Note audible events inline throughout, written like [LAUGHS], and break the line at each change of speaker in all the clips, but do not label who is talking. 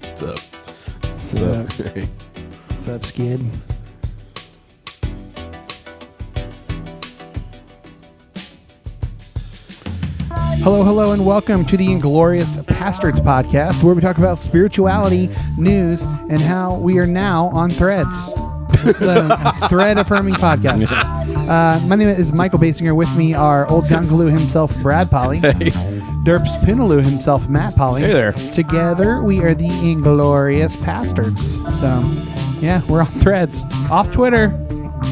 What's up?
So,
[LAUGHS] So, hey,
what's up, Skid? Hello, hello, and welcome to the Inglorious Pastards podcast, where we talk about spirituality, news, and how we are now on threads.
[LAUGHS]
It's the thread affirming podcast. Uh, my name is Michael Basinger. With me are old Gungaloo himself,
[LAUGHS]
Brad Polly. Derps Pinaloo himself, Matt Polly.
Hey there.
Together, we are the Inglorious Pastards. So, yeah, we're on threads. Off Twitter,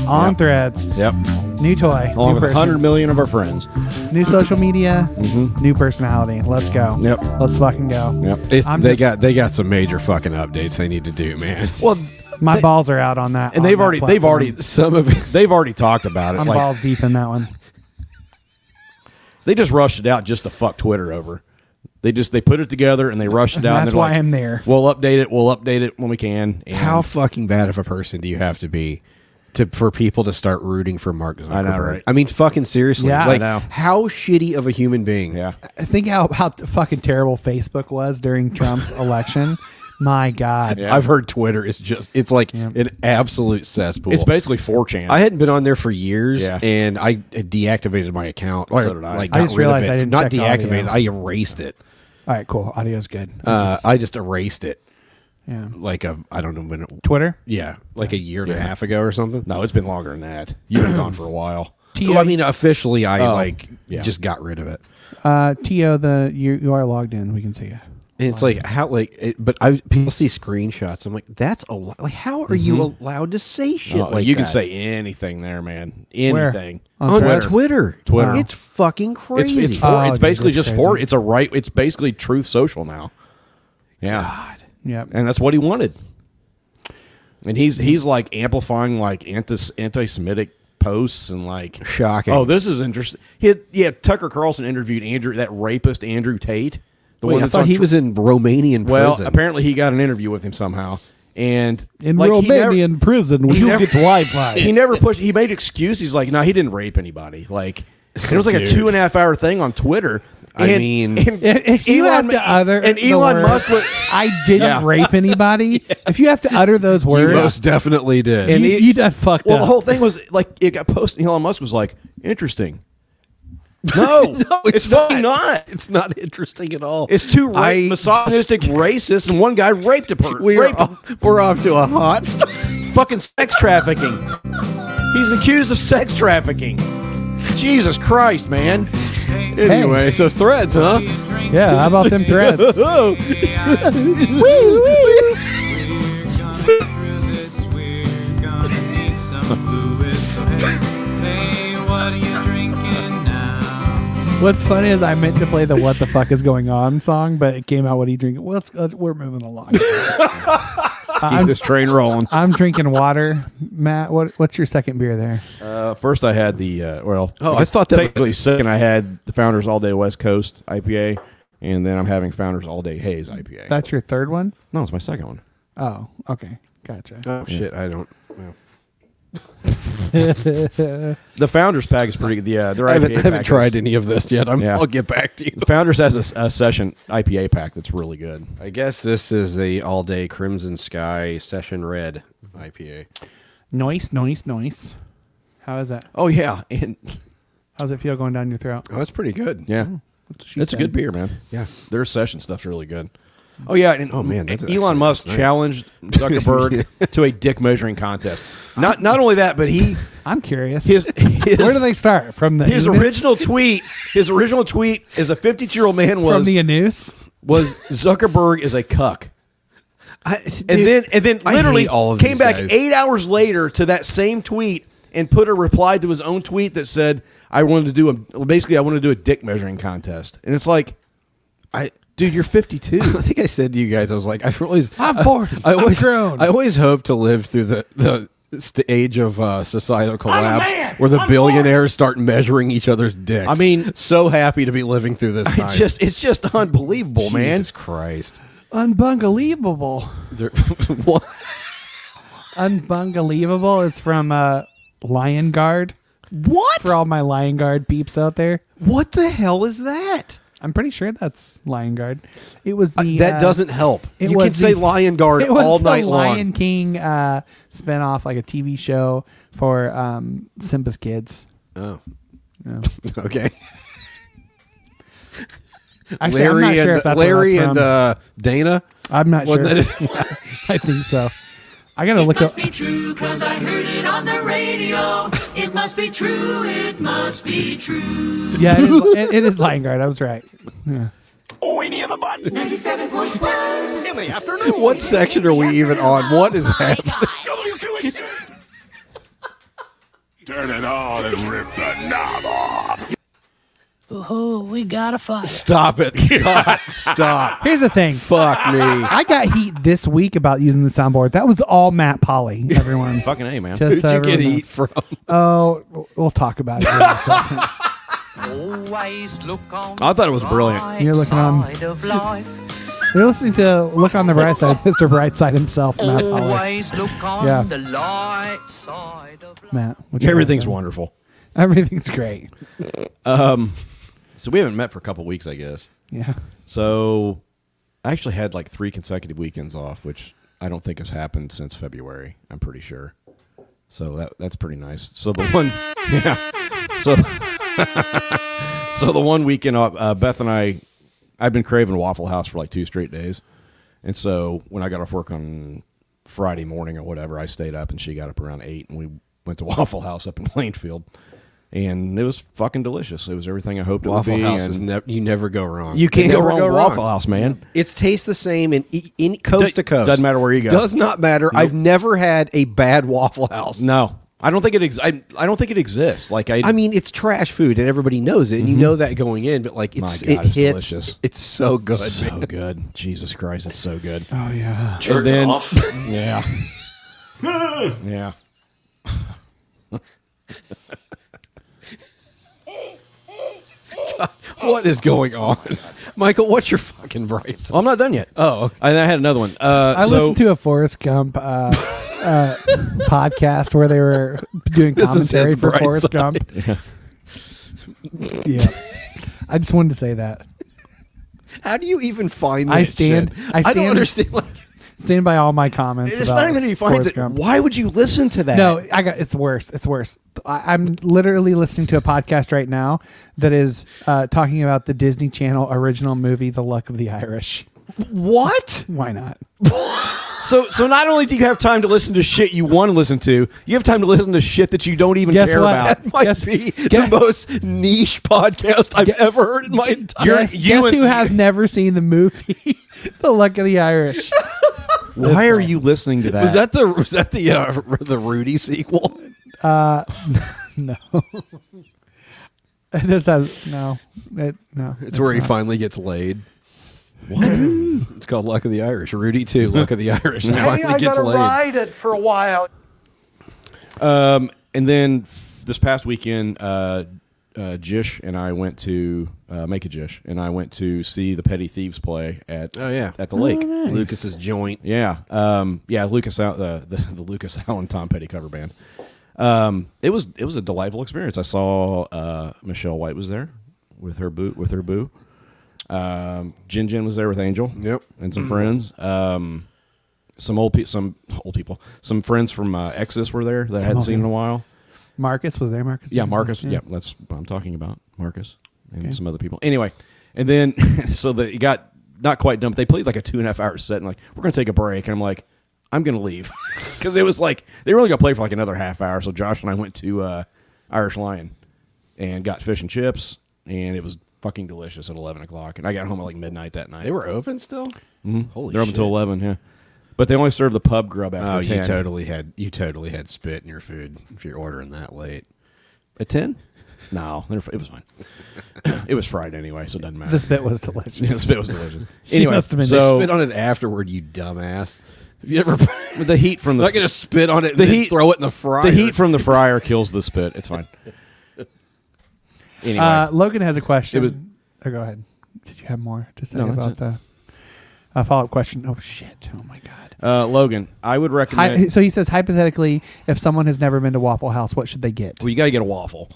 on
Yep.
threads.
yep.
New toy,
Along
new
with 100
person,
million of our friends.
new social media, new personality. Let's go.
Mm-hmm. Yep.
Let's fucking go.
Yep. It's,
I'm
they
just-
got they got some major fucking updates they need to do, man. [LAUGHS] Well,
My balls are out on that.
and
on
they've
that
already they've
platform.
already some of it, they've already talked about it.
I'm
like
balls deep in that one.
they just rushed it out just to fuck Twitter over. They just they put it together and they rushed
[LAUGHS]
it out. and
That's
they're
why
like,
I'm there.
We'll update it. We'll update it when we can. And
How fucking bad of a person do you have to be to for people to start rooting for Mark Zuckerberg?
I know, right?
I mean, fucking seriously.
Yeah. I
like,
know.
how shitty of a human being?
Yeah.
I think how how fucking terrible Facebook was during [LAUGHS] Trump's election. My God.
Yeah.
I've heard Twitter is just it's like
Yeah.
an absolute cesspool.
It's basically 4chan.
I hadn't been on there for years,
Yeah.
and I deactivated my account.
So did I.
Like,
I
got
just
rid of
realized
it.
I didn't
not
check
uh,
audio.
deactivated. I erased it.
All right, cool. Audio's good. I'm
Uh,
just-
I just erased it.
yeah.
Like a I don't know when. It,
Twitter.
yeah, like a year and a half ago or something.
no, it's been longer than that. You've been [CLEARS THROAT] gone for a while.
Well, I mean, officially, I
Oh,
like
yeah.
just got rid of it.
Uh, To the you you are logged in. We can see you.
And it's like how like it, but I people see screenshots. I'm like, that's a lot. Like, how are you allowed to say shit
Mm-hmm. Oh,
like
you can
that?
say anything there, man.
Where?
Anything.
On
on
Twitter.
Twitter?
Twitter.
It's fucking
It's
crazy.
it's for,
Oh,
it's
dude,
basically
that's
just for
crazy.
it's a right. It's basically Truth Social now. Yeah,
Yep.
and that's what he wanted. And he's he's like amplifying like anti anti-Semitic posts and like
Shocking.
Oh, this is interesting. He had, yeah, Tucker Carlson interviewed Andrew that rapist Andrew Tate. The
Wait, I
that's
thought
on
he
tr-
was in Romanian
well.
prison.
Apparently, he got an interview with him somehow, and
In
like, he
Romania,
never-
in prison, we
never-
get
[LAUGHS]
Wi-Fi.
he never pushed. He made excuses like, "No, he didn't rape anybody."
[LAUGHS]
Like it was like
Dude.
a two and a half hour thing on Twitter.
I
And-
mean-
and
If, if you
Elon
have
Ma-
to utter
and
the
Elon
word,
Musk was,
[LAUGHS] I didn't
Yeah. [LAUGHS]
rape anybody. If you have to utter those
You
words,
most definitely did.
And
you,
he-
you done fucked
well,
up.
the whole thing was like it got posted. and Elon Musk was like,
[LAUGHS]
"Interesting." No,
no,
it's,
it's,
fucking not.
[LAUGHS] It's not interesting at all.
It's two ra-
I- [LAUGHS]
misogynistic, racist, and one guy raped a person.
We're off, we're off to
[LAUGHS]
a hot. Start.
fucking sex trafficking. He's accused of sex trafficking. Jesus Christ, man.
anyway, so threads, huh?
yeah, how about them
[LAUGHS]
threats?
Oh.
What's funny is I meant to play the "What the fuck is going on" song, but it came out what are you drinking. Well, let's, let's, we're moving
[LAUGHS]
along.
Keep this train rolling.
I'm drinking water, Matt. What what's your second beer there?
Uh, first, I had the uh, well.
Oh,
guess
I thought that-
technically second. I had the Founders All Day West Coast IPA, and then I'm having Founders All Day Haze IPA.
That's your third one.
no, it's my second one.
Oh, okay, gotcha.
Oh shit, I don't. well.
The Founders pack is pretty. The uh, their
I haven't,
IPA
I haven't
pack
tried
is-
any of this yet. I'm,
Yeah.
I'll get back to you.
The Founders has a, s- a session IPA pack that's really good.
I guess this is the all day Crimson Sky Session Red IPA.
Nice, nice, nice. How is that?
Oh yeah, and
How's it feel going down your throat?
Oh, that's pretty
[LAUGHS]
good.
yeah,
That's what she
it's a
said.
good beer, man.
Yeah.
Their session stuff's really good. Oh yeah, and
Oh, man, that's actually-
Elon Musk
that's nice.
challenged
[LAUGHS]
Zuckerberg to a dick measuring contest. Not not only that, but he
I'm curious.
[LAUGHS]
his, his
Where do they start? From the
his
anus?
original tweet his original tweet as a 52 year old man
from
was
the anus.
was zuckerberg is a cuck
I,
and
dude,
then and then
I hate
literally
all of
came
these
back
guys.
eight hours later to that same tweet and put a reply to his own tweet that said i wanted to do a basically i wanted to do a dick measuring contest and it's like
I
dude you're 52
[LAUGHS]
[LAUGHS]
I think I said to you guys, I was like, I've always
I'm 40.
I always
I'm grown.
I always hope to live through the the stage of uh, societal collapse where the billionaires start measuring each other's dicks.
I mean-
so happy to be living through this time.
it's just it's just unbelievable
Jesus
man
Christ.
Unbungalievable.
They're- what?
Unbungalievable is from uh, Lion Guard.
What?
For all my Lion Guard peeps out there.
What the hell is that?
I'm pretty sure that's Lion Guard. It was the
that
uh,
doesn't help.
it
You
was
can say
the-
Lion Guard
It was
all
the
night
Lion
[LAUGHS]
long.
King uh, spinoff, like a TV show for um, Simba's kids.
Oh,
Yeah.
okay.
Actually,
Larry
I'm not
and
sure if that's
Larry
where that's
and
from.
uh, Dana.
I'm not sure.
Wasn't that [LAUGHS] his-
[LAUGHS] I think so. I gotta look up.
Must be true, cause I heard it on the radio. It must be true, it must be true.
Yeah, it
[LAUGHS]
is, it, it is Lion Guard. I was right.
Oh, any other button.
97.1.
In the afternoon.
what section are we even on? What
[LAUGHS] Oh
is
Oh My
happening?
God.
WQHD. Turn it on and rip the knob off.
Oh, we got a fight.
Stop it! [LAUGHS] God, stop!
Here's the thing.
Fuck me!
I got heat this week about using the soundboard. That was all Matt Polly, everyone.
Fucking a man.
Just
Who'd
so
you get
everyone
heat from?
oh, we'll- we'll talk about it. in a second.
Always look on
I thought it was brilliant.
You're looking on-
side of life.
You're listening to Look on the Bright Side, Mr. Brightside himself, Matt
Oh,
Polly.
Always look on
Yeah.
the light side of life.
Matt, what you got
Everything's
there?
wonderful.
Everything's great.
So we haven't met for a couple weeks, I guess.
Yeah.
So I actually had like three consecutive weekends off, which I don't think has happened since February. I'm pretty sure. So that that's pretty nice. So the one, [LAUGHS] yeah. So [LAUGHS] so the one weekend off, uh, Beth and I, I've been craving Waffle House for like two straight days, and so when I got off work on Friday morning or whatever, I stayed up and she got up around eight, and we went to [LAUGHS] Waffle House up in Plainfield, and it was fucking delicious. It was everything I hoped it
Waffle
would be.
House is
and-
never. You never go wrong.
you can't go
never
wrong with Waffle House, man.
It's tastes the same in, e, in coast to
Doesn't-
coast.
doesn't matter where you go.
Does not matter. I've never had a bad Waffle House.
No, I don't think it. Ex- I, I don't think it exists. Like I,
I mean it's trash food and everybody knows it and you know that going in, but like Mm-hmm. it's
God,
it
it's
hits.
delicious.
It's so good.
so
man.
good. Jesus Christ, it's so good.
Oh, yeah.
and then, [LAUGHS] yeah, yeah.
[LAUGHS] What is going on, [LAUGHS] Michael? What's your fucking bright side?
Well, I'm not done yet.
Oh, okay.
and I had another one. Uh,
I
so,
listened to a Forrest Gump uh, uh, podcast where they were doing
This is his
commentary for
bright side.
Forrest Gump. Yeah. I just wanted to say that.
How do you even find? That
I stand-
shit?
I
don't
stand-
understand. Like,
Stand by all my comments.
It's
about
not even that he finds
Forrest
it.
Gump.
Why would you listen to that?
No, I got it's worse. It's worse. I, I'm literally listening to a podcast right now that is uh, talking about the Disney Channel original movie, The Luck of the Irish.
what?
Why not?
So, so not only do you have time to listen to shit you want to listen to, you have time to listen to shit that you don't even
Guess
care
what?
about.
That might
Guess-
be the
guess-
most niche podcast I've ever heard in my entire.
You're-
Guess,
you
guess
and-
who
[LAUGHS]
has never seen the movie, [LAUGHS] The Luck of the Irish? [LAUGHS]
Why are you listening to that?
was that the was that the uh, [LAUGHS] the Rudy sequel?
No. It just has no. It, no.
It's where he finally gets laid. What? [LAUGHS] it's called Luck of the Irish. Rudy too. Luck of the Irish. He finally gets laid.
it for a while.
Um, and then f- this past weekend, uh, uh, Jish and I went to uh, make a Jish, and I went to see the Petty Thieves play at
Oh, yeah.
at the lake.
Lucas's joint.
Yeah, um, yeah, Lucas Al- the, [LAUGHS] the the Lucas Allen Tom Petty cover band. Um, it was it was a delightful experience. I saw uh, Michelle White was there with her boot with her boo. Um, Jin Jin was there with Angel.
Yep.
and some friends. Um, some old pe- some old people, some friends from uh, Exodus were there that I hadn't
old
seen in a
people.
while.
Marcus was there. Marcus.
Yeah, Marcus. Yeah. that's what I'm talking about. Marcus and some other people. Anyway, and then [LAUGHS] so they got not quite done. But they played like a two and a half hour set, and like we're gonna take a break, and I'm like, I'm gonna leave [LAUGHS] because it was like they were only gonna play for like another half hour. So Josh and I went to uh, Irish Lion and got fish and chips, and it was fucking delicious at 11 o'clock. And I got home at like midnight that night.
They were open still. Holy
they're open
shit.
until 11, yeah. But they only serve the pub grub after
Oh, you
10.
totally had you totally had spit in your food if you're ordering that late.
At 10? No, they're, it was fine. [LAUGHS] it was fried anyway, so it doesn't matter.
The spit was
Yeah, the
delicious.
spit was delicious.
[LAUGHS] She
anyway,
must have been-
so
spit on it afterward, you dumbass. Have you ever? [LAUGHS]
[LAUGHS]
with the heat from the
not gonna spit on it. And
the
then
heat-
Throw it in the fryer.
the heat from the fryer kills the spit. It's fine. [LAUGHS] Anyway,
Uh, Logan has a question.
It was-
oh, go ahead. Did you have more to say
No, that's
about
it.
the a follow up question? Oh shit! Oh my god.
uh, Logan, I would
Hi,
recommend.
so he says hypothetically, if someone has never been to Waffle House, what should they get?
well, you got to get a waffle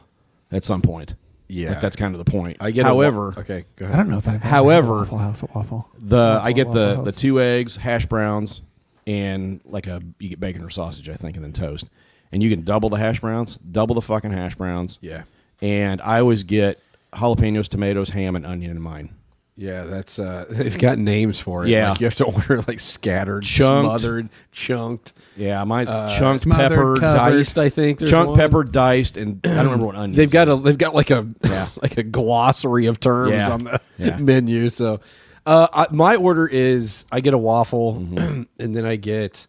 at some point. Yeah.
Like, that's kind of the point.
I get. a wa-
However,
okay, go
I
ahead.
don't know if I've ever had
However,
Waffle House waffle.
the I get the
Waffle
the
House.
two eggs, hash browns, and like a you get bacon or sausage, I think, and then toast. And you can double the hash browns, double the fucking hash browns.
Yeah.
And I always get jalapenos, tomatoes, ham, and onion in mine.
Yeah, that's uh, [LAUGHS] they've got names for it.
Yeah.
like you have to [LAUGHS] order like scattered,
Chunked.
smothered, chunked.
Yeah, mine chunked,
smothered,
peppered,
covered.
diced.
Diced, I think. there's
Chunked,
one.
peppered, diced, and I don't remember what onion.
They've got a they've got like a
Yeah.
[LAUGHS] like a glossary of terms
Yeah.
on the
Yeah.
[LAUGHS] menu. So, uh, I, my order is I get a waffle, [CLEARS THROAT] and then I get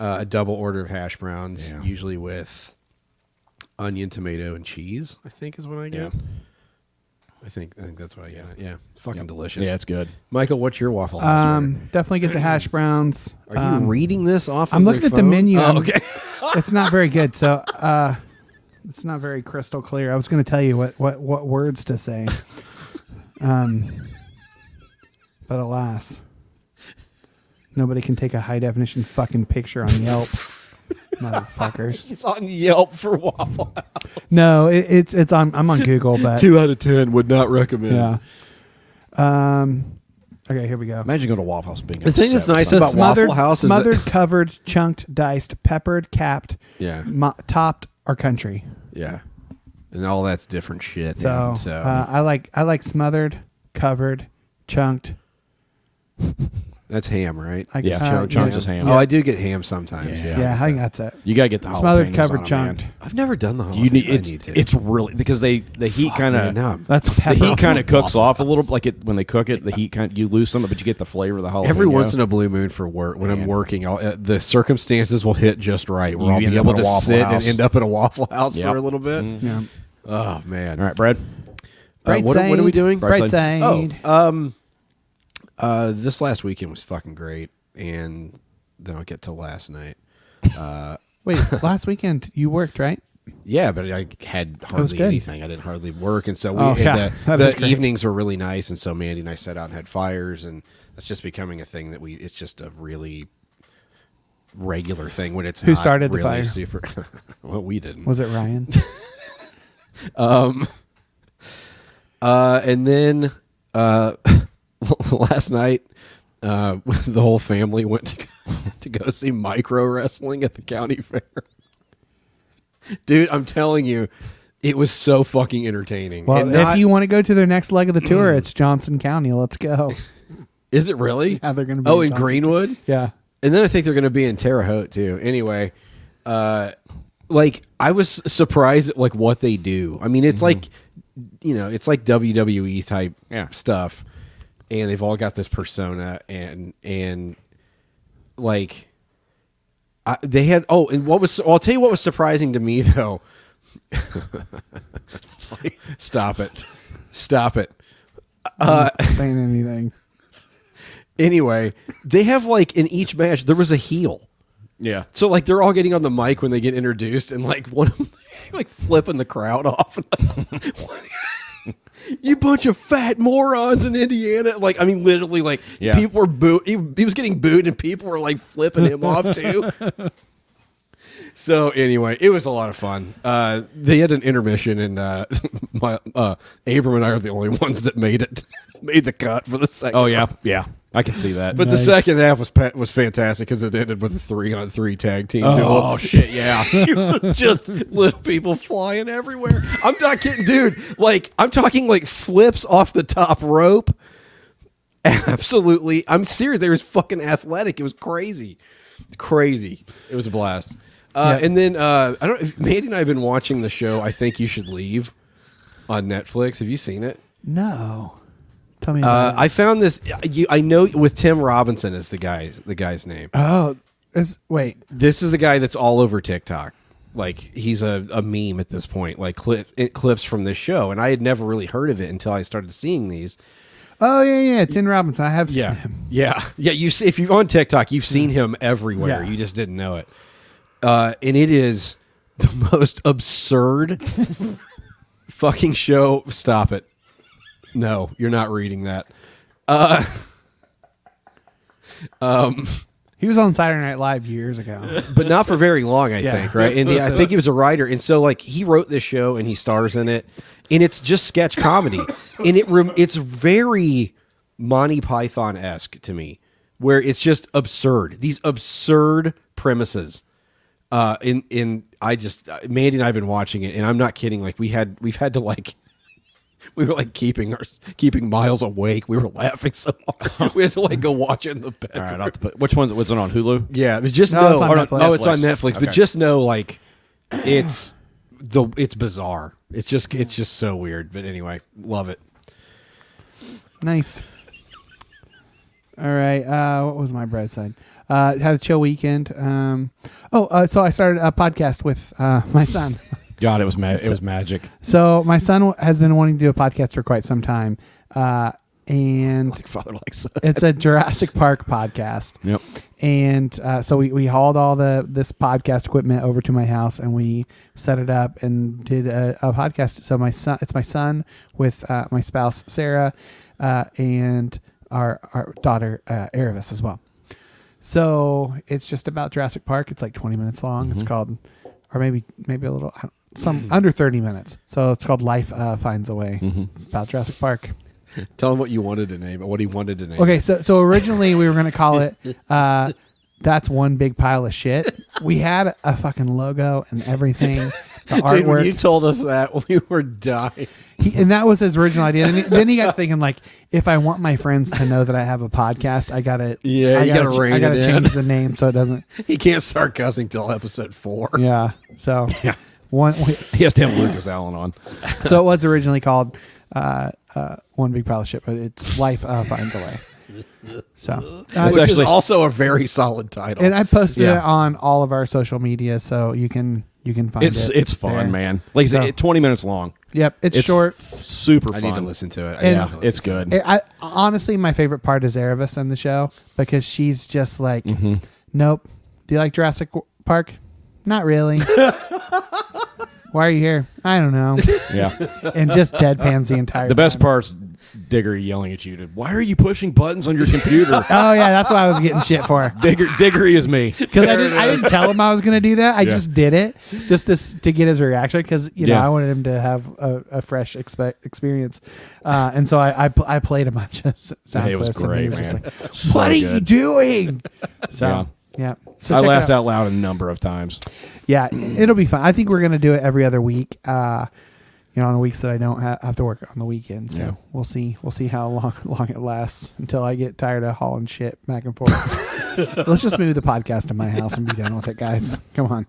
uh, a double order of hash browns,
Yeah.
usually with onion, tomato, and cheese. I think is what I get.
Yeah.
I think I think that's what I get. Yeah, fucking delicious.
yeah, it's good.
Michael, what's your waffle? House order?
Um, definitely get the hash browns.
Are you
Um,
reading this off?
I'm
of
looking
your
at the
phone?
menu.
Oh,
I'm-
okay. [LAUGHS]
it's not very good. So uh, it's not very crystal clear. I was going to tell you what, what, what words to say. Um, but alas, nobody can take a high definition fucking picture on Yelp. Motherfuckers.
It's on Yelp for waffle.
[LAUGHS]
No, it, it's it's on. I'm on Google, but
out of ten would not recommend.
yeah. Um. Okay, here we go.
Imagine going to Waffle House and being
The thing that's
upset with
nice
something.
about
smothered,
Waffle House is that-
smothered, covered, chunked, diced, peppered, capped,
Yeah.
mo- topped, or country.
Yeah, and all that's different shit.
So,
now, so
uh, I like I like smothered, covered, chunked.
that's ham, right?
I guess,
Yeah,
uh,
chunk- chunks is ham.
Oh, I do get ham sometimes. Yeah,
Yeah, I think that's it.
you gotta get the
Smothered,
jalapenos
covered,
on it, man.
chunked.
I've never done the. Whole
You Oh, need it's,
I need to.
it's really because they the heat
Fuck,
kind
man, now
of
I'm- [LAUGHS]
That's
the
pepper.
heat kind of cooks off a little like it when they cook it the heat kind of, you lose some of it but you get the flavor of the jalapeno
every once in a blue moon for work when I'm
Man.
working. I'll, uh, the circumstances will hit just right. Where
You
I'll be
end up
able
at a
to
Waffle
sit
House.
and end up at a Waffle House
Yep. Mm-hmm.
for a little bit.
Yeah.
Oh man!
all right Brad
Uh,
Bright
what, are- what are we
side,
doing?
Bright
Bright
side.
side.
Oh, um, uh, this last weekend was fucking great, and then I'll get to last night.
Wait,
[LAUGHS]
last weekend you worked right?
Yeah, but I had
was
hardly
good.
anything. I didn't hardly work, and so we
Oh,
and
yeah.
the,
[LAUGHS] That is
the
great.
evenings were really nice. And so Mandy and I set out and had fires, and that's just becoming a thing that we. It's just a really regular thing when it's
Who
not
started the
really
fire?
Super. [LAUGHS] well, we didn't.
Was it Ryan?
Uh, and then uh, [LAUGHS] last night, uh, [LAUGHS] the whole family went to to go [LAUGHS] see micro wrestling at the county [LAUGHS] fair. Dude, I'm telling you, it was so fucking entertaining. [LAUGHS]
Well,
And not- Mm.
if you want to go to their next leg of the tour, it's Johnson County.
[LAUGHS]
Let's go.
Is it really?
Yeah, they're gonna be
Oh,
in
in
Johnson
Greenwood,
Yeah.
and then I think they're going to be in Terre Haute too. Anyway, uh, like I was surprised at like what they do. I mean, it's like you know, it's like WWE type
Yeah.
stuff, and they've all got this persona and and like I, they had. Oh, and what was? Well, I'll tell you what was surprising to me [LAUGHS] though. Stop it! Stop it!
saying anything.
Anyway, they have like in each match there was a heel.
yeah
So like they're all getting on the mic when they get introduced, and like one of them [LAUGHS] like flipping the crowd off. [LAUGHS] you bunch of fat morons in Indiana! Like I mean, literally, like
Yeah.
people were boo. He, he was getting booed, and people were like flipping him off too. So anyway, it was a lot of fun. Uh, they had an intermission, and uh, [LAUGHS] my uh, Abram and I are the only ones that made it, [LAUGHS] made the cut for the second.
oh yeah yeah I can see that
But
Nice.
the second half was pa- was fantastic because it ended with a three on three tag team.
Oh,
[LAUGHS]
shit, yeah.
It was just little people flying everywhere. I'm not kidding, dude. Like I'm talking like flips off the top rope. Absolutely, I'm serious. They was fucking athletic. It was crazy, crazy. It was a blast. Uh,
Yeah.
And then uh, I don't. if- Mandy and I have been watching the show. I think you should leave on Netflix. Have you seen it?
No. Tell me.
Uh,
About
I found this. You, I know with Tim Robinson is the guy's the guy's name.
I. Oh, is wait.
This is the guy that's all over TikTok. Like he's a, a meme at this point. Like clip, it, clips from this show, and I had never really heard of it until I started seeing these.
Oh yeah, yeah. It's in Robinson. I have. seen him.
[LAUGHS] yeah, yeah. You see, if you're on TikTok, you've seen him everywhere.
Yeah.
You just didn't know it. Uh, and it is the [LAUGHS] most absurd fucking show. Stop it. No, you're not reading that. Uh, um,
He was on Saturday Night Live
[LAUGHS]
years ago.
but not for very long, I
Yeah.
think, right? And he- I think he was a writer, and so like he wrote this show and he stars in it, and it's just sketch comedy, and it rem- it's very Monty Python esque to me, where it's just absurd. These absurd premises. Uh, in in I just uh, Mandy and I've been watching it, and I'm not kidding. Like we had we've had to like [LAUGHS] we were like keeping our keeping Miles awake. We were laughing so hard. we had to like go watch it in the
All
bedroom.
right, I'll have to put, which one was it on Hulu?
Yeah, but just
No,
know.
it's on
or no-
Netflix.
Oh, it's on
Netflix.
Netflix.
Okay.
But just know, like, it's the it's bizarre. It's just it's just so weird. But anyway, love it.
Nice. All right. Uh, what was my bright side? Uh, had a chill weekend. Um, oh, uh, so I started a podcast with uh, [LAUGHS] my son.
God, it was ma- it was magic.
so my son w- has been wanting to do a podcast for quite some time, uh,
[LAUGHS]
and
Father like son.
it's a Jurassic Park podcast.
Yep.
And uh, so we, we hauled all the this podcast equipment over to my house and we set it up and did a, a podcast. So my son, it's my son with uh, my spouse Sarah, uh, and our our daughter uh, Erebus as well. So it's just about Jurassic Park. It's like twenty minutes long. It's called, or maybe maybe a little I don't- some under thirty minutes. So it's called Life uh, Finds a Way about Jurassic Park.
Tell him what you wanted to name it. What he wanted to name.
Okay,
it.
so so originally we were gonna call
[LAUGHS]
it uh, "That's One Big Pile of Shit." We had a fucking logo and everything,
[LAUGHS]
the
Dude,
artwork,
when you told us that [LAUGHS] we were dying.
He- and that was his original idea. Then he, then he got thinking like, if I want my friends to know that I have a podcast, I gotta
Yeah,
I
you gotta
ch-
rein
I gotta
it in.
change the name so it doesn't.
He can't start cussing till episode four.
Yeah, so one.
He has to have Lucas Allen on.
so it was originally called uh, uh, "One Big Pile of Shit," but it's "Life uh, Finds a Way." So uh,
Which
actually-
is also a very solid title.
and I posted
Yeah.
it on all of our social media, so you can you can find
It's
it.
it's fun,
there.
man. Like I said,
So-
it- twenty minutes long.
Yep, it's,
It's
short.
f- super.
I
Fun.
need to listen to it. I need
And-
to
Yeah,
listen
it's
to it.
good.
[LAUGHS] I, honestly, my favorite part is Erebus in the show because she's just like,
Mm-hmm.
nope. Do you like Jurassic Park?
[LAUGHS]
Not really. Why are you here? I don't know.
yeah.
And just deadpans the entire.
The best
time.
part's Digger yelling at you to why are you pushing buttons on your
[LAUGHS]
computer?
Oh yeah, that's what I was getting shit
[LAUGHS]
for.
Digger Diggery is me.
[LAUGHS] Because I, didn't, I didn't tell him I was going to do that. I
Yeah.
just did it just to, s- to get his reaction because, you know,
Yeah.
I wanted him to have a, a fresh expe- experience. Uh, and so I, I, pl- I played a bunch of s- sound
Hey, [LAUGHS] it was
clips and he
great,
was just
man.
like,
So
what are you
good.
doing? So,
Yeah.
yeah. So
I
check it
laughed out loud a number of times.
Yeah, it'll be fun. I think we're going to do it every other week. Uh, you know, on the weeks that I don't ha- have to work on the weekend, so
Yeah.
we'll see. We'll see how long [LAUGHS] long it lasts until I get tired of hauling shit back
[LAUGHS]
and forth. Let's just move the podcast to my house and be done with it, guys. Come on.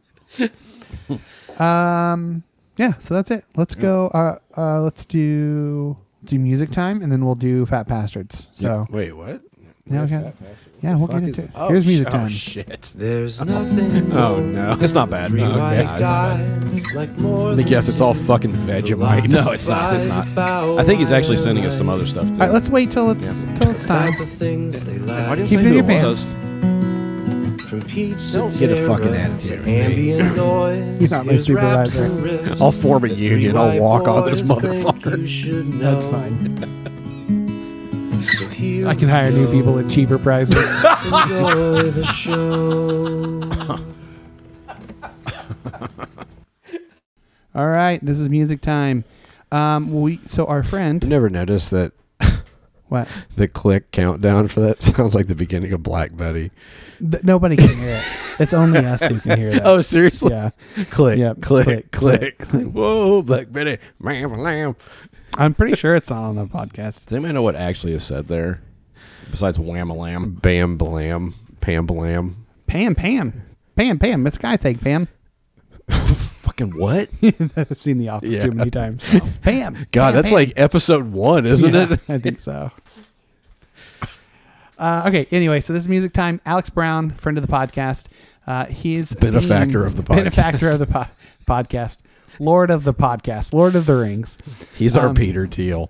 Um, yeah. So that's it. Let's go. Uh, uh, let's do do music time, and then we'll do Fat Bastards. So
Wait, what?
yeah, okay. yeah, we'll get
Fuck
into
is-
it. Here's music
sh-
time.
Oh, shit.
[LAUGHS]
There's nothing
Oh, no. It's not bad. Oh, God.
guys like more
Let me guess. It's all fucking Vegemite.
[LAUGHS] No, it's not. It's not. I think he's actually sending us some other stuff too.
All right, let's wait till it's till
[LAUGHS]
it's time.
the things they like.
I didn't
Keep
say
it in
who
your
it
pants.
was.
From pizza
Don't get a
terror
fucking attitude
to
with me.
ambient noise.
He's not my
here's raps
supervisor.
and riffs
I'll form a
that
union,
three
I'll
white
walk on this
boys think
motherfucker.
you should
That's
know.
fine.
So here
I can
we
hire new
go.
people at cheaper prices.
[LAUGHS] Enjoy the show.
All right, this is music time. Um, we so our
You
friend
never noticed that
what?
the click countdown for that [LAUGHS] sounds like the beginning of Black Betty.
Th- nobody can hear it. It's only us who can [LAUGHS] hear that.
Oh, seriously?
yeah.
Click,
Yep.
click,
Click,
click, [LAUGHS] click. Whoa, Black Betty. Ram, lamb.
I'm pretty sure it's not on the podcast.
Does anybody know what actually is said there? Besides wham a lamb.
Bam, blam. Pam, blam.
Pam, Pam, Pam, Pam. It's guy take Pam.
Fucking what?
I've seen The Office
Yeah.
too many times. now. Pam.
[LAUGHS] God,
Pam,
that's
Pam.
like episode one, isn't [LAUGHS]
[LAUGHS] Yeah,
it?
I think so. Uh, okay. Anyway, so this is music time. Alex Brown, friend of the podcast. Uh, he is
Benefactor
being-
of the podcast.
[LAUGHS] Benefactor of the po- podcast. Lord of the podcast. Lord of the Rings.
He's our Peter Teal.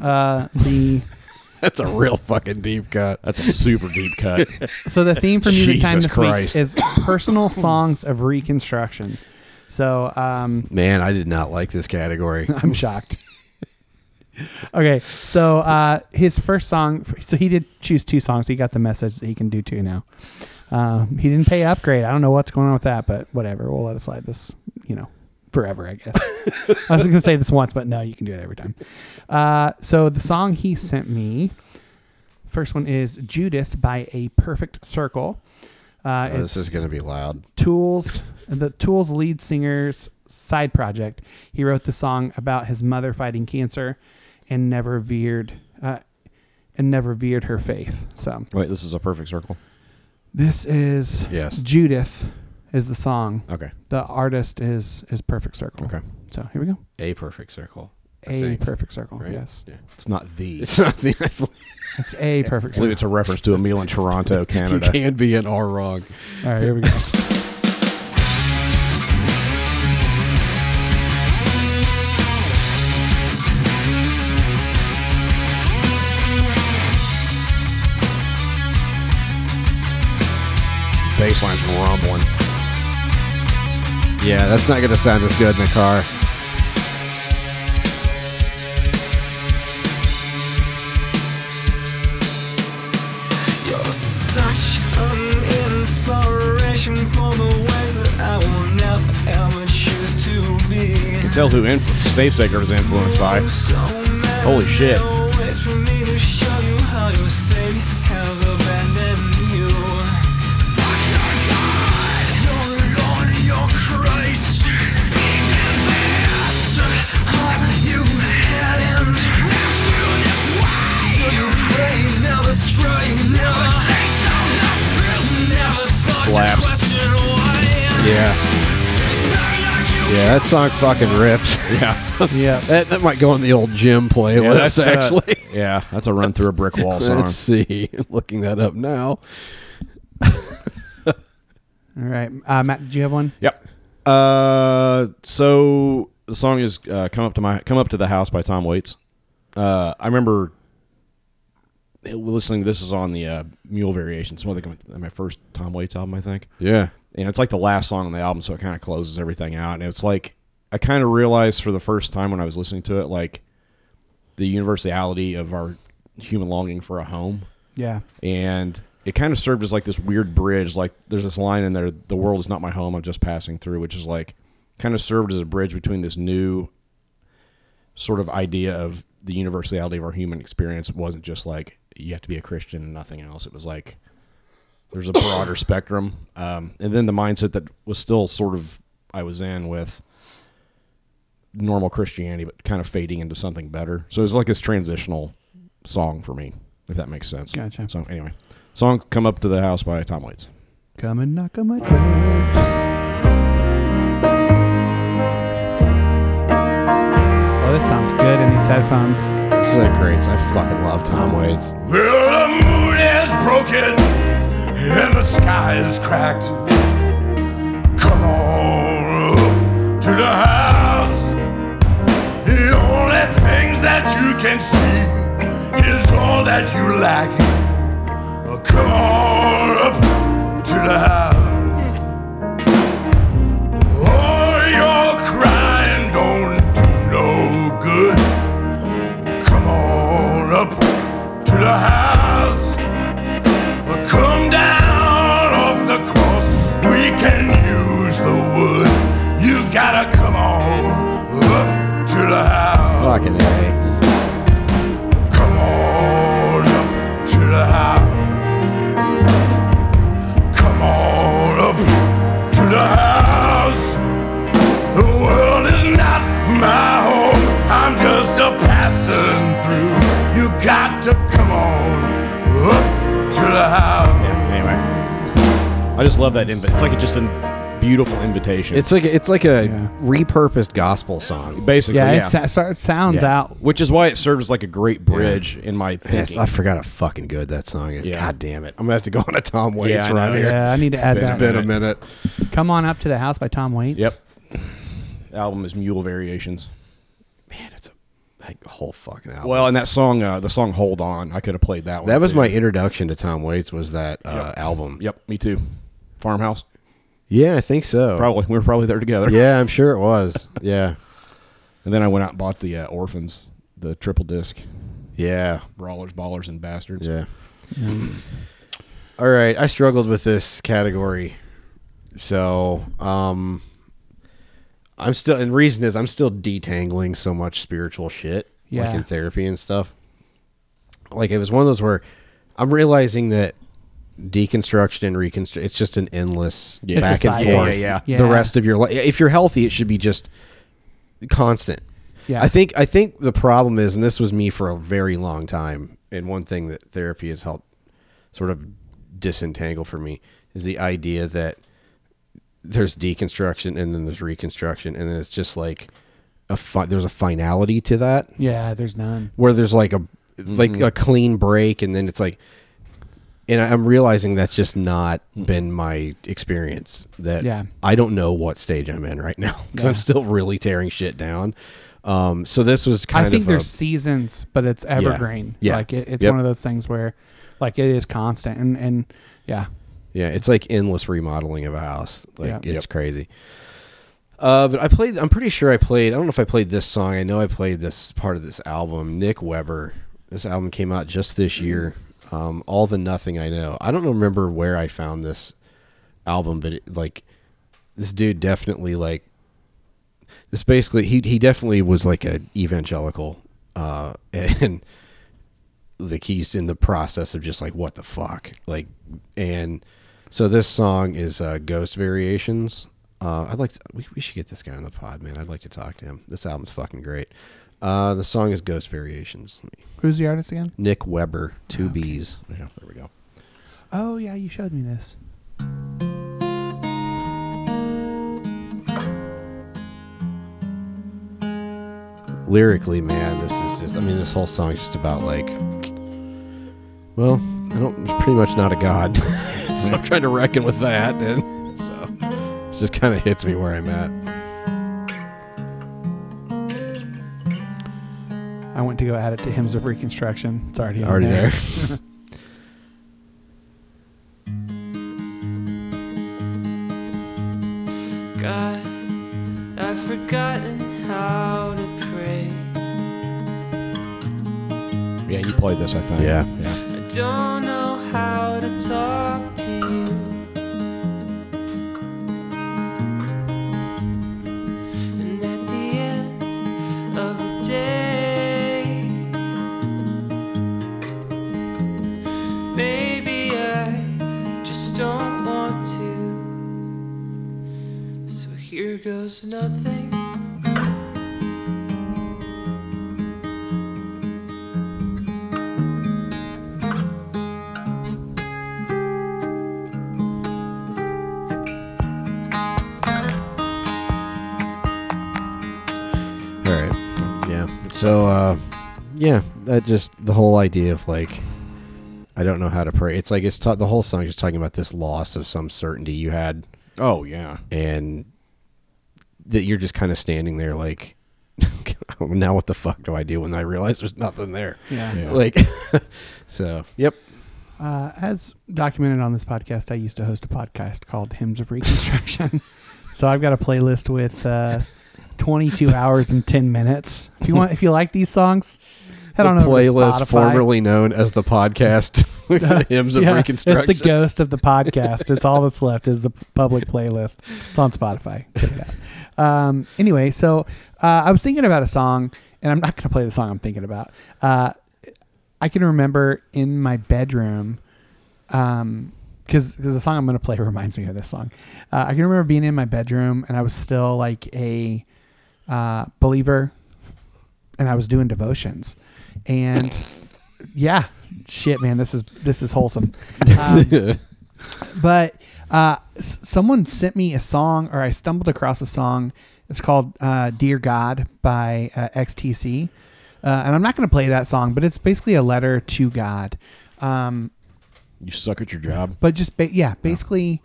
Uh, the
[LAUGHS] That's a real fucking deep cut.
That's a super deep [LAUGHS] cut.
so the theme for music time
Jesus
this
Christ.
week is personal songs of reconstruction. So
[LAUGHS]
um, [LAUGHS]
Man, I did not like this category.
I'm shocked. Okay, so uh, his first song. So he did choose two songs. He got the message that he can do two now. Um, he didn't pay upgrade. I don't know what's going on with that, but whatever. We'll let it slide. This, you know, forever.
[LAUGHS]
I guess. I was going to say this once, but no, you can do it every time. Uh, so the song he sent me. First one is Judith by A Perfect Circle. Uh,
Oh, this
it's-
is going to be loud.
Tools, the Tools lead singer's side project. He wrote the song about his mother fighting cancer, and never veered, uh, and never veered her faith. So
Wait, this is a perfect circle.
this is
Yes.
Judith is the song.
Okay.
The artist is is Perfect Circle.
Okay.
So here we go.
A perfect circle. I
A
think,
perfect circle.
right?
Yes,
Yeah.
It's not the.
It's not
[LAUGHS]
the. I
it's a
[LAUGHS]
I believe
perfect. circle.
it's a reference to a meal in Toronto,
you
Canada.
can be an R wrong.
All right, here we go.
Bass line's rumbling. Yeah, that's not going to sound as good in the car.
You're such an inspiration for the ways that I will never ever choose to be.
You can tell who influ- Space Baker was influenced by.
So many
Holy shit.
ways for me to show you how your savior has abandoned you. Your Lord, your Christ. You had him. Still you pray, never stray, never. Never thought to
Slaps.
question why.
Yeah. Yeah, that song fucking rips. [LAUGHS] Yeah.
Yeah.
That, that might go on the old gym playlist,
Yeah, that's uh,
actually.
[LAUGHS] yeah, [LAUGHS] that's a run through a brick wall song.
Let's see. [LAUGHS] Looking that up now.
All right, uh, Matt, did you have one?
Yep. Uh, so the song is uh, "Come Up to My Come Up to the House" by Tom Waits. Uh, I remember listening. to This is on the uh, Mule Variations, one of the, my first Tom Waits album, I think.
Yeah.
And it's like the last song on the album, so it kind of closes everything out. And it's like I kind of realized for the first time when I was listening to it, like the universality of our human longing for a home
Yeah.
and it kind of served as like this weird bridge. Like there's this line in there, "The world is not my home. I'm just passing through," which is like kind of served as a bridge between this new sort of idea of the universality of our human experience. It wasn't just like you have to be a Christian and nothing else. It was like there's a broader [COUGHS] spectrum, um, and then the mindset that was still sort of I was in with normal Christianity, but kind of fading into something better. So it was like this transitional song for me, if that makes sense.
Gotcha.
So anyway, song "Come Up to the House" by Tom Waits.
Come and knock on my door. Oh, this sounds good in these headphones.
This is a great. I fucking love Tom Waits.
Well, the moon is broken and the sky is cracked. Come on up to the house. The only things that you can see is all that you lack. Come on up to the house. Oh, your crying don't do no good. Come on up to the house. Well, [LAUGHS] Come down off the cross. We can use the wood. You gotta come on up to the house.
Fucking a.
Come on up to the house. Come on up to the house. The world is not my home. I'm just a passing through. You got to come on up to the house.
Anyway, I just love that. Inv- it's like just a beautiful invitation.
It's like it's like a
Yeah.
repurposed gospel song.
basically
Yeah,
yeah.
It, sa- so- it sounds
Yeah.
out.
which is why it serves as like a great bridge in my
Yes,
thinking.
I forgot how fucking good that song is.
Yeah.
God damn it! I'm gonna have to go [LAUGHS] on a Tom Waits
I know.
run here.
Yeah, I need to add
It's
that.
Been a minute.
Come on up to the house by Tom Waits.
Yep. album is Mule Variations.
Man, it's a like a whole fucking album.
Well, and that song, uh, the song "Hold On," I could have played that one.
Oh. that was
too.
my introduction to Tom Waits. Was that uh, album?
Yep, me too. Farmhouse.
Yeah, I think so.
Probably we were probably there
[LAUGHS]
together.
Yeah, I'm sure it was. Yeah.
And then I went out and bought the uh, Orphans
the triple disc.
Yeah, brawlers, ballers, and bastards.
Yeah.
Nice.
All right, I struggled with this category, so um, I'm still. And reason is I'm still detangling so much spiritual shit,
Yeah.
like in therapy and stuff. Like it was one of those where I'm realizing that deconstruction and reconstruct it's just an endless
Yeah. It's
back
a
and
cycle.
forth.
Yeah, yeah.
The
Yeah.
rest of your life, if you're healthy, it should be just constant.
Yeah.
I think I think the problem is, and this was me for a very long time, and one thing that therapy has helped sort of disentangle for me is the idea that there's deconstruction and then there's reconstruction, and then it's just like a fi- there's a finality to that
Yeah, there's none.
where there's like a like a clean break, and then it's like, and I- I'm realizing that's just not been my experience. That
Yeah.
I don't know what stage I'm in right now [LAUGHS] because I'm
Yeah.
still really tearing shit down. Um, so this was kind
I think
of
there's
a,
seasons, but it's evergreen.
Yeah.
Like it, it's
Yep.
one of those things where like it is constant and, and yeah.
Yeah, it's like endless remodeling of a house. Like
Yeah.
it's crazy. Uh, but I played. I'm pretty sure I played. I don't know if I played this song. I know I played this part of this album. Nick Weber. This album came out just this year. Um, All the nothing I know. I don't remember where I found this album, but it, like this dude definitely like this basically he he definitely was like a evangelical uh [LAUGHS] and like he's in the process of just like what the fuck like and so this song is uh ghost variations uh i'd like to, we, we should get this guy on the pod man i'd like to talk to him this album's fucking great uh the song is ghost variations
Who's the artist again?
nick weber two b's yeah there we go
Oh yeah, you showed me this.
lyrically, man, this is just. I mean, this whole song is just about like. Well, I don't. It's pretty much not a god, [LAUGHS] so I'm trying to reckon with that, and so it just kind of hits me where I'm at.
I went to go add it to hymns of reconstruction. It's already on
Already
there.
there.
God, I've forgotten how to pray.
Yeah, you played this, I think.
Yeah.
I
yeah.
don't know how to talk to you. And at the end of the day, maybe I just don't want to. So here goes nothing.
All right. Yeah. So, uh, yeah, that just the whole idea of like, I don't know how to pray. It's like it's ta- the whole song is just talking about this loss of some certainty you had
Oh yeah.
and that you're just kind of standing there like [LAUGHS] now what the fuck do i do when i realize there's nothing there
Yeah.
Yeah.
like [LAUGHS] so yep
Uh, as documented on this podcast, I used to host a podcast called Hymns of Reconstruction. [LAUGHS] so I've got a playlist with uh, 22 hours and 10 minutes. If you want, if you like these songs, head on
the
over
playlist
to Spotify.
formerly known as the
[LAUGHS]
podcast hymns of
Yeah,
reconstruction
It's the ghost of the podcast. it's all that's left is the public playlist. It's on Spotify. Check it out. Um, anyway, so uh, I was thinking about a song, and I'm not going to play the song I'm thinking about. Uh, I can remember in my bedroom, um, because the song I'm going to play [LAUGHS] reminds me of this song. Uh, I can remember being in my bedroom, and I was still like a uh, believer, and I was doing devotions, and yeah, shit, man, this is this is wholesome. Um, but uh, s- someone sent me a song, or I stumbled across a song. It's called uh, "Dear God" by uh, XTC, uh, and I'm not going to play that song, but it's basically a letter to God. Um,
You suck at your job.
but just ba- yeah, basically,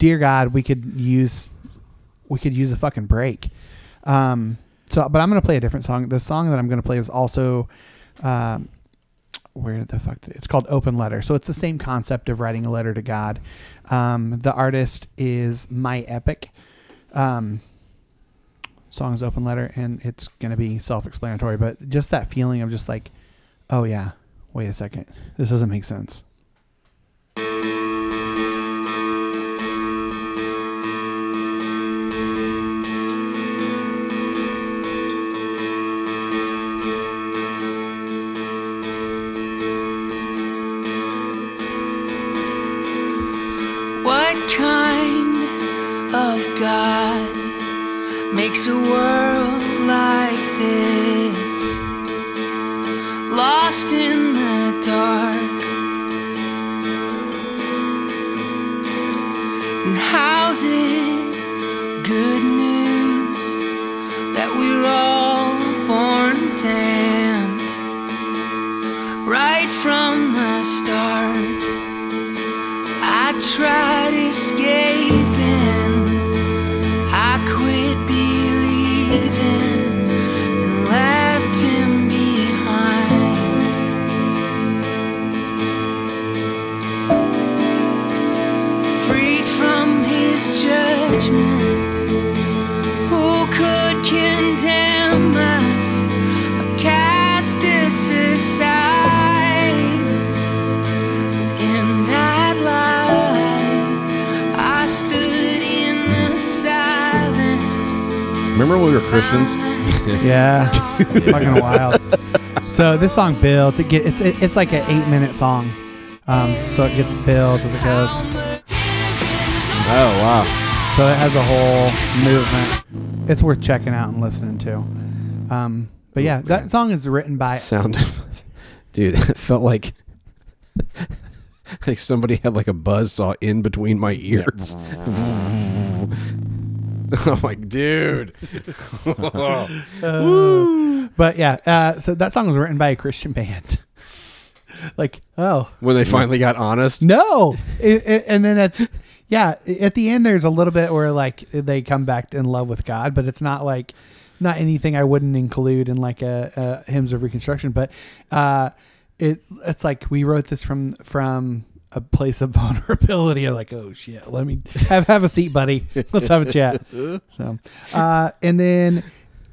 dear God, we could use we could use a fucking break. Um, so, but I'm gonna play a different song. The song that I'm gonna play is also, um, where the fuck it's called Open Letter. So it's the same concept of writing a letter to God. Um, the artist is My Epic. Um, songs open letter, and it's gonna be self-explanatory. But just that feeling of just like, oh yeah, wait a second, this doesn't make sense.
What kind of God makes a world like this? Lost in the dark and how's it good news that we're all born damned right from the start? I tried escaping. I quit believing and left him behind. Freed from his judgment, who could condemn us or cast us aside? In that light, I stood in the silence.
Remember when we were Christians? Oh,
Yeah, [LAUGHS] fucking wild. So this song builds. It get, it's it, it's like an eight-minute song, um, so it gets builds as it goes.
Oh wow.
So it has a whole movement. It's worth checking out and listening to. Um, but yeah, that song is written by
Sound, [LAUGHS] dude, it felt like [LAUGHS] like somebody had like a buzz saw in between my ears. [LAUGHS] I'm like, dude,
But yeah, uh, so that song was written by a Christian band. [LAUGHS] like, oh
when they finally got honest,
no, It- it- and then at yeah, at the end there's a little bit where like they come back in love with God, but it's not like not anything I wouldn't include in like a, a hymns of reconstruction. But uh, it it's like we wrote this from from a place of [LAUGHS] vulnerability. You're like, oh shit, let me have have a seat, buddy. Let's have a chat. So, uh, and then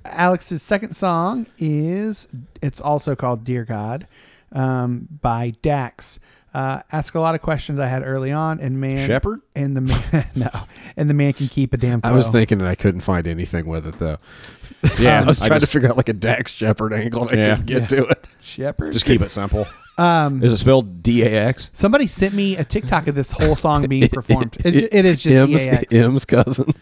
Alex's second song is it's also called Dear God um, by Dax. Uh, ask a lot of questions I had early on, and man,
Shepherd?
and the man, [LAUGHS] no, and the man can keep a damn.
I was
photo.
thinking and I couldn't find anything with it though.
Yeah, [LAUGHS]
I was trying to
just,
figure out like a Dax Shepherd angle. And I
Yeah.
couldn't get to
[LAUGHS]
it.
Shepherd.
just keep it simple. Um, Is it spelled D A X?
Somebody sent me a TikTok of this whole
[LAUGHS]
song being performed. It, it is just E
M's,
E
[LAUGHS]
DAX.
M's cousin.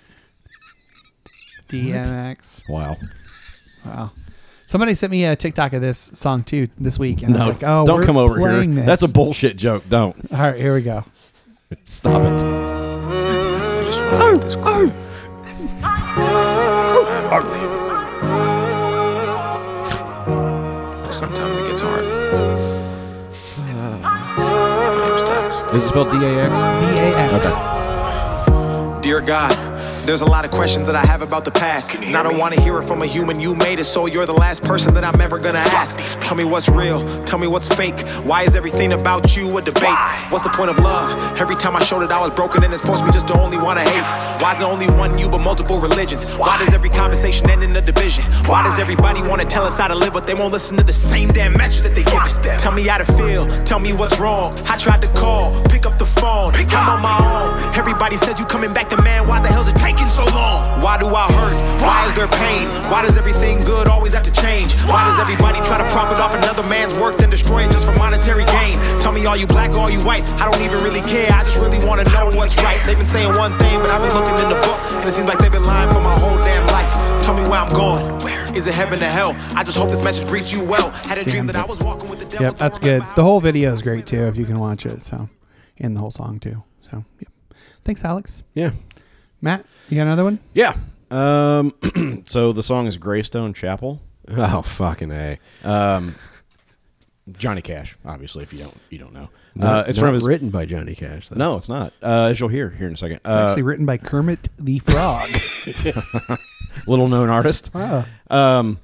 DMX.
Wow.
Somebody sent me a TikTok of this song too this week, and I was like, "Oh,
don't
we're
come over here.
playing This.
That's a bullshit joke. Don't
all right. Here we go.
stop it.
Sometimes it gets hard. My name's Dex.
Is it spelled D A X?
DAX.
Dear God, there's a lot of questions that I have about the past. And I don't want to hear it from a human. You made it, so you're the last person that I'm ever gonna ask. Tell me what's real, tell me what's fake. Why is everything about you a debate? What's the point of love? Every time I showed it, I was broken and it's forced me just to only wanna hate. Why's there only one you but multiple religions? Why does every conversation end in a division? Why does everybody wanna tell us how to live, but they won't listen to the same damn message that they give? Tell me how to feel, tell me what's wrong. I tried to call, pick up the phone, I'm on my own. Everybody says you coming back to man, why the hell's it taking so long? Why do I hurt? Why is there pain? Why does everything good always have to change? Why does everybody try to profit off another man's work then destroy it just for monetary gain? Tell me are you black or are you white? I don't even really care, I just really wanna know what's right. They've been saying one thing, but I've been looking in the book, and it seems like they've been lying for my whole damn life. Tell me where I'm going. Is it heaven or hell? I just hope this message reads you well. Had a dream that I was walking with the devil.
Yep, that's good. The whole video is great too if you can watch it. So, and the whole song too. So, yep. Thanks, Alex.
Yeah.
Matt, you got another one?
Yeah. Um, [CLEARS THROAT] so the song is Greystone Chapel. Um,
Oh fucking
Uh,
a.
Johnny Cash, obviously. If you don't, you don't know.
Uh,
uh, it's from his.
written by Johnny Cash. Though.
No, it's not. Uh, as you'll hear here in a second.
It's
Uh,
actually written by Kermit the
[LAUGHS]
Frog.
little known artist.
Wow.
Um,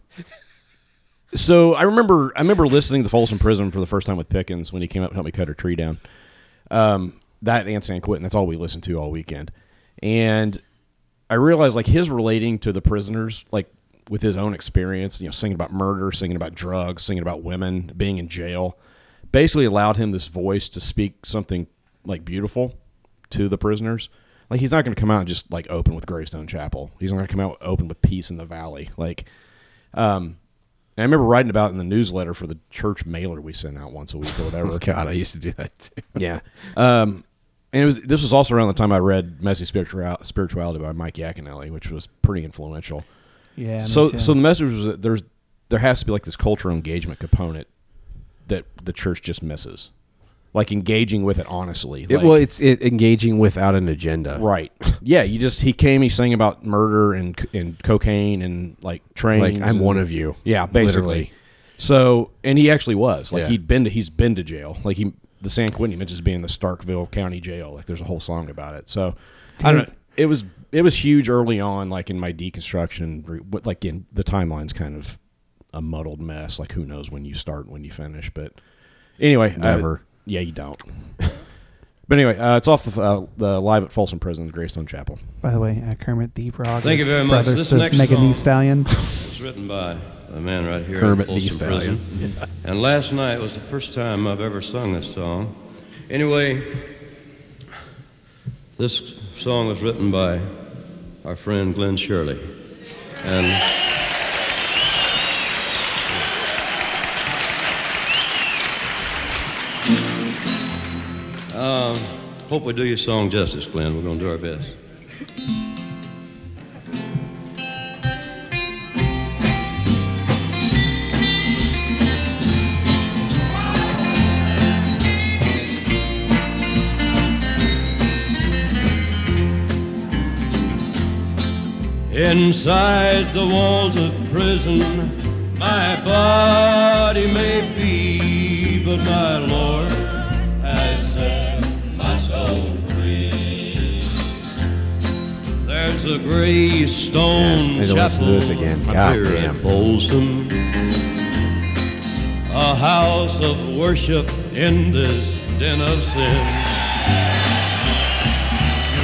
so I remember I remember listening to Folsom Prison for the first time with Pickens when he came up and helped me cut a tree down. Um, that and San Quentin. That's all we listened to all weekend. And I realized like his relating to the prisoners, like with his own experience, you know, singing about murder, singing about drugs, singing about women, being in jail, basically allowed him this voice to speak something like beautiful to the prisoners. Like he's not going to come out and just like open with Greystone Chapel. He's not going to come out open with Peace in the Valley. Like, um, and I remember writing about it in the newsletter for the church mailer we sent out once a week or whatever.
[LAUGHS] God, I used to do that too.
Yeah. Um, and it was this was also around the time I read Messy Spiritual- Spirituality by Mike Iaconelli, which was pretty influential.
Yeah, me
So
too.
so the message was that there's there has to be like this cultural engagement component that the church just misses. Like engaging with it honestly.
It,
like,
well, it's it, engaging without an agenda.
right. Yeah, you just he came he sang about murder and c- and cocaine and like trains.
Like, I'm
and-
one of you.
Yeah, basically.
Literally.
So and he actually was like
Yeah.
he'd been to he's been to jail. Like he the San Quentin he mentions being the Starkville County Jail. Like there's a whole song about it. So I don't know. It was it was huge early on, like in my deconstruction. re- what- Like in the timeline's kind of a muddled mess. Like who knows when you start and when you finish. But anyway, uh,
Never.
yeah, you don't. [LAUGHS] but anyway, uh, it's off the uh, the live at Folsom Prison, Greystone Chapel.
By the way, uh, Kermit the Frog.
Thank
is
you very much.
brothers
This
to
next
Megan Thee
song-
Stallion.
It's written by a man right here
Kermit
in
the
Folsom
Stallion.
Prison. And last night was the first time I've ever sung this song. Anyway, this song was written by our friend Glenn Shirley. And um, hope we do your song justice, Glenn. We're going to do our best. Inside the walls of prison, my body may be, but my Lord has set my soul free. There's a gray stone
need to
chapel
listen to this again.
up
God
here
damn.
in Folsom, a house of worship in this den of sin.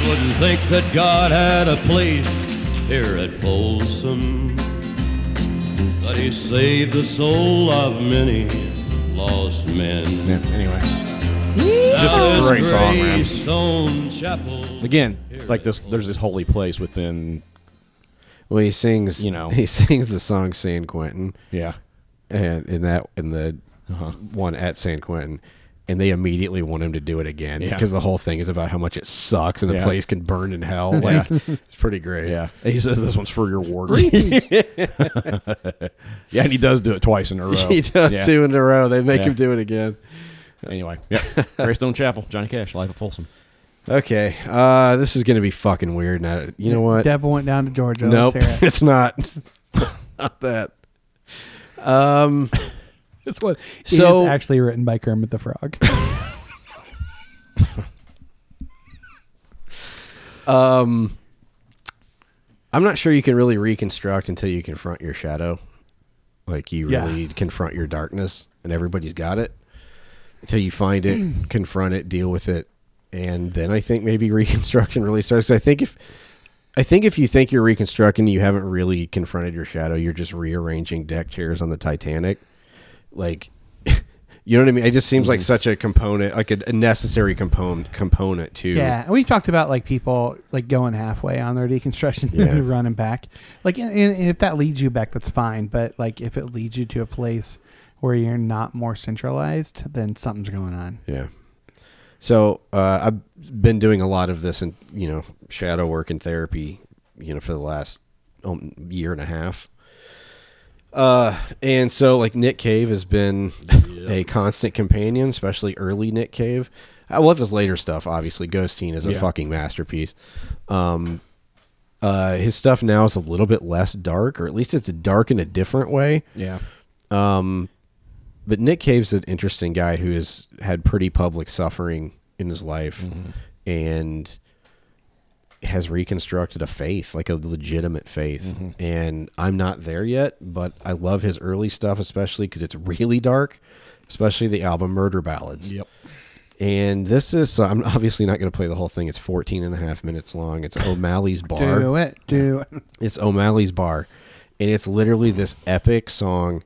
You wouldn't think that God had a place here at Folsom, but He saved the soul of many lost men.
Yeah. Anyway,
Just
a great song, man.
Stone Chapel.
again, like this, there's this holy place within.
Well, he sings.
You know.
[LAUGHS] he sings the song San Quentin,
Yeah.
and in that in the
Uh-huh.
one at San Quentin. And they immediately want him to do it again
Yeah.
because the whole thing is about how much it sucks and the
Yeah.
place can burn in hell.
[LAUGHS]
Like it's pretty great.
Yeah. And he says this one's for your warden. [LAUGHS] yeah, and he does do it twice
[LAUGHS]
in a row.
he does
yeah.
two in a row. They make
Yeah.
him do it again.
Anyway, yeah. Greystone Chapel, Johnny Cash, Life at Folsom.
Okay, uh, this is gonna be fucking weird. Now you know what?
Devil went down to Georgia.
nope,
Let's hear
[LAUGHS]
it.
it's not. not that. Um.
It's what
So-
it is actually written by Kermit the Frog.
Um, I'm not sure you can really reconstruct until you confront your shadow. Like you
Yeah.
really confront your darkness, and everybody's got it until you find
[CLEARS THROAT]
it, confront it, deal with it, and then I think maybe [LAUGHS] reconstruction really starts. 'Cause I think if I think if you think you're reconstructing, you haven't really confronted your shadow. You're just rearranging deck chairs on the Titanic. Like, [LAUGHS] you know what I mean? It just seems
Mm-hmm.
like such a component, like a, a necessary component component to
Yeah, and we've talked about like people like going halfway on their deconstruction [LAUGHS] and running back. Like, and, and if that leads you back, that's fine. But like, if it leads you to a place where you're not more centralized, then something's going on.
Yeah. So uh, I've been doing a lot of this and you know shadow work and therapy, you know, for the last um, year and a half. Uh, and so like Nick Cave has been [LAUGHS] a constant companion, especially early Nick Cave. I love his later stuff. Obviously, Ghostine is a
Yeah.
fucking masterpiece. Um, uh, his stuff now is a little bit less dark, or at least it's dark in a different way.
Yeah.
But Nick Cave's an interesting guy who has had pretty public suffering in his life and has reconstructed a faith, like a legitimate faith.
Mm-hmm.
And I'm not there yet, but I love his early stuff, especially because it's really dark, especially the album Murder Ballads.
Yep.
And this is, so I'm obviously not going to play the whole thing. It's 14 and a half minutes long. It's O'Malley's Bar.
Do it. Do it.
It's O'Malley's Bar. And it's literally this epic song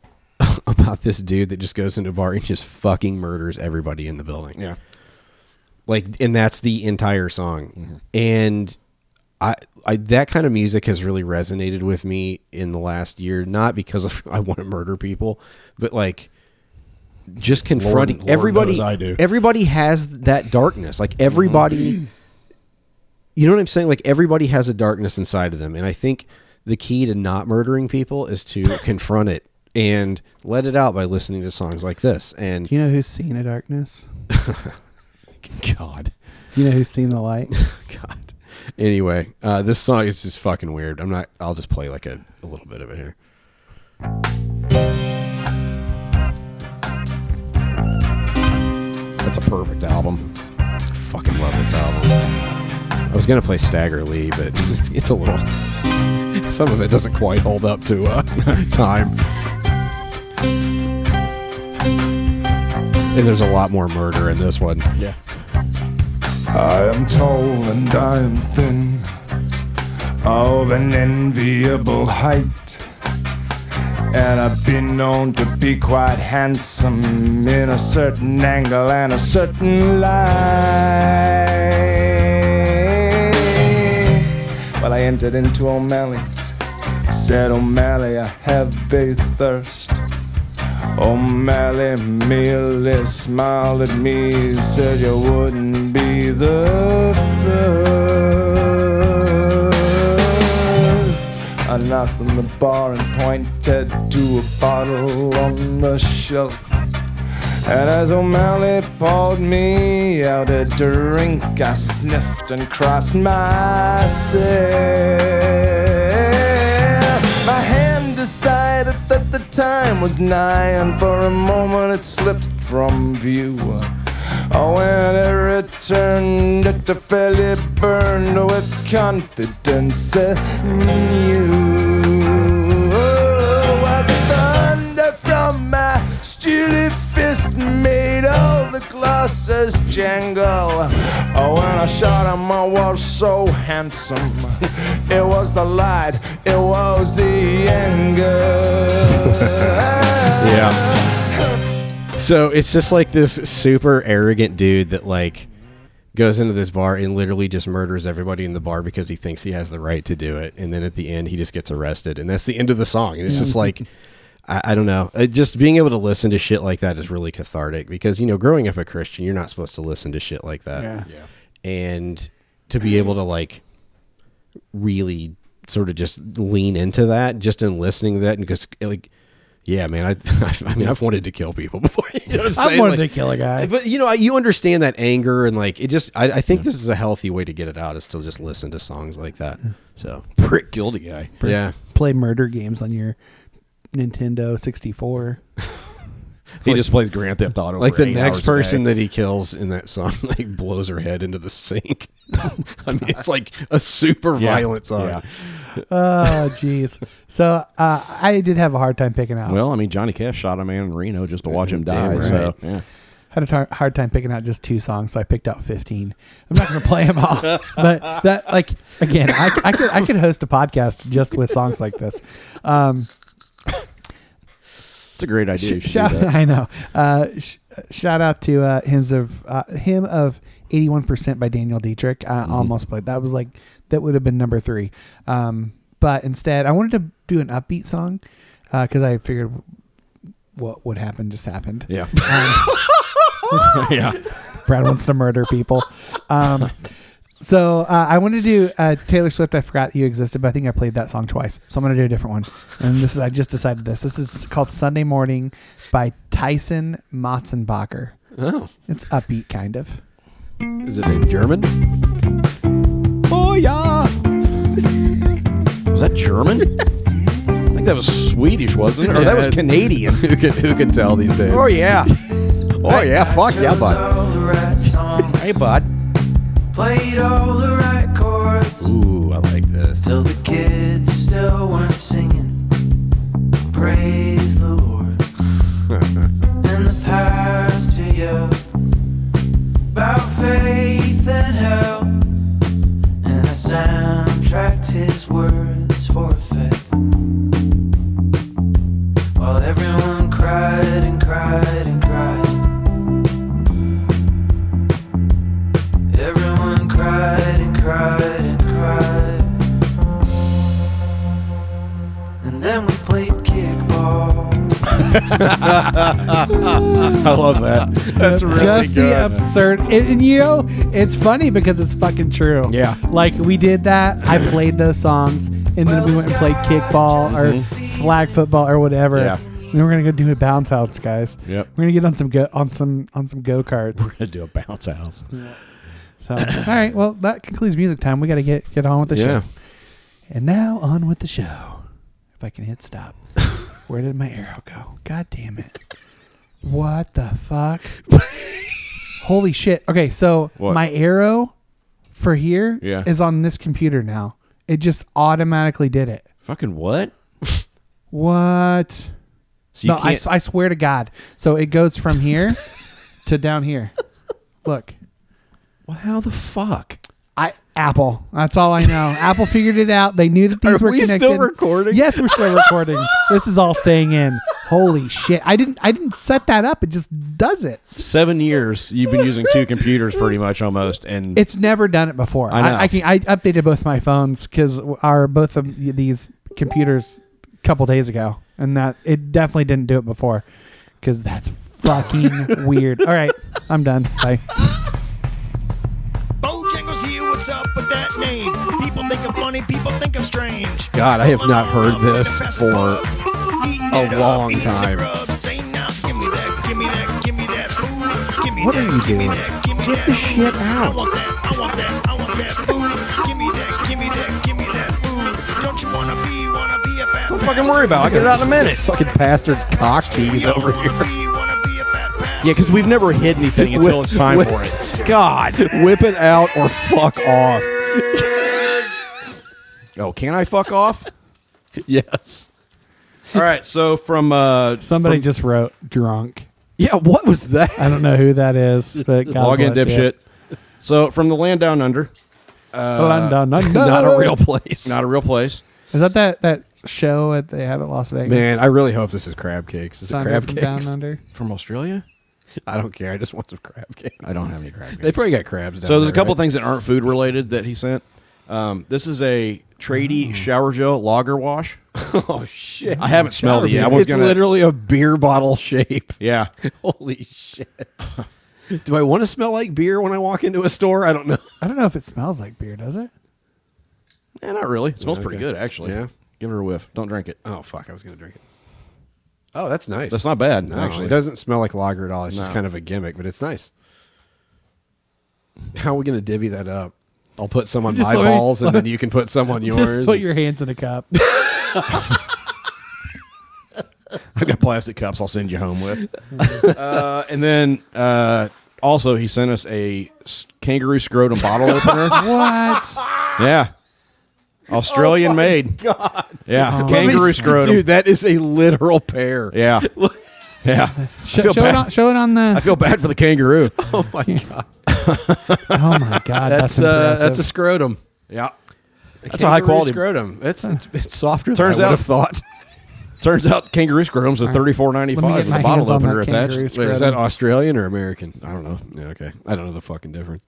[LAUGHS] about this dude that just goes into a bar and just fucking murders everybody in the building.
Yeah.
Like and that's the entire song.
Mm-hmm.
And I I that kind of music has really resonated with me in the last year, not because of, [LAUGHS] I want to murder people, but like just confronting
Lord
everybody
knows I do. Mm-hmm.
everybody has that darkness. Like everybody you know what I'm saying? Like everybody has a darkness inside of them, and I think the key to not murdering people is
[LAUGHS]
to confront it and let it out by listening to songs like this. And
Do you know who's seen the darkness?
God,
Do you know who's seen the light?
God. Anyway, uh, this song is just fucking weird. I'm not. I'll just play like a, a little bit of it here. That's a perfect album. Fucking love this album. I was gonna play Stagger Lee, but [LAUGHS] it's, it's a little. Some of it doesn't quite hold up to uh, [LAUGHS] time. And there's a lot more murder in this one. Yeah.
I am tall and I am thin, of an enviable height. And I've been known to be quite handsome in a certain angle and a certain light. Well, I entered into O'Malley's, said, O'Malley, I have a thirst. O'Malley merely Oh, smiled at me, said you wouldn't be the first. I knocked on the bar and pointed to a bottle on the shelf. And as O'Malley poured me out a drink, I sniffed and crossed myself. My hand decided that the time was nigh, and for a moment it slipped from view. Oh, when it returned, it fairly burned with confidence in you. Oh, I thunder from my steely fist made all the glasses jingle. Oh, when I shot him, I was so handsome. It was the light, it was the anger.
Yeah. So it's just like this super arrogant dude that like goes into this bar and literally just murders everybody in the bar because he thinks he has the right to do it, and then at the end he just gets arrested, and that's the end of the song. And it's just
Yeah. [LAUGHS]
like. I, I don't know. It just being able to listen to shit like that is really cathartic because you know, growing up a Christian, you're not supposed to listen to shit like that.
Yeah.
And to be able to like really sort of just lean into that, just in listening to that, and just like, yeah, man, I, [LAUGHS] I, mean, I've wanted to kill people [LAUGHS] before. You know what I'm
I
saying?
wanted
Like-
to kill a guy.
But you know, I- you understand that anger and like it just. I, I think this is a healthy way to get it out is to just listen to songs like that. So prick guilty guy. Yeah,
Play murder games on your Nintendo 64.
He just plays Grand Theft Auto.
like
for
the
eight hours
next
a day.
person that he kills in that song [LAUGHS] like blows her head into the sink [LAUGHS] i mean it's like a super
Yeah.
violent song
Yeah.
oh, jeez. So uh, I did have a hard time picking out.
Well, I mean, Johnny Cash shot a man in Reno just to watch him die.
Damn right.
So, yeah.
had a tar- hard time picking out just two songs, so I picked out fifteen. I'm not going to play
[LAUGHS]
them all, but that like again, I, I could I could host a podcast just with songs like this. Um,
It's a great idea. you
sh-
should
shout,
do that.
[LAUGHS] I know. Uh, sh- shout out to uh, hymns of uh, hymn of eighty one percent by Daniel Dietrich.
Mm-hmm.
I almost played that was like that would have been number three, um, but instead I wanted to do an upbeat song because I figured what would happen just happened.
Yeah.
[LAUGHS]
[LAUGHS]
yeah. Brad wants to murder people. Um, so uh, I wanted to do uh, Taylor Swift. I forgot you existed, but I think I played that song twice. So I'm going to do a different one. And this is I just decided this. This is called Sunday Morning by Tyson Motzenbacher.
Oh.
It's upbeat, kind of.
is it in german
Oh yeah. was that German? I think that was Swedish, wasn't it? Or that
Yeah,
was
it's-
Canadian.
who can who can tell these days
Oh yeah. Oh yeah. Fuck yeah, bud. Hey, bud.
Played all the right chords
ooh i like this
till the kids still weren't singing. Praise the Lord. And the pastor yelled, just words for effect. While everyone cried and cried and cried. Everyone cried and cried and cried. And then we played kickball.
I love that. That's really
just
good.
the absurd. And, and you know, it's funny because it's fucking true.
Yeah.
Like we did that.
[LAUGHS]
I played those songs, and then we went and played kickball or
Mhm.
flag football or whatever.
Yeah.
And then we're gonna go do a bounce house, guys.
Yep.
We're gonna get on some go on some on some go karts.
We're gonna do a bounce house.
So, all right. Well, that concludes music time. We got to get get on with the
Yeah.
show. And now on with the show. If I can
[LAUGHS]
hit stop. Where did my arrow go? God damn it! What the
[LAUGHS]
fuck? Holy shit! Okay, so
What?
my arrow for here is
Yeah.
on this computer now. It just automatically did it.
Fucking what?
What?
So you
no, I,
can't-
s- I swear to God. So it goes
[LAUGHS]
from here to down here. Look.
Well, how the fuck?
I Apple. That's all I
[LAUGHS]
know. Apple figured it out. They knew that these
Are
were
we
connected.
still recording?
Yes, we're still
[LAUGHS]
recording. this is all staying in. Holy shit! I didn't. I didn't set that up. It just does it.
Seven years you've been using two computers pretty much almost, and
It's never done it before.
I know.
I, can. I updated both my phones because our both of these computers a couple days ago, and that it definitely didn't do it before because
[LAUGHS]
that's fucking weird. All right, I'm done. Bye.
Bojangles here, what's up with that name? People think I'm funny, people think I'm strange.
God, I have not heard this for a long time. What are you doing? Get the shit out.
Don't fucking worry about it. I'll get it out in a minute.
Fucking bastard's cock tease over here.
Yeah, because we've never hid
[LAUGHS]
anything until
Whip-
it's time
whip-
for
[LAUGHS]
it. God.
Whip it out or fuck off.
Oh, can I fuck off?
yes. All right. So from uh,
Somebody
from-
just wrote drunk.
Yeah, what was that?
I don't know who that is, but God
log in
bless you.
dipshit. So from the land down under. Uh,
[LAUGHS]
Land down
[LAUGHS] [LAUGHS]
under.
Not a real place. Not a real place.
Is that that that show that they have at Las Vegas?
Man, I really hope this is crab cakes. Is it
Thunder
crab
from
cakes
Down Under?
from Australia? [LAUGHS] I don't care. I just want some crab cakes. I don't have any crab cakes. They
cakes.
probably got crabs. Down
So there's a
there,
couple
right?
things that aren't food related that he sent. Um, this is a tradie
Mm.
shower gel lager wash. oh
[LAUGHS] shit!
I haven't smelled it yet. I was
it's
gonna-
literally a beer bottle shape.
Yeah.
[LAUGHS] Holy shit! [LAUGHS] Do I want to smell like beer when I walk into a store? I don't know.
I don't know if it smells like beer,
[LAUGHS]
does it?
Eh, not really. It smells pretty
Okay.
good actually.
Yeah?
Give it a whiff. Don't drink it.
Oh fuck! I was gonna drink it. Oh, that's nice.
That's not bad,
No,
actually.
it doesn't smell like lager at all. It's just
No.
kind of a gimmick, but it's nice. [LAUGHS] How are we gonna divvy that up? I'll put some on
Just
my
let me-
balls, and [LAUGHS] then you can put some on yours.
Just put your hands in a [LAUGHS] cup.
[LAUGHS] I've got plastic cups I'll send you home with.
[LAUGHS]
uh, and then uh, also, he sent us a s- kangaroo scrotum
[LAUGHS]
bottle opener.
what?
Yeah. Australian made.
Oh God.
Yeah.
Let me
Kangaroo
s-
scrotum.
Dude, that is a literal pair.
[LAUGHS]
Yeah. yeah.
Show,
I feel
show
bad.
it on. Show it on the.
I feel bad for the kangaroo.
Oh my god.
oh my
[LAUGHS]
god, that's,
That's uh, that's a
impressive.
scrotum.
Yeah. That's a high
kangaroo
quality-
scrotum. It's it's, it's softer.
Turns
than I
out-
would have [LAUGHS] thought.
Turns out kangaroo scrotum's a
right.
thirty four ninety
Let me
five
get
with
my
a bottle
hands on
opener
that kangaroo
attached.
scrotum.
Wait,
Is
is
[LAUGHS] that
that
Australian or American?
I don't know.
Yeah, okay. I don't know the fucking difference.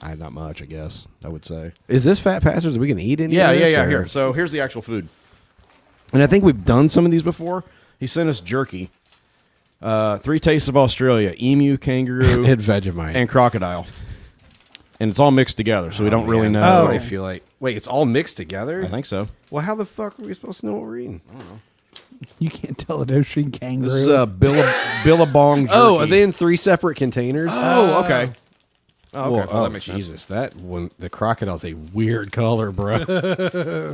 I, not much, I guess. I would say.
Is this fat pastors? Are we gonna eat any?
Yeah,
of
yeah,
this,
yeah.
or-
Here. So here's the actual food. And I think we've done some of these before. He sent us jerky. Uh, three tastes of Australia: emu,
[LAUGHS]
kangaroo,
And Vegemite.
and crocodile. And it's all mixed together, so we don't really know.
Oh, I feel like wait, it's all mixed together.
I think so.
Well, how the fuck are we supposed to know what we're eating? I don't know.
you can't tell an ocean kangaroo.
This is uh, Billa, Billabong jerky.
Oh, are they in three separate containers?
Oh, okay. Oh, okay.
Well,
Well,
oh,
that makes sense.
Jesus, that one, the crocodile's a weird
[LAUGHS]
color, bro.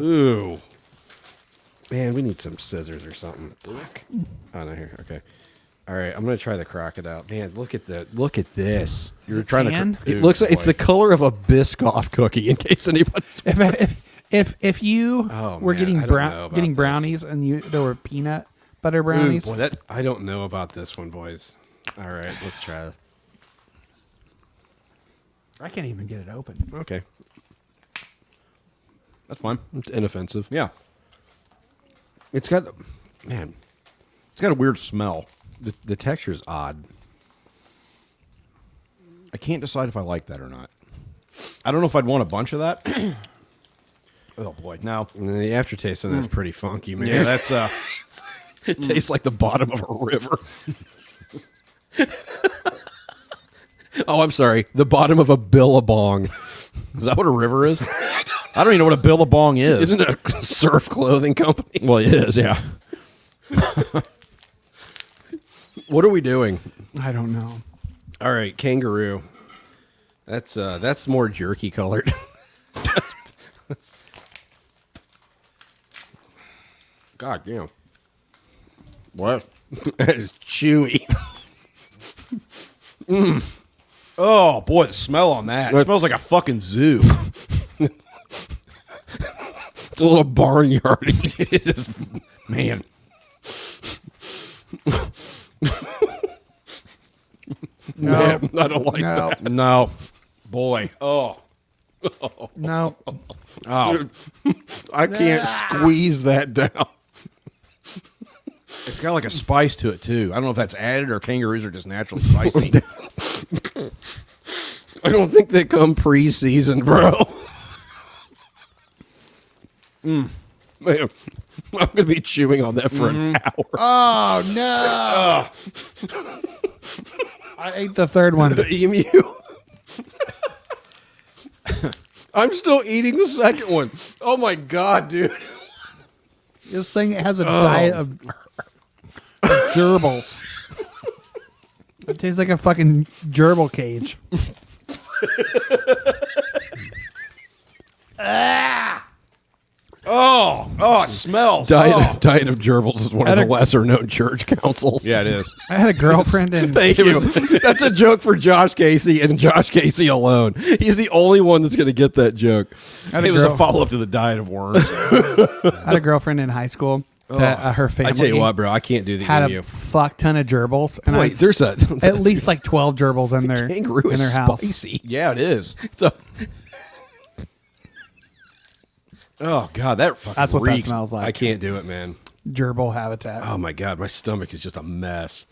Ooh. Man, we need some scissors or something. Fuck. Oh, no, here. Okay. All right, I'm gonna try the crocodile. Man, look at the look at this.
You're
it
trying
tan?
to.
It looks like it's the color of a Biscoff cookie. In case anybody's [LAUGHS]
if, if if if you
Oh,
were
man, I
getting
don't know
brown
about
getting
this.
brownies and you there were peanut butter
Ooh,
brownies.
boy, that I don't know about this one, boys. All right, let's try that.
I can't even get it open.
Okay.
That's fine.
It's inoffensive.
Yeah.
It's got, man, it's got a weird smell. The, the texture is odd.
I can't decide if I like that or not. I don't know if I'd want a bunch of that. [CLEARS THROAT] oh boy, no.
the aftertaste on that's pretty funky, man.
Yeah, that's uh
it [LAUGHS] tastes like the bottom of a river. [LAUGHS] oh, I'm sorry. The bottom of a billabong. Is that what a river is? I don't, even know what a billabong is. [LAUGHS] Isn't it a surf clothing company?
Well, it is, yeah.
[LAUGHS] What are we doing?
I don't know.
All right, kangaroo. That's uh that's more jerky colored. [LAUGHS] That's- that's- God damn. What? that is chewy.
Oh boy, the smell on that. It
Right.
smells like a fucking zoo.
It's a little barnyard.
It is- [LAUGHS] man.
No.
Man, I don't like
No.
that.
No. Boy. Oh.
No.
Oh.
I can't squeeze that down.
It's got like a spice to it too. I don't know if that's added or kangaroos are just naturally spicy.
[LAUGHS] I don't think they come pre-seasoned, bro.
Mm.
Man, I'm gonna be chewing on that for an
Mm-hmm.
hour.
Oh no! I ate the
[LAUGHS]
third one.
The emu. I'm still eating the second one. Oh my god, dude!
This thing has
Oh.
a diet of, of gerbils. It tastes like a fucking gerbil cage.
oh. Oh, it smells.
Diet,
Oh.
Diet of Gerbils is one of the lesser known church councils.
Yeah, it is.
I
[LAUGHS]
had a [LAUGHS] girlfriend and
Thank you. [LAUGHS] that's a joke for Josh Casey and Josh Casey alone. He's the only one that's going to get that joke.
I had a
It was a
girl-
follow up to the diet of
[LAUGHS]
worms.
I had a girlfriend in high school that uh, her family
Oh. I tell you what, bro, I can't do the
had
emu.
a fuck ton of gerbils, and I
Wait, there's a
[LAUGHS] at least like twelve gerbils in their
[LAUGHS] kangaroo
in
is
their house.
spicy.
yeah, it is.
[LAUGHS] So,
Oh god, that fucking
That's what that
reeks.
smells like.
I can't do it, man.
Gerbil habitat.
Oh my god, my stomach is just a mess.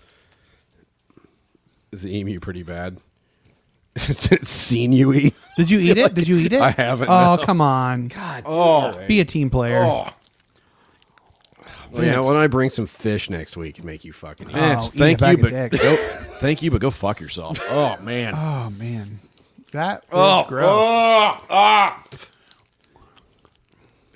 Is the emu pretty bad? [LAUGHS] Is it sinewy? [LAUGHS]
Did you eat it? Did you eat it?
I haven't,
Oh come on!
[LAUGHS]
Oh.
Be a team player.
oh.
Well, yeah, why don't I bring some fish next week and make you fucking eat?
Vance,
eat a
thank you,
bag of
but
dicks.
go, thank you, but go fuck
[LAUGHS]
yourself. Oh man.
Oh man, that is
oh,
gross.
oh, ah.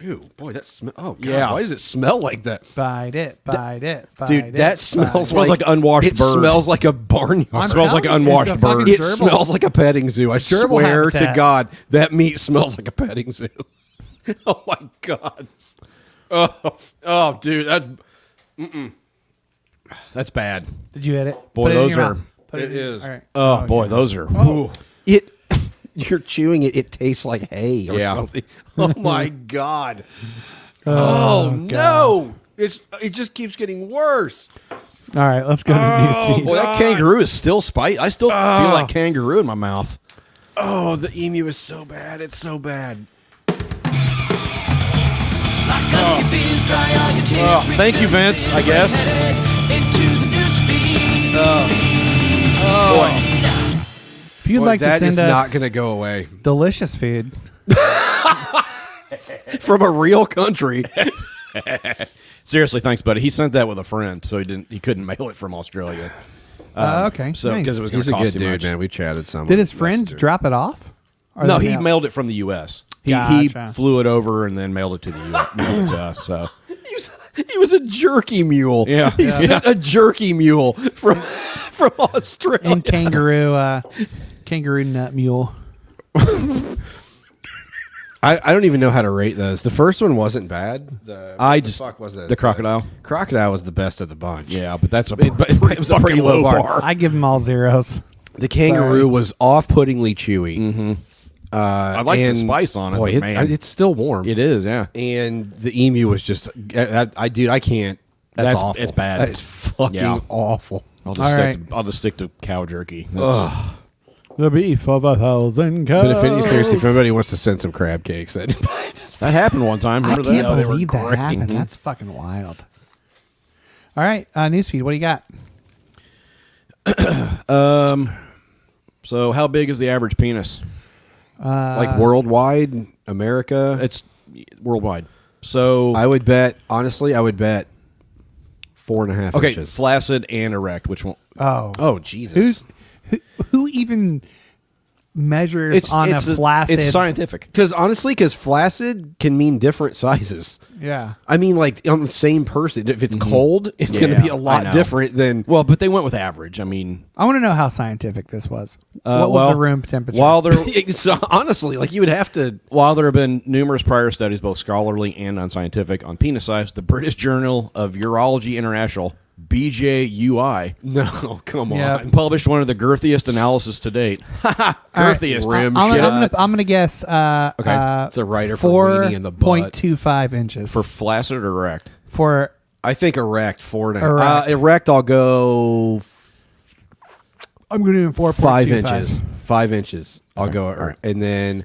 Ew, boy, that smell. Oh, God,
Yeah.
Why does it smell like that?
Bite it, bite it, bite it.
Dude, that
bite
smells,
it.
Smells like unwashed
it
bird.
smells like a barnyard.
I'm
It smells like an
telling you,
unwashed
it's a
bird.
fucking
It
gerbil.
smells like a petting zoo. I
Gerbil
swear to
habitat.
God, that meat smells like a petting zoo. [LAUGHS] oh my God. Oh, oh, dude, that. mm-mm. That's bad.
Did you hit it?
Boy,
Put it in
those
your
are-
mouth. Put
it
in-
is.
all right.
Oh, boy,
yeah.
those are. ooh.
It. [LAUGHS] You're chewing it. It tastes like hay or
Yeah.
something. [LAUGHS] Oh my God. Oh,
Oh,
no. It's it just keeps getting worse.
All right, let's go to newsfeed.
Boy, that kangaroo is still spicy. I still feel like kangaroo in my mouth.
Oh, the emu is so bad. It's so bad.
thank you, Vince, I guess.
If you'd
Boy,
like to
that
send
is
us
not going to go away
delicious food,
[LAUGHS] from a real [LAUGHS] country.
Seriously, thanks, buddy. He sent that with a friend, so he didn't. He couldn't mail it from Australia.
uh, okay,
So
nice.
because it was going to cost too much.
We chatted some.
Did his friend drop it off? Or
no,
did
he
out-
mailed it from the U.S. He,
Gotcha.
he flew it over and then mailed it to the U.S. mailed it
[CLEARS THROAT]
to us. So Uh,
He was, he was a jerky mule. [LAUGHS]
Yeah.
he
Yeah.
sent a jerky mule from [LAUGHS] from Australia.
and kangaroo, uh, kangaroo nut mule.
I, I don't even know how to rate those. The first one wasn't bad. The,
I
the
just-
fuck was that?
the crocodile?
Crocodile was the best of the bunch.
yeah, but that's a
It- but it was a
fucking
pretty low bar.
I give them all zeros.
The kangaroo
Sorry.
was off-puttingly chewy. Uh, I
like the spice on it,
Boy,
but
it-
man.
it's still warm.
It is, yeah.
and the emu was just I, I, I dude I can't. That's,
That's-
awful.
it's bad.
That is fucking
Yeah.
awful.
I'll
All
just stick
right.
to, I'll just stick to cow jerky. That's-
The beef of a thousand cows.
But if any seriously,
Oh.
if anybody wants to send some crab cakes, that
that happened one time.
I
Remember
can't
that?
believe that happened.
Mm-hmm.
That's fucking wild. All right, uh, newsfeed. What do you got?
Um, so how big is the average penis?
Uh,
like worldwide, America.
It's worldwide. So
I would bet. Honestly, I would bet four and a half
Okay,
inches.
flaccid and erect. Which one?
Oh,
Uh,
Oh Jesus!
Who's, who, who even measures on a flaccid?
It's scientific. Because honestly, because flaccid can mean different sizes.
Yeah.
I mean, like on the same person. If it's cold, it's going
Yeah,
to be a
I
lot
know.
different than. [LAUGHS]
Well, but they went with average. I mean,
I want to know how scientific this was.
Uh,
what was
well,
the room temperature?
[LAUGHS]
While there,
So, honestly, like you would have to. [LAUGHS]
while there have been numerous prior studies, both scholarly and unscientific, on penis size, the British Journal of Urology International (BJUI)
No, come on.
Yeah.
published one of the girthiest analysis
[LAUGHS]
to date.
All right.
girthiest.
I- I'm, gonna- I'm gonna, I'm gonna guess. Uh,
Okay,
uh,
it's a
writer for
four
weenie in the butt.
point two five inches
for flaccid or erect.
for
I think erect four and a half.
Erect.
Uh, erect, I'll go
I'm gonna do four
five inches. Five inches. I'll go. er-
all right.
And then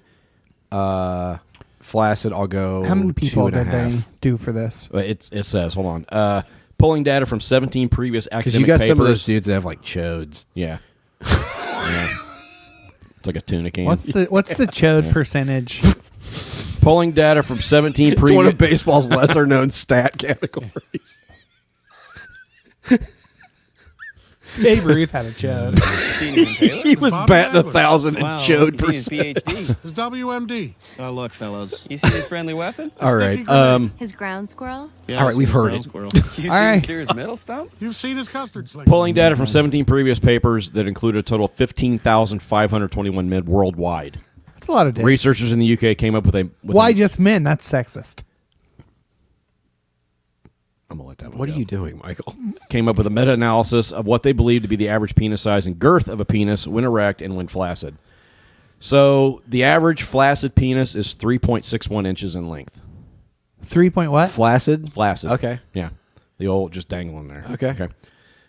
uh, flaccid, I'll go.
How many people
two and
did
a half.
they do for this?
But It's it says hold on. Uh, pulling data from 17 previous
Because
academic
you got
papers.
some of those dudes that have like chodes. [LAUGHS]
yeah. yeah. It's like a tuna can.
What's the what's
[LAUGHS]
the chode percentage?
Pulling data
[LAUGHS]
from 17
It's one
previous
of baseball's lesser known stat categories.
Babe Ruth had a chode.
he was batting a thousand and chode percent.
PhD.
His WMD.
Oh, look, fellas.
You see his friendly weapon?
All right. Um,
His ground squirrel?
all right, we've heard it.
You
All right.
Here's metal
[LAUGHS]
stump. You've seen his custard sling.
Pulling data from 17 previous papers that included a total of 15,521 men worldwide.
That's a lot of dicks.
Researchers in the UK came up with a. With
Why
a-
just men? That's sexist.
I'm gonna let that one
What are
go.
you doing, Michael?
Came up with a meta-analysis of what they believed to be the average penis size and girth of a penis when erect and when flaccid. So the average flaccid penis is 3.61 inches in length.
Three point what?
Flaccid?
Flaccid.
Okay.
Yeah. The old just dangling there.
Okay.
Okay.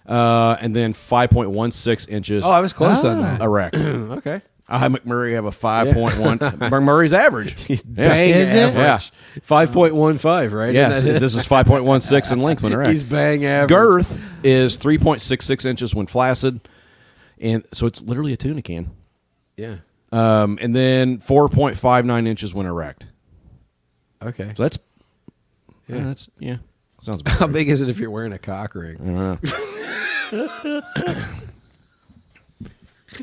Uh, and then 5.16 inches.
Oh, I was close on that.
Erect.
Okay.
I McMurray have a five point one. McMurray's average. He's
Bang
Is it?
average. Five point one five, right?
Yeah,
Isn't that it?
[LAUGHS] this is five point one six
[LAUGHS]
in length when erect.
He's bang average.
Girth is three point six six inches when flaccid, and so it's literally a tuna can.
Yeah.
Um, and then four point five nine inches when erect.
Okay.
So that's yeah, that's yeah, sounds about
[LAUGHS] How
right.
big is it if you're wearing a cock ring?
I don't know.
[LAUGHS]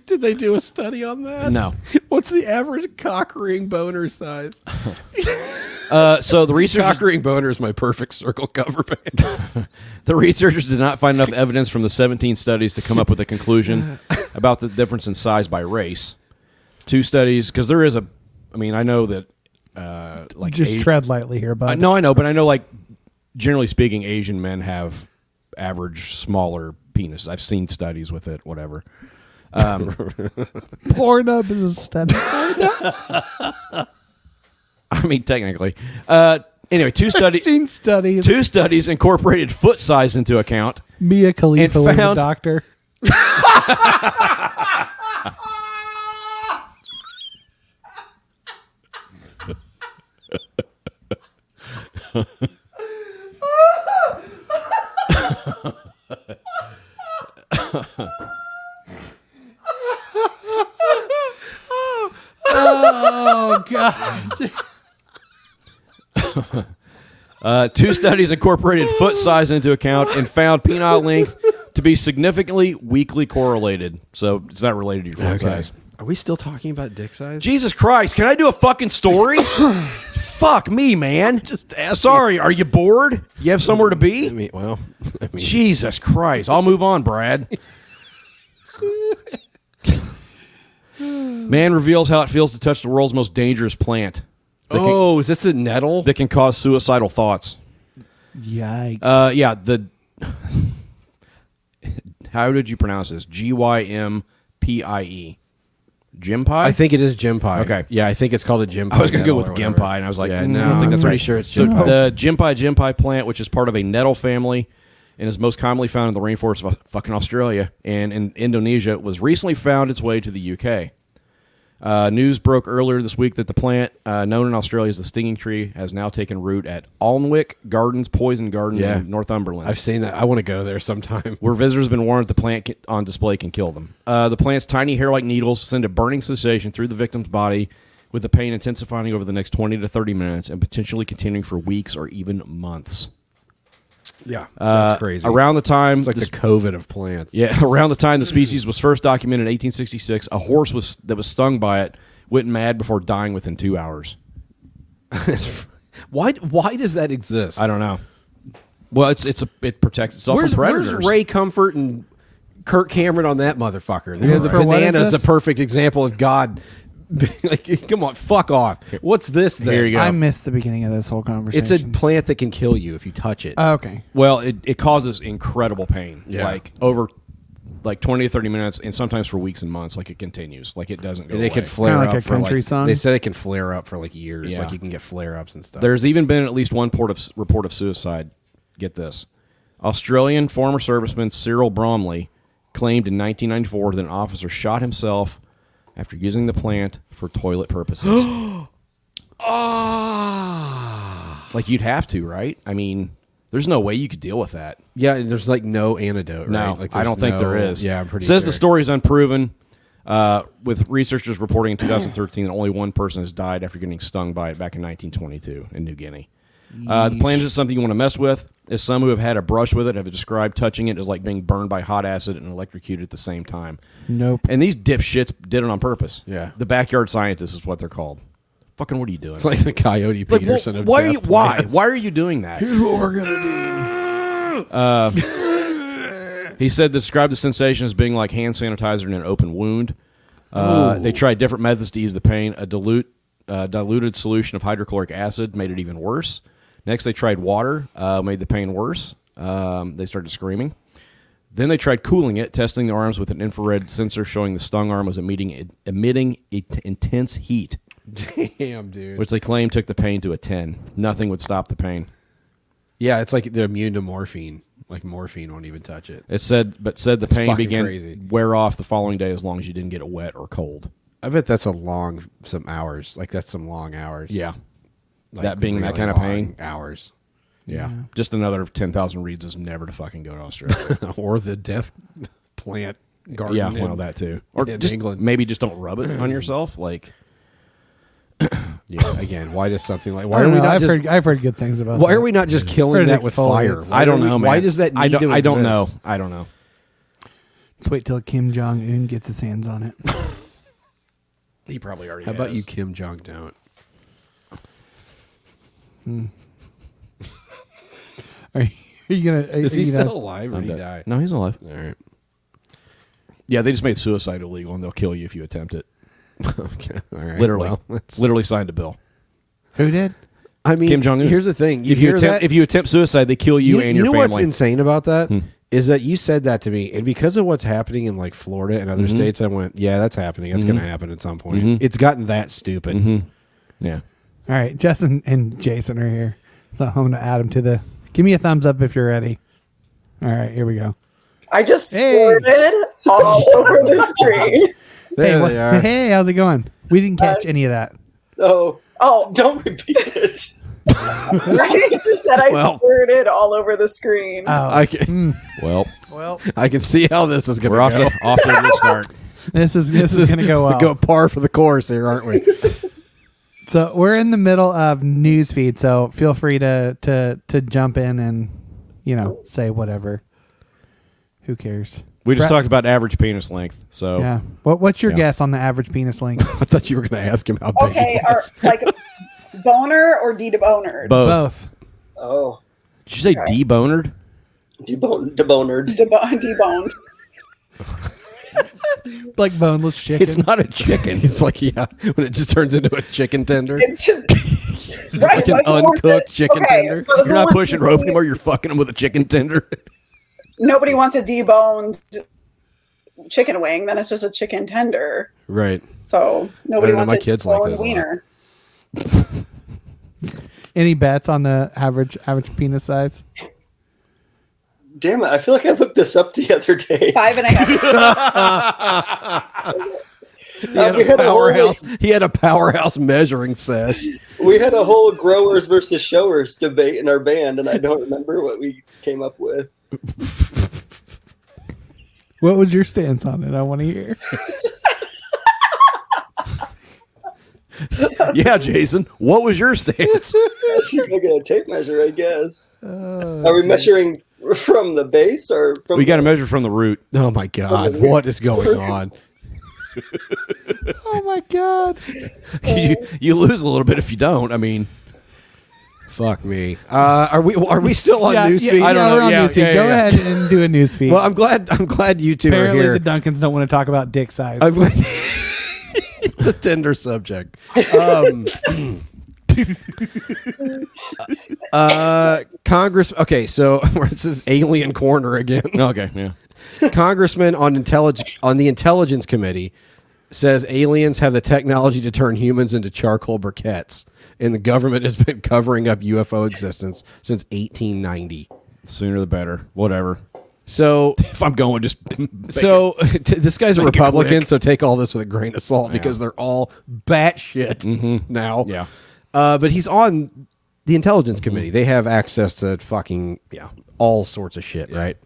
Did they do a study on that?
No.
[LAUGHS] What's the average cock ring boner size?
[LAUGHS] Uh, so the researchers
cock ring boner is my perfect circle cover band.
[LAUGHS] The researchers did not find enough evidence from the 17 studies to come up with a conclusion about the difference in size by race. Two studies, because there is a, I mean, I know that, uh, like,
just
Asi-
tread lightly here, bud.
I- no, I know, but I know, like, generally speaking, Asian men have average smaller penises. I've seen studies with it, whatever.
Pornhub is a
[LAUGHS]
study.
I mean, technically. Uh,
[LAUGHS]
anyway, two studies.
Seen studies.
Two studies incorporated foot size into account.
Mia Khalifa
And
was a
found- [LAUGHS]
doctor. oh God!
Uh, two studies incorporated foot size into account and found penile length to be significantly weakly correlated. So it's not related to your foot size.
Are we still talking about dick size?
Jesus Christ, can I do a fucking
[COUGHS]
story? Fuck me, man. Just Sorry, are you bored? You have somewhere to
I
be?
mean, well, I mean,
Jesus Christ. I'll move
[LAUGHS]
on, Brad. man reveals how it feels to touch the world's most dangerous plant that can-
oh, is this a nettle?
that can cause suicidal thoughts.
Yikes!
Uh, yeah. The how did you pronounce this? G y m p i e. Gym pie.
I think it is gym pie.
Okay.
yeah, I think it's called a gym. pie
I was gonna go
nettle
with
or whatever.
gimpai, and I was like,
Yeah, no,
no, I don't
I'm
think that's
pretty
right.
sure it's
so
gimpai.
the gimpai gimpai plant, which is part of a nettle family, and is most commonly found in the rainforests of fucking Australia and in Indonesia, was recently found its way to the UK. Uh, news broke earlier this week that the plant, uh, known in Australia as the stinging tree, has now taken root at Alnwick Gardens Poison Garden
Yeah.
in Northumberland.
I've seen that. I want to go
[LAUGHS]
there sometime.
Where visitors have been warned the plant ca- on display can kill them. Uh, the plant's tiny hair like needles send a burning sensation through the victim's body, with the pain intensifying over the next 20 to 30 minutes and potentially continuing for weeks or even months.
Yeah,
Uh,
that's crazy.
Around the time,
it's like
this-
the COVID of
[LAUGHS]
plants.
[LAUGHS]
Yeah, [LAUGHS] around the time the species was first documented in 1866, a horse was that was stung by it went mad before dying within two hours.
why? Why does that exist?
I don't know. Well, it's it's a, it protects itself
Where's,
from predators.
where's Ray Comfort and Kirk Cameron on that motherfucker?
Yeah,
The, the
for what is
banana is the
this?
perfect example of God. being [LAUGHS] like, come on, fuck off. What's this? Thing?
I missed the beginning of this whole
It's
conversation.
a plant that can kill you if you touch it.
Uh,
Oh, okay.
Well, it, it causes incredible pain.
Yeah.
Like over like 20 to 30 minutes and sometimes for weeks and months like it continues. Like it doesn't go
and it can
away.
flare up for like, They said it can flare up for like years.
Yeah.
Like you can get flare ups and stuff.
There's even been at least one port of, report of suicide. Get this. Australian former serviceman Cyril Bromley claimed in 1994 that an officer shot himself after using the plant for toilet [GASPS] purposes. like you'd have to, right? I mean, there's no way you could deal with that.
yeah, and there's like no antidote.
No,
right? Like,
I
there's
don't think there
no-
is.
Yeah, I'm pretty.
Says
sure.
the story is unproven. Uh, with researchers reporting in 2013 that only one person has died after getting stung by it back in 1922 in New Guinea. Uh, the plant is something you want to mess with. As some who have had a brush with it have described touching it as like being burned by hot acid and electrocuted at the same time.
Nope.
And these dipshits did it on purpose.
Yeah.
The backyard scientists is what they're called. Fucking, what are you doing?
It's like the Coyote
Like, well,
Peterson. of
why are
death
you? Why?
plants.
Why are you doing that?
Here's what we're gonna do.
Uh, he said described the sensation as being like hand sanitizer in an open wound. Uh,
Ooh.
they tried different methods to ease the pain. A dilute, uh, diluted solution of hydrochloric acid made it even worse. Next, they tried water, uh, made the pain worse. Um, they started screaming. Then they tried cooling it, testing the arms with an infrared sensor showing the stung arm was emitting, emitting it- intense heat,
[LAUGHS] Damn, dude.
which they claim took the pain to a 10. Nothing would stop the pain.
yeah, it's like they're immune to morphine. Like morphine won't even touch it.
It said, but said the
That's
pain
fucking
began
crazy.
wear off the following day as long as you didn't get it wet or cold.
I bet that's a long some hours. Like that's some long hours.
Yeah.
Like,
that being that
really
kind of pain.
long Hours. [LAUGHS]
Yeah. Just another 10,000 reads is never to fucking go to
[LAUGHS]
Australia.
or the death plant garden.
yeah,
in-
well, that too. Or
in
just
England.
maybe just don't rub it on yourself. Like,
Yeah, again, why does something like
I
why are
don't
we
know.
not
I've
just
heard I've heard good things about.
why
that.
are we not just
Heard
killing
it
that with fire?
exfoliates.
Why
I don't
are we-
know,
Why
man.
does that need
I don't,
to
I don't know.
exist?
I don't know.
Let's wait till Kim Jong Un gets his hands on
[LAUGHS]
it.
He probably already
How
has.
about you, Kim Jong? Don't.
Are you, are you gonna? Are,
Is he
you gonna-
still alive or
I'm
did he
dead.
die?
No, he's alive.
All right.
Yeah, they just made suicide illegal and they'll kill you if you attempt it.
Okay. All right.
literally.
Well, [LAUGHS] that's-
literally signed a bill.
Who did?
I mean,
Kim Jong Un.
Here's the thing: you
if,
hear
you attempt,
that,
if you attempt suicide, they kill you, and your
know
family. Hmm.
what's insane about that is that you said that to me, and because of what's happening in like Florida and other
Mhm.
states, I went, "Yeah, that's happening. It's going
Mhm.
to happen at some point."
Mhm.
It's gotten that stupid.
Mhm. Yeah.
All right, Justin and Jason are here, so I'm gonna add them to the. Give me a thumbs up if you're ready. All right, here we go.
I just squirted all over the screen.
There
hey,
they
what- [LAUGHS]
are.
hey, how's it going? We didn't catch any of that.
Oh, oh, don't repeat it. I just said I
Well.
squirted all over the screen.
I can,
Well,
well,
I can see how this is going
We're off
[LAUGHS] go.
to- off to a good start.
This is this, is gonna
[LAUGHS]
go uh, well.
Go par for the course here, aren't
[LAUGHS]
we?
So we're in the middle of news feed, so feel free to to to jump in and you know say whatever. Who cares?
We just
Brett-
talked about average penis length. So
Yeah. What What's your
Oh. Yeah.
guess on the average penis length?
I thought you were going to ask him how big.
okay, are like boner or debonered?
[LAUGHS] both.
Oh,
Did you say debonered?
Deboned. Debonered.
Debo- deboned.
like boneless chicken.
It's not a
[LAUGHS]
chicken. it's like yeah, when it just turns into a chicken tender.
[LAUGHS]
It's just
like an
who wants
uncooked
it?
chicken
Okay,
tender.
but who
You're not
wants
pushing
to
rope
see-
anymore. You're fucking him with a chicken tender.
Nobody wants a deboned chicken wing. Then it's just a chicken tender.
Right.
So nobody
know,
wants
my
a
kids like
deboned
those a lot.
wiener.
Any bets on the average average penis size?
Damn it! I feel like I looked this up the [LAUGHS] other day.
Five and a
half.
He had
we
a
had
[LAUGHS]
a whole-
powerhouse. He had a powerhouse measuring sesh.
we had a whole growers versus showers debate in our band, and I don't remember what we came up with. [LAUGHS]
What was your stance on it? I want to hear.
yeah, Jason. What was your stance?
She's looking at a tape measure, I guess. Are we
okay.
measuring from the base or from?
we got to measure from the root. [LAUGHS] [LAUGHS] Oh my God, what is going on?
[LAUGHS] oh my god!
You, you lose a little bit if you don't. I mean, fuck me. Uh, are we are we still on
yeah,
newsfeed?
Yeah, yeah, we're on newsfeed. Go ahead and do a newsfeed.
Well, I'm glad. I'm glad you two
Apparently,
are here.
the Duncans don't want to talk about dick size.
I'm glad- [LAUGHS] it's a tender subject. Um, [CLEARS THROAT] uh, Congress. Okay, so [LAUGHS] this is alien corner again.
[LAUGHS]
[LAUGHS]
Okay, yeah.
Congressman on intellig- on the intelligence committee says aliens have the technology to turn humans into charcoal briquettes, and the government has been covering up UFO existence since 1890.
Sooner the better. Whatever. [LAUGHS]
So
if I'm going, just [LAUGHS]
so [LAUGHS] t- this guy's a
Make it quick.
Republican, so take all this with a grain of salt because
Yeah. Mm-hmm.
they're all batshit now. Yeah, uh, but he's on the intelligence
Mm-hmm.
committee. They have access to fucking yeah all sorts of shit, right?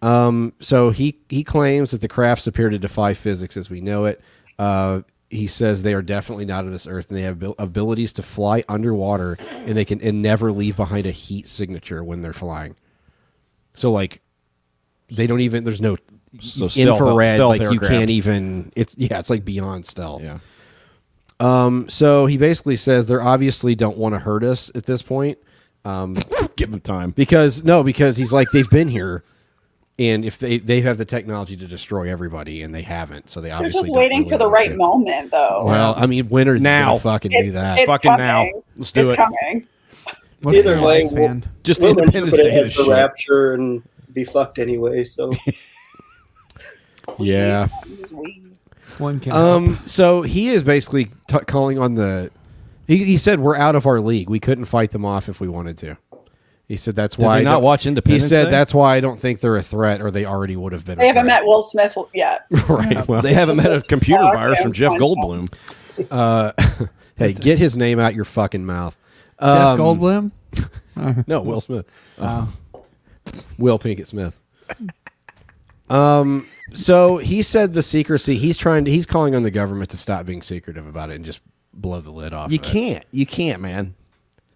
Um, so he he claims that the crafts appear to defy physics as we know it. Uh, he says they are definitely not of this earth, and they have abil- abilities to fly underwater, and they can and never leave behind a heat signature when they're flying. So like, they don't even. There's no
So stealth-
infrared.
stealth
like you
aircraft.
can't even. It's yeah. It's like beyond stealth. Yeah. Um. So he basically says they're obviously don't want to hurt us at this point. Um.
give them time.
Because no, because he's like they've been here, and if they they have the technology to destroy everybody, and they haven't, so they
They're
obviously
just waiting
don't really
for the
want
right
to.
moment, though.
Well, I mean, when are they
Now.
gonna fucking do
It's-
that?
it's
Fucking now.
coming.
Let's do
it's
it.
Coming.
What's
Either
their
way,
lifespan?
we'll-
Just
we'll
Independence
put it
Day
in
this
for
shit.
rapture and be fucked anyway. So
Yeah.
One can.
Um. So he is basically t- calling on the. He, he said we're out of our league. We couldn't fight them off if we wanted to. He said that's
Did
why
they
I
not
don't-
watch Independence
He said
Day?
that's why I don't think they're a threat, or they already would have been.
They
a
haven't
threat.
met Will Smith yet.
[LAUGHS] right. Well,
They haven't met a computer
Oh,
virus
okay,
from Jeff
fine.
Goldblum.
Uh, hey, get his name out your fucking mouth.
Jeff
Um,
Goldblum.
No, Will Smith.
uh,
Wow.
[LAUGHS] Will Pinkett Smith. Um. So he said the secrecy. He's trying. To, he's calling on the government to stop being secretive about it and just blow the lid off.
You
of it.
can't. You can't, man.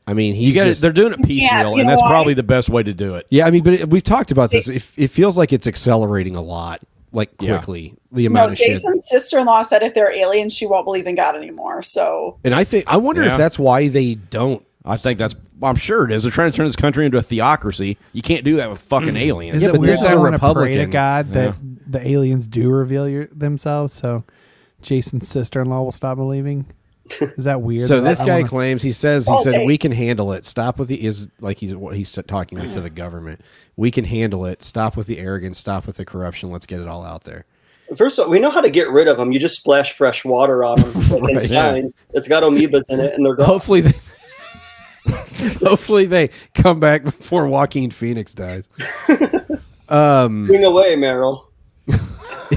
I mean, he's
You got.
just-
They're doing it
You can't,
piecemeal,
you
and
know
that's
why?
probably the best way to do it.
Yeah, I mean, but it, we've talked about this. It, it feels like it's accelerating a lot, like
Yeah.
quickly. The amount
No,
of
Jason's sister-in-law said if they're aliens, she won't believe in God anymore. So
shit, and I think I wonder
Yeah.
if that's why they don't.
I think that's. I'm sure it is. They're trying to turn this country into a theocracy. You can't do that with fucking
Mm.
aliens.
Is
Yeah,
it
but
weird
this
that
is
I
a
want to pray to
Republican.
God that
Yeah.
the aliens do reveal your, themselves? So Jason's sister-in-law will stop believing.
[LAUGHS]
Is that weird?
So
that
this
I
guy
wanna-
claims he says he
Oh,
said
wait.
we can handle it. Stop with the is like he's what he's talking like to the government. We can handle it. Stop with the arrogance. Stop with the corruption. Let's get it all out there.
first of all, we know how to get rid of them. You just splash fresh water on them. Like in
Right.
signs, it's got amoebas in it, and they're gone.
Hopefully, they, [LAUGHS] hopefully they come back before Joaquin Phoenix dies. Um,
Bring away, Meryl.
[LAUGHS]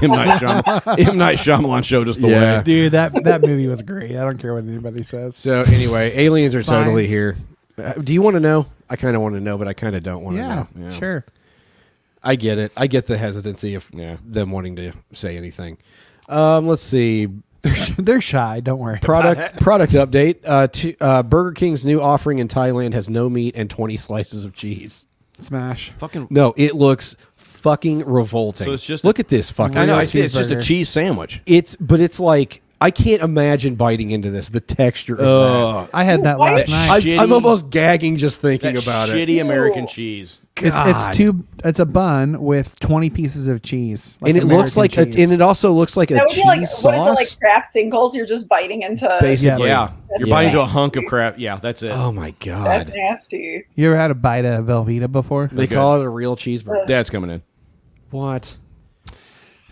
M Night, Shyam- M. Night Shyamalan showed us the
Yeah.
way.
dude, that that movie was great. I don't care what anybody says.
[LAUGHS] So anyway, aliens are
Science.
totally here. Uh, do you want to know? I kind of want to know, but I kind of don't want to
yeah,
know.
sure.
I get it. I get the hesitancy of them wanting to say anything. Um, let's see.
They're sh- they're shy. Don't worry.
Product product update. Uh, to, uh, Burger King's new offering in Thailand has no meat and twenty slices of cheese.
Smash.
Fucking.
No, it looks fucking revolting.
So it's just
look at this fucking.
I know.
Real
I see. It's just a
cheeseburger.
cheese sandwich.
It's but it's like I can't imagine biting into this. The texture. Of that.
Ugh.
I had that
Why
last
is-
night.
I,
Shitty-
I'm almost gagging just thinking
That
about it.
shitty American
Ew.
cheese.
It's,
God.
it's two. It's a bun with twenty pieces of cheese, like
and it looks like,
American
a,
cheese.
and it also looks like a
that would
cheese
be like what
sauce.
is it like craft singles? You're just biting into.
basically.
Yeah,
That's
you're biting
nasty.
into a hunk of crap. Yeah, that's it.
Oh my god.
That's nasty.
you ever had a bite of Velveeta before?
they
good.
call it a real cheeseburger.
Dad's coming in.
What?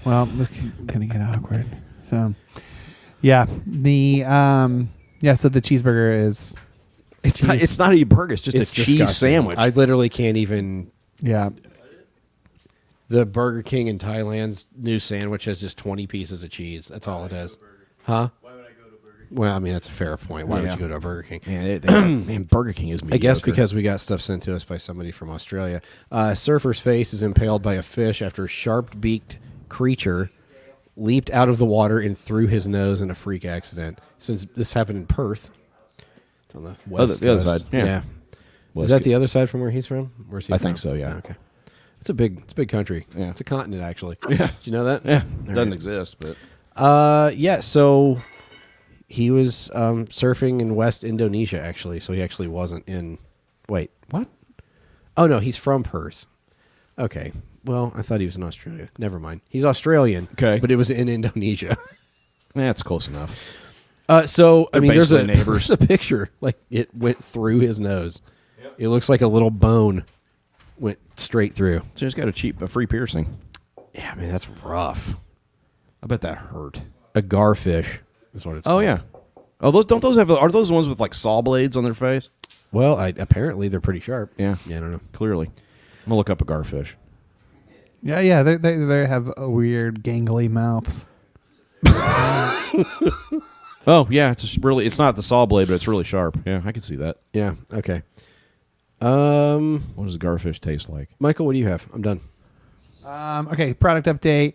Well, it's gonna get awkward. So, yeah, the um, yeah. So the cheeseburger is
It's not, it's not a burger. It's just a cheese
disgusting.
sandwich.
I literally can't even.
yeah.
the Burger King in Thailand's new sandwich has just 20 pieces of cheese. That's all it has. Huh? Why would I go to Burger King? Well, I mean, that's a fair point. Why would
Yeah.
you go to a Burger King?
Yeah, [CLEARS THROAT]
[CLEARS THROAT]
they- they are- man, Burger King is
I guess
mediocre.
because we got stuff sent to us by somebody from Australia. Uh, surfer's face is impaled by a fish after a sharp beaked creature leaped out of the water and through his nose in a freak accident. Since this happened in Perth. It's on the west
Other- the other
coast.
side, yeah.
Is
West
that
coast.
the other side from where he's from? Where's he
I think
from? Oh,
so, yeah.
Okay. It's a big it's a big country. Yeah. It's a continent actually. Yeah. Did you know
[LAUGHS]
that?
Yeah.
All
Doesn't exist, but-
uh yeah, so he was um, surfing in West Indonesia actually, so he actually wasn't in wait, what? Oh no, he's from Perth. Okay. Well, I thought he was in Australia. Never mind. He's Australian. Okay. But it was in Indonesia. [LAUGHS]
That's close enough.
Uh, so I
They're
mean, there's a [LAUGHS]
basically neighbors.
there's a picture like it went through his nose. It looks like a little bone went straight through.
So he's got a cheap, a free piercing.
Yeah, man, that's rough.
I bet that hurt.
A garfish is what it's.
oh
called.
yeah. Oh, those don't those have? Are those the ones with like saw blades on their face?
Well, I, apparently they're pretty sharp.
Yeah.
Yeah, I don't know.
Clearly, I'm gonna look up a garfish.
Yeah, yeah. They they, they have uh, weird gangly mouths.
Oh yeah, it's just really it's not the saw blade, but it's really sharp. Yeah, I can see that.
Yeah. Okay. Um,
what does a garfish taste like?
Michael, what do you have? I'm done.
Um, okay, product update.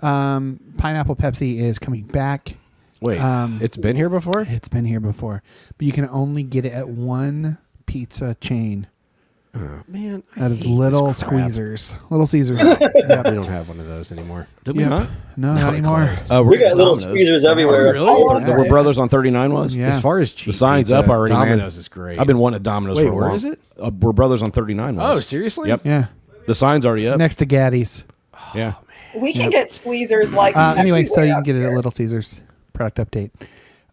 Um, Pineapple Pepsi is coming back.
Wait,
um,
it's been here before.
It's been here before, but you can only get it at one pizza chain.
Oh, man, I
that is
hate this
Little
crap.
Squeezers, Little Caesars.
We don't have one of those anymore.
Did we not?
No,
No,
not
it
anymore.
closed.
Uh,
We got little squeezers everywhere.
Really? The, where Brothers on 39 was?
Yeah. As
far as
the
cheap
sign's
pizza,
up already, man.
Domino's is great.
I've been wanting a Domino's
Wait,
for a
where
long-
is it?
Uh, where Brothers on 39 was.
Oh, seriously?
Yep.
Yeah.
The sign's already up.
Next Oh, to Gaddy's.
yeah.
We can get squeezers like
Uh, anyway, so you can
everywhere.
get it at Little Caesars. Product update.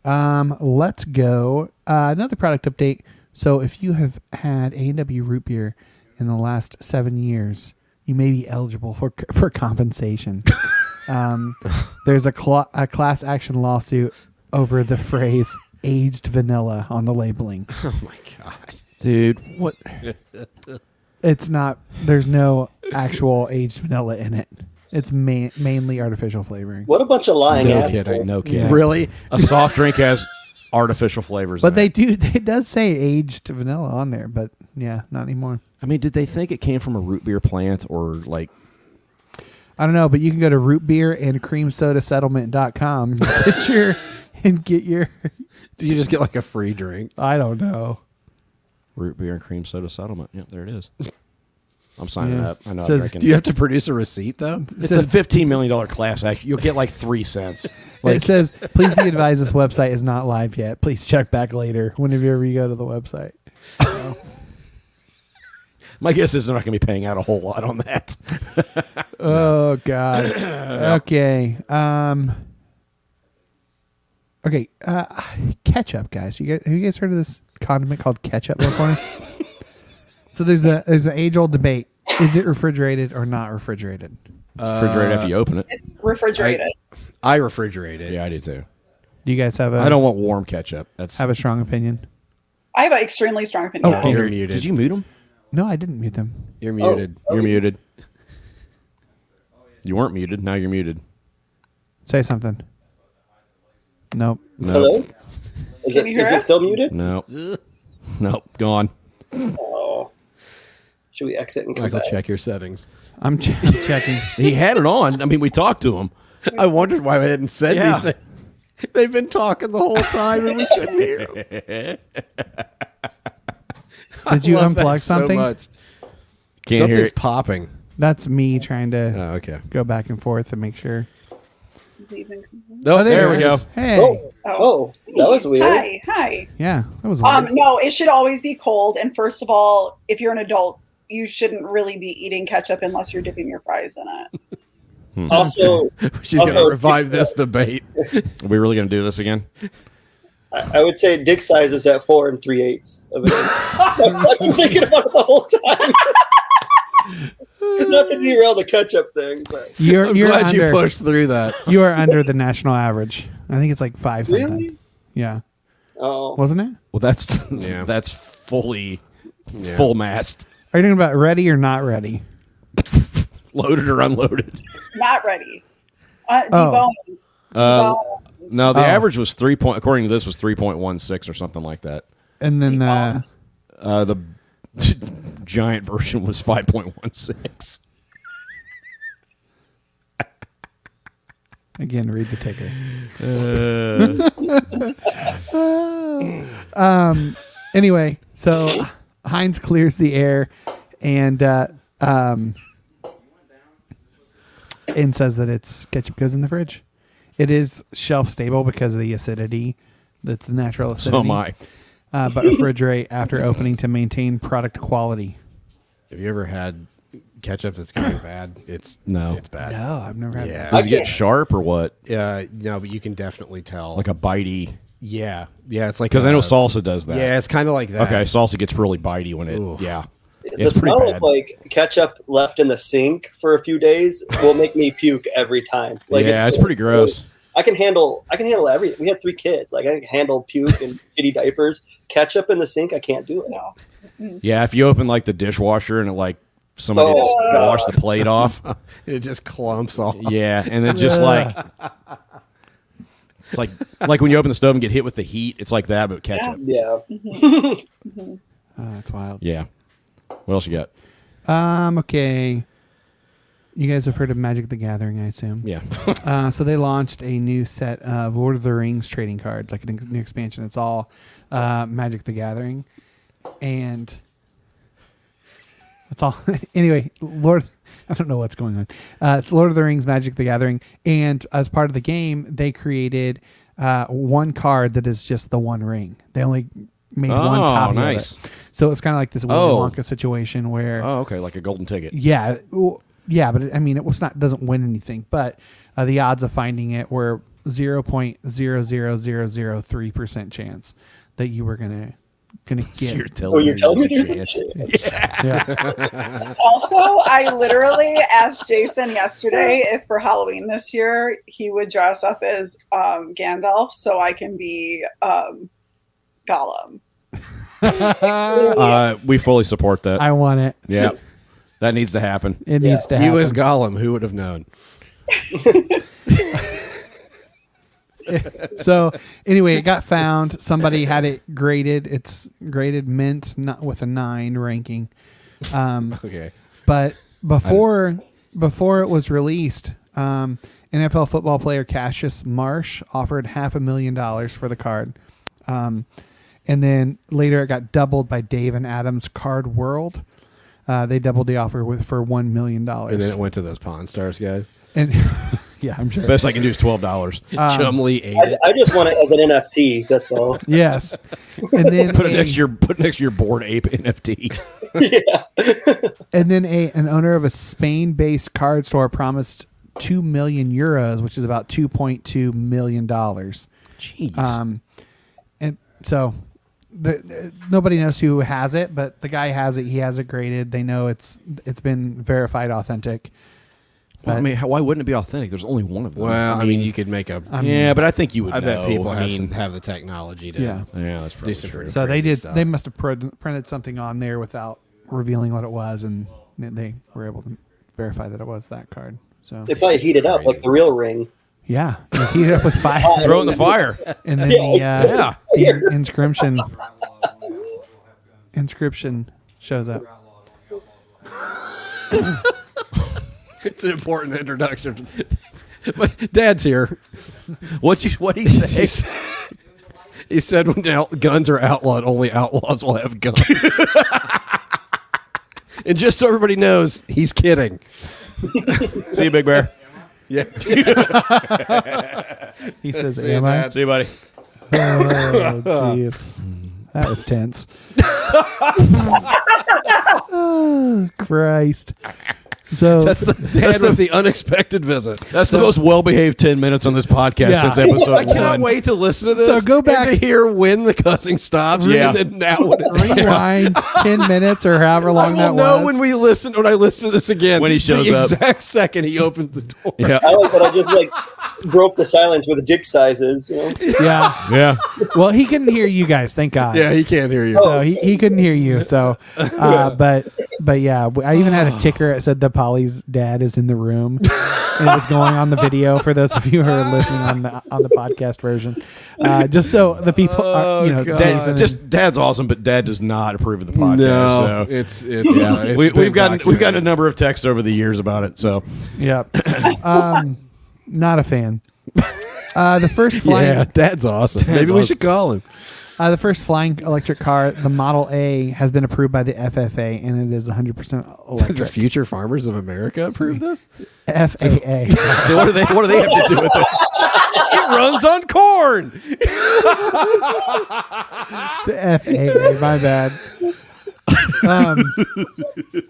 Um, let's go. Uh, another product update. So if you have had A&W root beer in the last seven years, you may be eligible for for [LAUGHS] compensation. um, there's a, cla a class action lawsuit over the phrase aged vanilla on the [LAUGHS] labeling.
Oh my god,
dude, what?
It's not. There's no actual aged vanilla in it. It's ma- mainly artificial flavoring.
What a bunch of lying
No
assholes.
kidding. No kidding.
Yeah.
Really? A soft drink has artificial flavors.
But
in
they
it.
do. [LAUGHS] It does say aged vanilla on there, but yeah, not anymore.
I mean, did they think it came from a root beer plant or like?
I don't know, but you can go to rootbeerandcreamsodasettlement.com get your, and get your.
Do you just get like a free drink?
I don't know.
Root beer and cream soda settlement. Yep, there it [LAUGHS] is. I'm signing
Yeah.
up. I know.
Says-
I'm drinking.
do you have
to produce a receipt though?
It's
says-
a fifteen million dollar class action. You'll get like three [LAUGHS] cents. Like,
it says, please be advised this website is not live yet. Please check back later whenever you go to the website.
my guess is they're not going to be paying out a whole lot on [LAUGHS] that.
Oh
[COUGHS]
God. Okay. Um. Okay. Uh, ketchup, guys. You guys, have you guys heard of this condiment called
[LAUGHS]
ketchup before? so there's a there's an age old debate: is it refrigerated or not refrigerated?
Refrigerate after you open it.
refrigerated.
I refrigerate it.
Yeah, I do too.
Do you guys have a
I don't want warm ketchup. That's
have a strong opinion?
I have an extremely strong
Oh,
opinion.
oh,
You're muted.
Did you mute him? Oh,
no, I didn't mute them.
You're muted.
You're muted. You weren't muted. Now you're muted.
Say something. Nope.
No.
Hello? Is
Can
it,
you hear
is it
us?
still muted?
No. nope. Gone.
Oh. Should we exit and come
Michael,
back?
check your settings.
I'm ch- checking.
He had it on. I mean, we talked to him.
I wondered why I hadn't said
Yeah.
anything. [LAUGHS] They've been talking the whole time and we couldn't hear. 'em. [LAUGHS] I
Did you
love that
unplug something?
So much.
Can't
Something's
hear it.
popping.
That's me trying to
Oh, okay.
go back and forth and make sure.
No,
Oh,
there,
it
we go.
is. Hey.
Oh, oh, that was weird.
Hi, hi.
Yeah, that was weird.
Um,
[LAUGHS]
no, it should always be cold. And first of all, if you're an adult, you shouldn't really be eating ketchup unless you're dipping your fries in it.
Also,
She's going to
Okay.
revive this debate. Are we really going to do this again?
I, I would say dick size is at four and three eighths of an
[LAUGHS]
inch. [LAUGHS] I've been thinking about it the whole time. [LAUGHS] Not to derail the ketchup thing, but
You're,
I'm
you're
glad
under,
you pushed through that.
you are under the national average. I think it's like five something.
really?
Yeah,
Oh,
wasn't it?
Well, that's
Yeah.
that's fully full mast.
Are you talking about ready or not ready?
loaded or unloaded.
Not ready. Uh,
Oh.
deboned.
Uh, no, the
Oh.
average was three point. According to this, was three point one six or something like that.
And then uh,
[LAUGHS]
Uh, the giant version was five point one six.
again, read the ticker.
Uh.
[LAUGHS] um. Anyway, so Heinz clears the air, and uh, um, and says that it's ketchup goes in the fridge. It is shelf stable because of the acidity. That's the natural
So
Oh,
acidity.
am I.
Uh, but refrigerate after opening to maintain product quality.
Have you ever had ketchup that's kind of [COUGHS] bad? It's
No.
it's bad.
No, Oh, I've never had
Yeah,
that.
Does it get sharp or what?
Uh, no, but you can definitely tell.
Like a bitey.
yeah, yeah. It's like
Because I know
uh,
salsa does that.
Yeah, it's kind of like that.
Okay, salsa gets really bitey when it. Yeah,
The
it's pretty
smell
bad.
of like ketchup left in the sink for a few days will make me puke every time. Like
Yeah, it's pretty gross.
I can handle I can handle everything. We had three kids. Like I can handle puke and [LAUGHS] shitty diapers. Ketchup in the sink, I can't do it. No.
yeah, if you open like the dishwasher and it like somebody
Oh,
just
God.
washed the plate off.
[LAUGHS] it just clumps off.
Yeah, and then just like it's like like when you open the stove and get hit with the heat, it's like that, but ketchup.
Yeah.
Oh, that's wild.
Yeah. What else you got?
Um, okay. You guys have heard of Magic the Gathering, I assume.
Yeah.
uh, so they launched a new set of Lord of the Rings trading cards, like an ex- new expansion. It's all uh, Magic the Gathering. And that's all. [LAUGHS] anyway, Lord, I don't know what's going on. Uh, it's Lord of the Rings, Magic the Gathering. And as part of the game, they created uh, one card that is just the one ring. They only made one
Oh,
copy. of it.
nice.
So it's kind of like this Willy
Oh.
Wonka situation
[LAUGHS]
where
Oh, okay, like a golden ticket.
yeah, well, yeah, but it, I mean, it was not doesn't win anything, but uh, the odds of finding it were zero point zero zero zero zero three percent chance that you were gonna gonna
So [LAUGHS]
get.
you're telling Oh, you're me telling there's a me [LAUGHS] there's a chance. chance.
Yeah.
also, I literally asked Jason yesterday if for Halloween this year he would dress up as um, Gandalf so I can be um, Gollum.
Uh, we fully support that.
I want it.
Yeah, that needs to happen. [LAUGHS]
It needs to
[LAUGHS] He was
happen.
Gollum. Who would have known?
so anyway, it got found. Somebody had it graded. It's graded mint, not with a nine ranking. Um,
Okay.
But before before it was released, um, NFL football player Cassius Marsh offered half a million dollars for the card, um, and then later it got doubled by Dave and Adams Card World. Uh, they doubled the offer with for one million dollars.
And then it went to those Pawn Stars guys.
[LAUGHS] And [LAUGHS] yeah, I'm sure.
Best I can do is twelve [LAUGHS] dollars.
Um,
Chumley ate
I,
it.
I just want it as an NFT, that's all.
yes, and then
put it
a-
next to your put it next to your board ape [LAUGHS] NFT.
and then a an owner of a Spain-based card store promised two million euros, which is about two point two million dollars.
Jeez.
Um, and so the, the- nobody knows who has it, but the guy has it. He has it graded. They know it's it's been verified authentic.
Well, I
But-
mean, how, why wouldn't it be authentic? There's only one of them.
Well, I mean, you could make a.
yeah, but I think you would.
I bet
know.
people
I
have,
mean,
have the technology to.
Yeah.
Yeah, that's probably
do some
true.
pretty
so they
crazy
did.
stuff.
They must have print, printed something on there without revealing what it was, and they- they were able to verify that it was that card. So
They probably heat it up like the real ring.
Yeah, you heat it up with fire.
Throw it in the
fire. [LAUGHS]
and then
Yeah,
the, uh,
yeah.
the inscription inscription shows up.
[LAUGHS] it's an important
[LAUGHS]
introduction. but Dad's here. What's you, what he says? he said when out, guns are outlawed, only outlaws will
[LAUGHS]
have guns. and just so everybody knows, he's kidding.
See you, Big Bear.
Yeah.
He says,
See you,
"Am I?"
Dad.
See you, buddy.
Oh, jeez.
[LAUGHS]
That was tense. oh, Christ.
[LAUGHS]
So
That's the, that's the, unexpected visit.
That's the most well-behaved ten minutes on this podcast
Yeah.
since episode
I cannot
one.
wait to listen to this.
So go back-
and to hear when the cussing stops.
Yeah.
and then now when it's
rewind 10 minutes or however
I
long
will
that
know
was.
when we listen when I listen to this again.
When he shows
the
up.
exact second he opens the door.
Yeah,
I like that I just like broke the silence with dick sizes, you know.
yeah.
yeah.
Well, he couldn't hear you guys. Thank God.
Yeah, he can't hear you.
So he, he couldn't hear you. So, uh, but but yeah, w- I even had a ticker that said that Polly's dad is in the room, and it was going on the video for those of you who are listening on the on the podcast version, uh, just so the people, are,
Oh,
you know,
Dad-
listening-
just dad's awesome, but dad does not approve of the podcast.
No,
so
it's- it's- yeah, it's
we,
been
we've gotten we've gotten a number of texts over the years about it. So
[COUGHS] Yep. um, not a fan. Uh, the [LAUGHS] first flying.
Yeah, [LAUGHS] Dad's awesome. Dad's Maybe we awesome. should
call
[LAUGHS]
him. Uh, the first flying electric car, the Model A, has been approved by the FFA, and it is 100% electric. [LAUGHS]
the future farmers of America approve this?
FAA.
So what do they- what do they have to do with [LAUGHS] it?
it runs on corn.
[LAUGHS] The FAA. My bad. Um,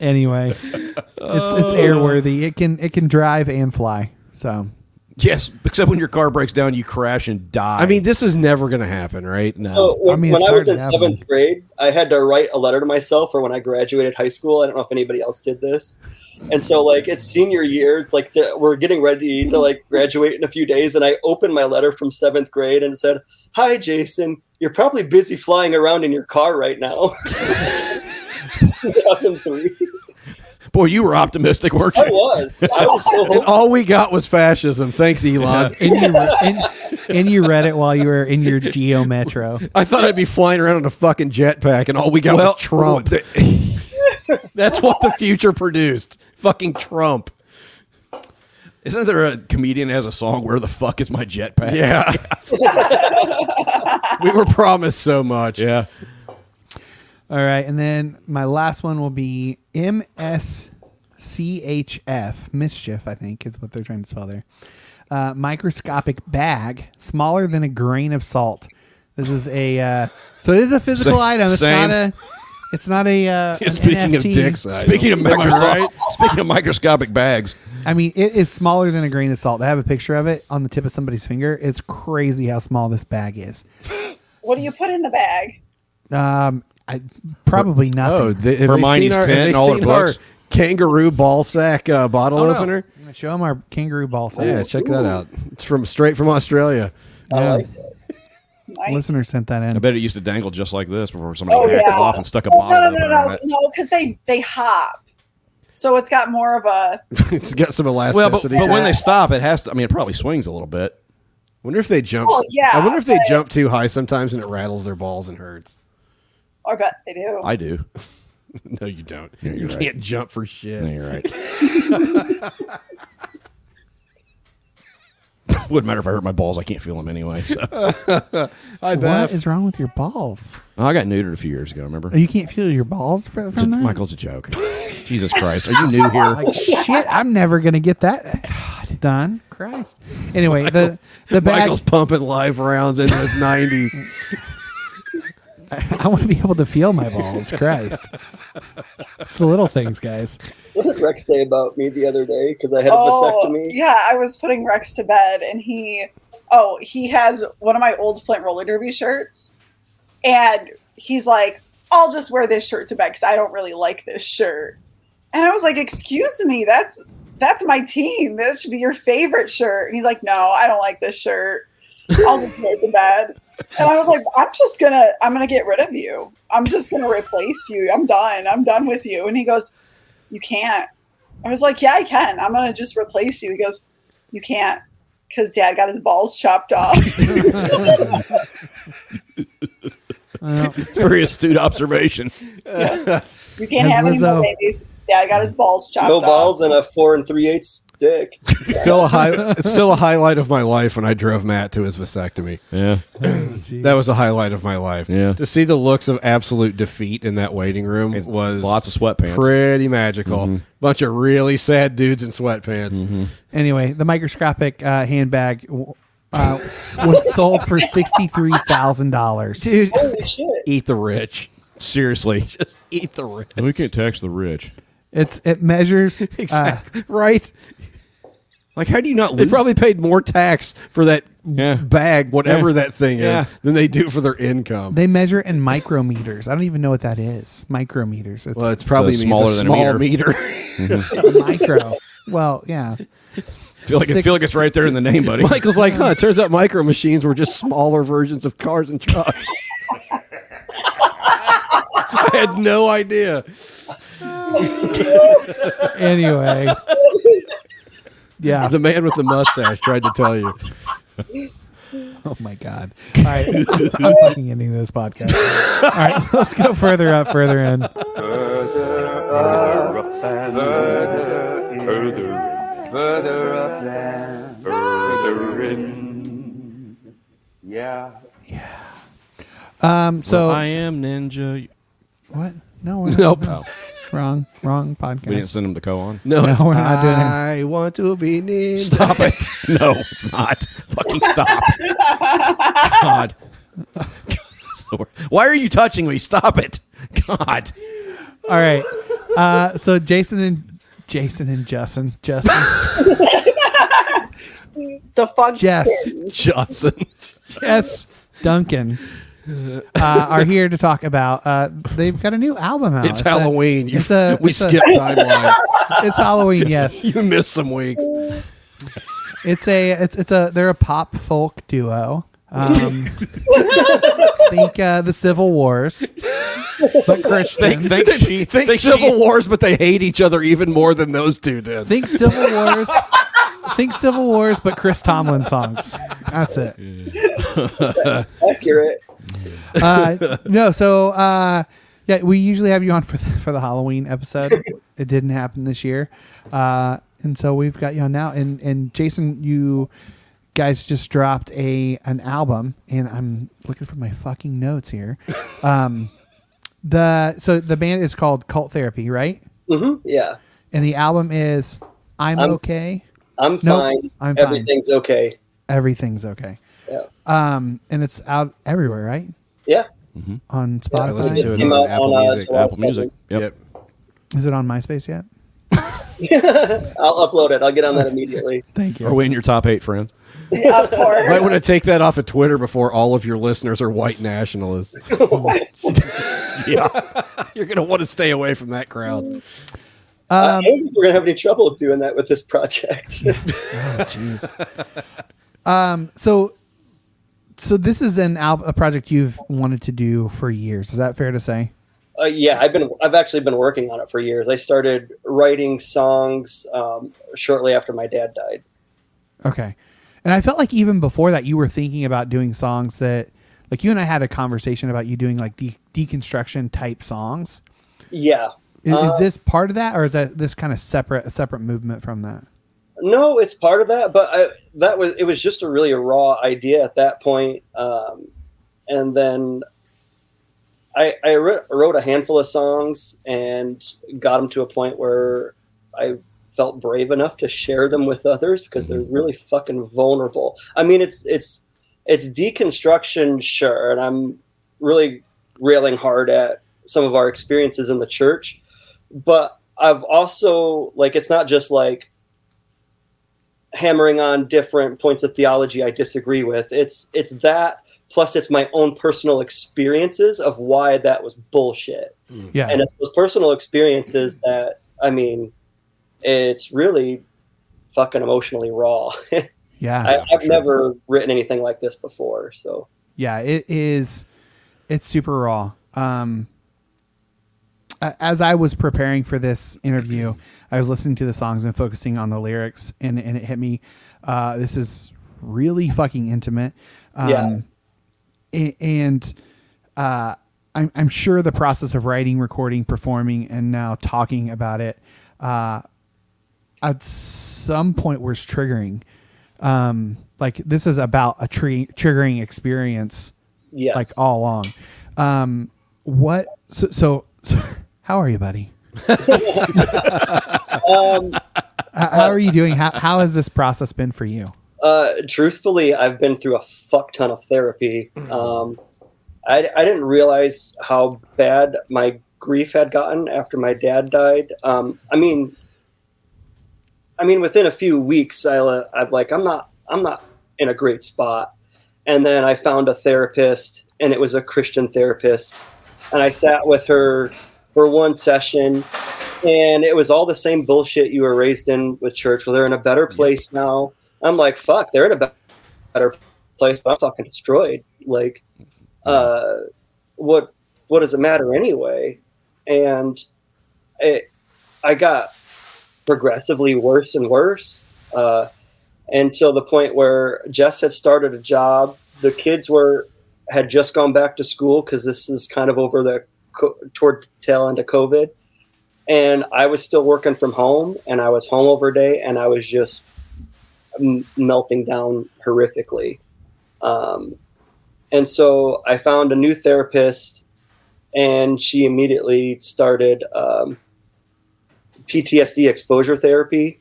anyway, it's it's
Oh.
airworthy. It can it can drive and fly. So
yes, except when your car breaks down, you crash and die.
I mean, this is never going to happen, right? No.
So when, when I was in seventh grade, I had to write a letter to myself for when I graduated high school. I don't know if anybody else did this. And so, like, it's senior year. It's like the, we're getting ready to like graduate in a few days, and I opened my letter from seventh grade and it said, "Hi, Jason. You're probably busy flying around in your car right now." 2003.
Boy, you were optimistic, weren't
Oh,
you?
I was. I was
[LAUGHS]
so
and all we got was fascism. Thanks, [LAUGHS] Elon.
and you re- and, and you read it while you were in your Geo Metro.
I thought I'd be flying around on a fucking jetpack, and all we got
Well,
was Trump. That's what the future produced. Fucking Trump.
Isn't there a comedian that has a song? Where the fuck is my jetpack?
[LAUGHS]
Yeah. we were promised so much.
Yeah.
All right, and then my last one will be MSCHF, mischief, I think is what they're trying to spell there. Uh, microscopic bag, smaller than a grain of salt. This is a uh, so it is a physical
Same-
item. It's
same.
not a. It's not
[LAUGHS]
a. Uh, an
Speaking of
NFT.
dicks, speaking of
Am I
micro-
right?
speaking of microscopic bags,
I mean, it is smaller than a grain of salt. I have a picture of it on the tip of somebody's finger. It's crazy how small this bag is.
What do you put in the bag?
Um, I probably nothing.
Oh, they, have they seen our, have they seen our kangaroo ball sack uh, bottle
Oh, no.
opener?
I'm gonna show them our kangaroo ball set.
Yeah, check that out. It's from straight from Australia.
Yeah. Listener sent that in.
I bet it used to dangle just like this before somebody
Oh,
hacked
yeah.
it off and stuck a
Oh,
bottle
no,
up
no, no,
under
no,
it.
no, because they they hop, so it's got more of a.
it's got some elasticity.
Well, but,
to
but when
it.
they stop, it has to. I mean, it probably swings a little bit.
wonder if they jump.
Oh, yeah,
I wonder if they
but-
jump too high sometimes and it rattles their balls and hurts.
I bet they do.
I [LAUGHS] do.
no, you don't.
you're
you
right.
can't jump for shit.
No, you're right. [LAUGHS] Wouldn't matter if I hurt my balls. I can't feel them anyway. So.
I
What
bet.
is wrong with your balls?
I got neutered a few years ago. Remember?
Oh, you can't feel your balls fr- from that?
Michael's a joke. Jesus Christ, are you new here?
Like shit, I'm never gonna get that done. Christ. Anyway, the the bag.
Michael's pumping live rounds in [LAUGHS] his nineties.
[LAUGHS] I want to be able to feel my balls. Christ. It's the little things, guys.
What did Rex say about me the other day? Because I had a
Oh.
vasectomy.
Yeah, I was putting Rex to bed, and he, oh, he has one of my old Flint roller derby shirts, and he's like, "I'll just wear this shirt to bed because I don't really like this shirt." And I was like, "Excuse me, that's that's my team. That should be your favorite shirt." And he's like, "No, I don't like this shirt. I'll just wear it to bed." And I was like, "I'm just gonna, I'm gonna get rid of you. I'm just gonna replace you. I'm done. I'm done with you." And he goes, "You can't." I was like, yeah, I can. I'm gonna just replace you. He goes, you can't, because Dad got his balls chopped off. [LAUGHS]
it's a very astute observation.
you can't have any more babies. Dad got his balls chopped
No
off.
balls and a four and three eighths dick.
still a high. It's still a highlight of my life when I drove Matt to his vasectomy.
Yeah,
that was a highlight of my life.
Yeah.
to see the looks of absolute defeat in that waiting room was
lots of sweatpants. Mm-hmm.
Pretty magical. Bunch of really sad dudes in sweatpants.
Anyway, the microscopic uh, handbag w- uh, was sold for sixty three thousand dollars.
Dude,
shit.
[LAUGHS] eat the rich.
Seriously,
Eat the rich.
we can't tax the rich.
It's it measures uh,
Exactly. [LAUGHS] right.
Like, how do you not
They
lose?
probably paid more tax for that
Yeah.
bag, whatever
Yeah.
that thing is,
Yeah.
than they do for their income.
They measure in micrometers. I don't even know what that is. Micrometers. It's,
well, it's probably
So
smaller
smaller
than
than a
small meter.
meter. [LAUGHS]
[LAUGHS]
micro. Well, yeah.
feel like I
Six-
feel like it's right there in the name, buddy.
Michael's like, huh? It turns out micro machines were just smaller versions of cars and [LAUGHS] trucks. I had no idea.
[LAUGHS]
anyway. Yeah.
The man with the mustache tried to tell you.
Oh my god! All right, [LAUGHS] I'm I'm fucking ending this podcast. All right, [LAUGHS] let's go further up, further in.
Further up and further in. Further up and further in. Yeah.
Um, so
I am ninja.
what? No, we're
Nope.
no. wrong, wrong podcast.
We didn't send him the co-on.
No, [LAUGHS] No, it's- we're not doing it.
I want to be ninja. Stop it. [LAUGHS] No, it's not. Fucking stop. God. It's the wor- Why are you touching me? Stop it. God.
All right. Uh, so Jason and Jason and Justin, Justin,
[LAUGHS]
the fuck
Jess,
Justin,
Jess Duncan uh, are here to talk about. Uh, they've got a new album out.
It's Halloween. You-
Oh,
[LAUGHS]
it's a
we
it's a-
skipped timelines.
It's Halloween. Yes.
you missed some weeks.
It's a it's, it's a they're a pop folk duo. Um, think uh, the Civil Wars, but Christian.
Think, think, she, think, Civil Wars, but they hate each other even more than those two did.
Think Civil Wars. think Civil Wars, but Chris Tomlin songs. That's it.
Accurate.
Uh, no, so uh, yeah, we usually have you on for the, for the Halloween episode. it didn't happen this year, uh, and so we've got you on now. And and Jason, you guys just dropped a an album, and I'm looking for my fucking notes here. Um, the so the band is called Cult Therapy, right?
hmm yeah.
And the album is I'm,
I'm-
okay.
I'm
Nope,
fine.
I'm fine.
Everything's okay.
Everything's okay.
Yeah.
Um, and it's out everywhere, right?
Yeah.
On Spotify.
I listened to it
Came
on
out
Apple
on, uh,
Music.
July
Apple Music. Yep.
Is it on MySpace yet?
I'll upload it. I'll get on that immediately.
Thank
Are [LAUGHS] we in your top eight friends?
[LAUGHS] of course.
Might want to take that off of Twitter before all of your listeners are white
[LAUGHS]
nationalists.
Oh,
[LAUGHS] yeah. You're going to want to stay away from that crowd.
I don't think [LAUGHS] we're gonna have any trouble doing that with this project. [LAUGHS]
Um, so, so this is an al- a project you've wanted to do for years. Is that fair to say?
Uh, yeah, I've been I've actually been working on it for years. I started writing songs um, shortly after my dad died.
Okay. And I felt like even before that, you were thinking about doing songs that, like, you and I had a conversation about you doing like de- deconstruction type songs.
Yeah.
Is, is
Uh,
this part of that, or is that this kind of separate, a separate movement from that?
No, it's part of that, but I, that was it was just a really raw idea at that point. Um, and then I, I wrote, wrote a handful of songs and got them to a point where I felt brave enough to share them with others because they're really fucking vulnerable. I mean, it's it's it's deconstruction, sure, and I'm really railing hard at some of our experiences in the church, but I've also like it's not just like hammering on different points of theology I disagree with. It's it's that plus it's my own personal experiences of why that was bullshit.
Yeah.
And it's those personal experiences that I mean, it's really fucking emotionally raw.
Yeah.
I, I've never written anything like this before, so
yeah it is it's super raw um a- as i was preparing for this interview i was listening to the songs and focusing on the lyrics and and it hit me uh this is really fucking intimate um
Yeah.
a- and uh I'm, I'm sure the process of writing recording performing and now talking about it uh at some point was triggering. Um, like this is about a tree triggering experience.
Yes.
Like all along. Um, what? So, so [LAUGHS] how are you,
[LAUGHS]
buddy?
um
How, how are you doing? How, how has this process been for you?
Uh, truthfully, I've been through a fuck ton of therapy. Um, I, I didn't realize how bad my grief had gotten after my dad died. Um, I mean, I mean, within a few weeks, I, le- I'm like, I'm not, I'm not in a great spot. And then I found a therapist, and it was a Christian therapist, and I sat with her for one session, and it was all the same bullshit you were raised in with church. Well, they're in a better place now. I'm like, fuck, they're in a be- better place, but I'm fucking destroyed. Like, uh, what what does it matter anyway? And it, I got progressively worse and worse uh, until the point where Jess had started a job. The kids were had just gone back to school because this is kind of over the co- toward tail end of COVID, and I was still working from home, and I was home over day, and I was just m- melting down horrifically. Um, and so I found a new therapist, and she immediately started um, PTSD exposure therapy.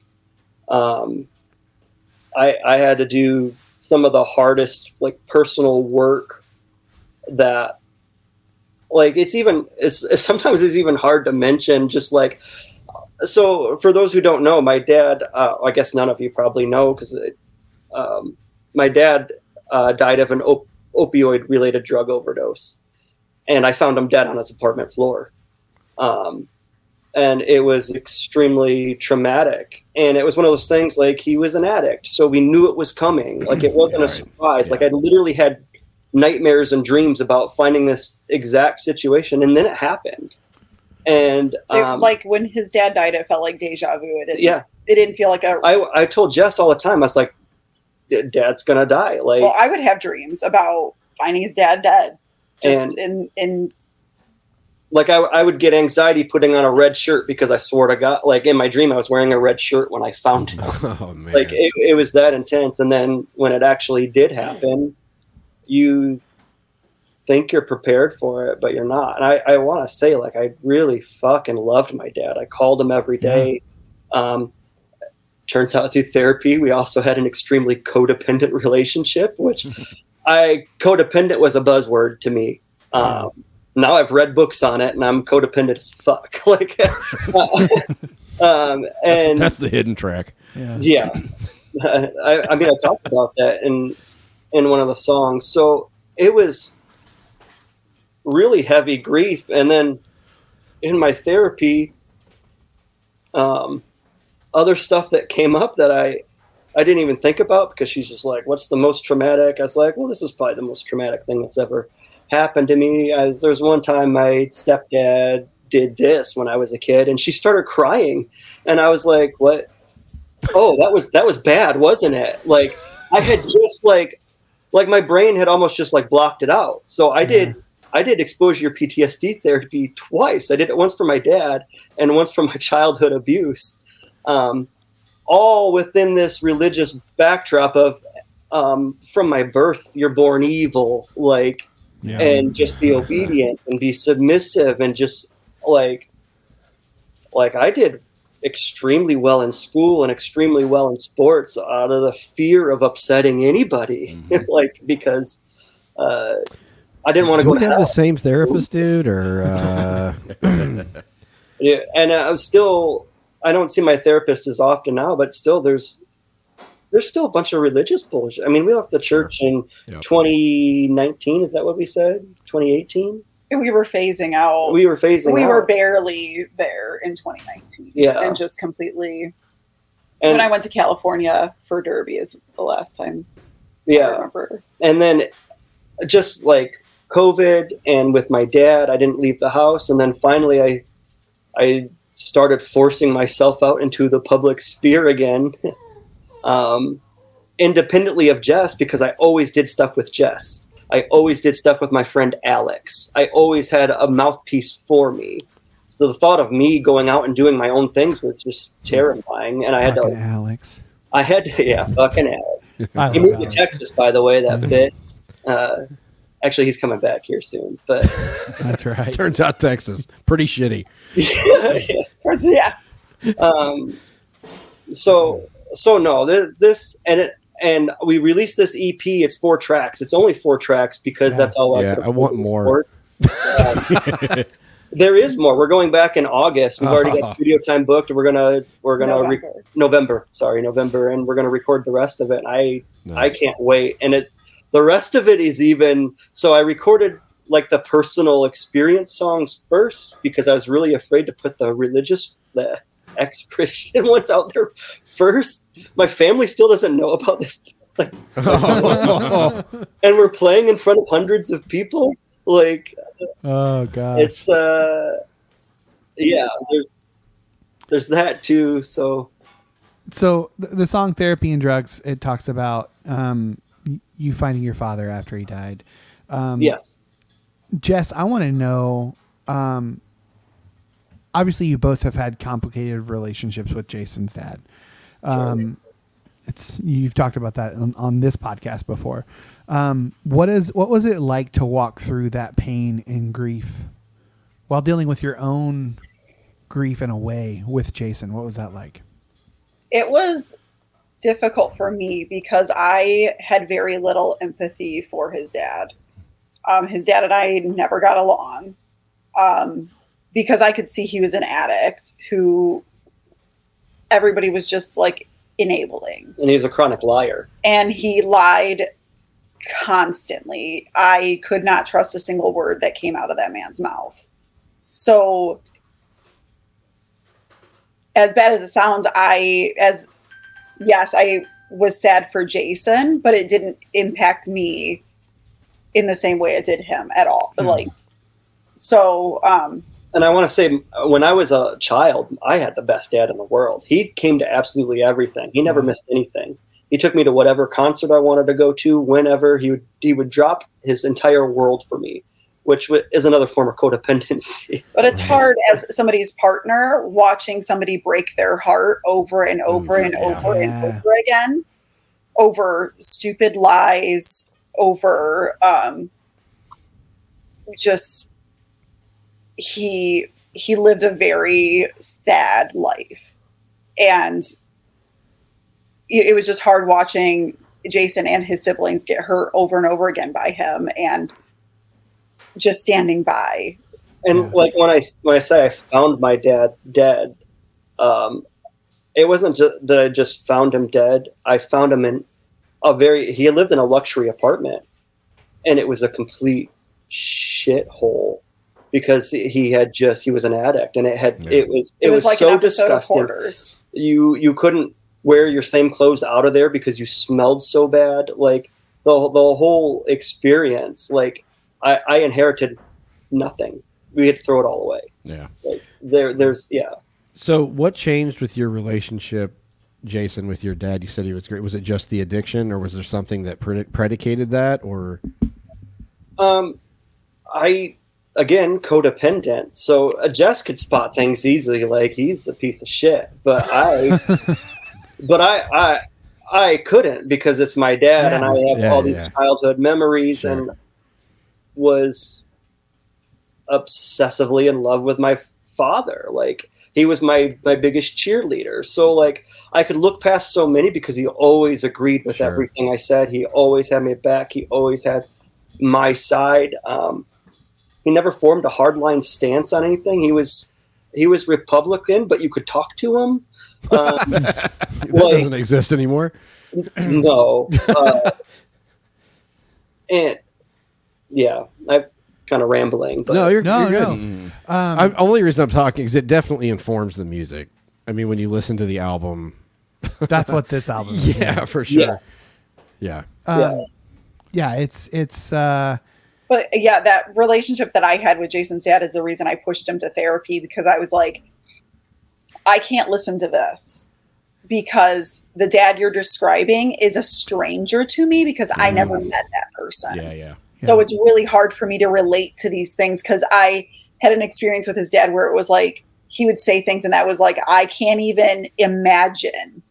Um, I, I had to do some of the hardest, like personal work that, like, it's even it's, [LAUGHS] it's sometimes it's even hard to mention. Just like, so for those who don't know, my dad. Uh, I guess none of you probably know because um, my dad uh, died of an op- opioid related drug overdose. And I found him dead on his apartment floor. Um, and it was extremely traumatic. And it was one of those things like he was an addict. So we knew it was coming. Like it wasn't a surprise. Like I literally had nightmares and dreams about finding this exact situation. And then it happened. And
It-
um,
like when his dad died, it felt like deja vu. It didn't,
Yeah.
it didn't feel like a.
I, I told Jess all the time, I was like, dad's going to die. Like,
well, I would have dreams about finding his dad dead,
And-
just in in
like I, I would get anxiety putting on a red shirt because I swore to God, like in my dream, I was wearing a red shirt when I found him.
Oh,
Like it, it was that intense. And then when it actually did happen, you think you're prepared for it, but you're not. And I, I want to say, like, I really fucking loved my dad. I called him every day. Um, turns out through therapy, we also had an extremely codependent [LAUGHS] relationship, which I codependent was a buzzword to me. Um, Now I've read books on it, and I'm codependent as fuck. [LAUGHS] like, um, and
That's the hidden track.
yeah I, I mean i talked about that in in one of the songs so it was really heavy grief and then in my therapy um, other stuff that came up that i i didn't even think about because she's just like what's the most traumatic i was like well this is probably the most traumatic thing that's ever happened to me I was, there was one time my stepdad did this when i was a kid and she started crying and i was like what oh that was that was bad wasn't it like i had just like like my brain had almost just like blocked it out so i did i did exposure ptsd therapy twice i did it once for my dad and once for my [LAUGHS] childhood abuse um, all within this religious backdrop of um, from my birth you're born evil like
Yeah.
and just be obedient and be submissive and just like like I did extremely well in school and extremely well in sports out of the fear of upsetting anybody, [LAUGHS] like because uh, I didn't want to
Do
go
we
to
have
hell.
the same therapist, dude, or uh,
Yeah, and I'm still I don't see my therapist as often now, but still there's there's still a bunch of religious bullshit. I mean, we left the church in 2019. Is that what we said? 2018.
we were phasing out.
We were phasing
We
out.
were barely there in 2019.
Yeah.
and just completely.
And-
when I went to California for Derby is the last time
Yeah.
I remember.
and then just like COVID and with my dad, I didn't leave the house, and then finally I I started forcing myself out into the public sphere again, [LAUGHS] um, independently of Jess because I always did stuff with Jess. I always did stuff with my friend Alex. I always had a mouthpiece for me. So the thought of me going out and doing my own things was just terrifying, and I had to
Fucking Alex.
I had to, yeah, fucking Alex.
I
he
love
moved to Texas, by the way, that bit. Uh, actually, he's coming back here soon, but
[LAUGHS] That's right.
Turns out Texas pretty shitty.
yeah.
Um, so, so no, th- this and it, and we released this EP. It's four tracks. It's only four tracks because that's all.
Yeah,
could
I want more.
afford. Um, there is more. We're going back in August. We've already
Ah. [LAUGHS]
got studio time booked. We're gonna we're gonna re-
November.
November. Sorry, November, and we're gonna record the rest of it. I I can't wait. And it the rest of it is even so. I recorded like the personal experience songs first because I was really afraid to put the religious the ex Christian [LAUGHS] ones out there first. My family still doesn't know about this
[LAUGHS] Oh.
and we're playing in front of hundreds of people. Like
Oh god.
it's uh, yeah. There's, there's that too. So
So th- the song "Therapy and Drugs" it talks about um, y- you finding your father after he died. Um,
Yes.
Jess, I want to know. Um, obviously, you both have had complicated relationships with Jason's dad. Um, It's you've talked about that on, on this podcast before. Um, what is what was it like to walk through that pain and grief while dealing with your own grief in a way with Jason? What was that like?
it was difficult for me because I had very little empathy for his dad. Um, his dad and I never got along um, because I could see he was an addict who everybody was just like enabling.
and he's a chronic liar.
And he lied constantly. I could not trust a single word that came out of that man's mouth. So as bad as it sounds, I as yes, I was sad for Jason, but it didn't impact me in the same way it did him at all. Like so um
And I want to say, uh, when I was a child, I had the best dad in the world. He came to absolutely everything. He never missed anything. He took me to whatever concert I wanted to go to, whenever he would he would drop his entire world for me, which wa- is another form of codependency.
but it's hard as somebody's partner watching somebody break their heart over and over and over and over again over stupid lies over um just he he lived a very sad life and it it was just hard watching Jason and his siblings get hurt over and over again by him and just standing by
And like when I when I say I found my dad dead, um, it wasn't ju- that I just found him dead. I found him in a very he lived in a luxury apartment, and it was a complete shithole because he had just he was an addict, and it had it was it,
It was
was,
like an
so
episode of
disgusting.
Hoarders.
You you couldn't wear your same clothes out of there because you smelled so bad. Like the the whole experience, like I, I inherited nothing. We had to throw it all away.
Yeah.
Like there there's yeah.
So, what changed with your relationship, Jason, with your dad? You said he was great. Was it just the addiction, or was there something that pred- predicated that, or
Um, I again codependent. So uh, Jess could spot things easily, like he's a piece of shit. But
[LAUGHS]
I, but I, I, I couldn't because it's my dad, and I have
Yeah,
all these
yeah.
childhood memories, and was obsessively in love with my father. Like he was my my biggest cheerleader. So like I could look past so many because he always agreed with everything I said. He always had my back. He always had my side. Um, he never formed a hardline stance on anything. He was he was Republican, but you could talk to him. Um,
that
like,
doesn't exist anymore?
no. Uh, and yeah, I'm kind of rambling, but
no, you're
no,
you're good.
Um,
I, only reason I'm talking is it definitely informs the music. I mean, when you listen to the album,
[LAUGHS] That's what this album
[LAUGHS]
is,
yeah, [LAUGHS]
yeah.
for sure.
Yeah.
Yeah.
Um, yeah. it's it's uh,
But yeah, that relationship that I had with Jason's dad is the reason I pushed him to therapy because I was like, I can't listen to this because the dad you're describing is a stranger to me because I never met that person.
Mm. Yeah, yeah.
So it's really hard for me to relate to these things because I had an experience with his dad where it was like he would say things and that was like, I can't even imagine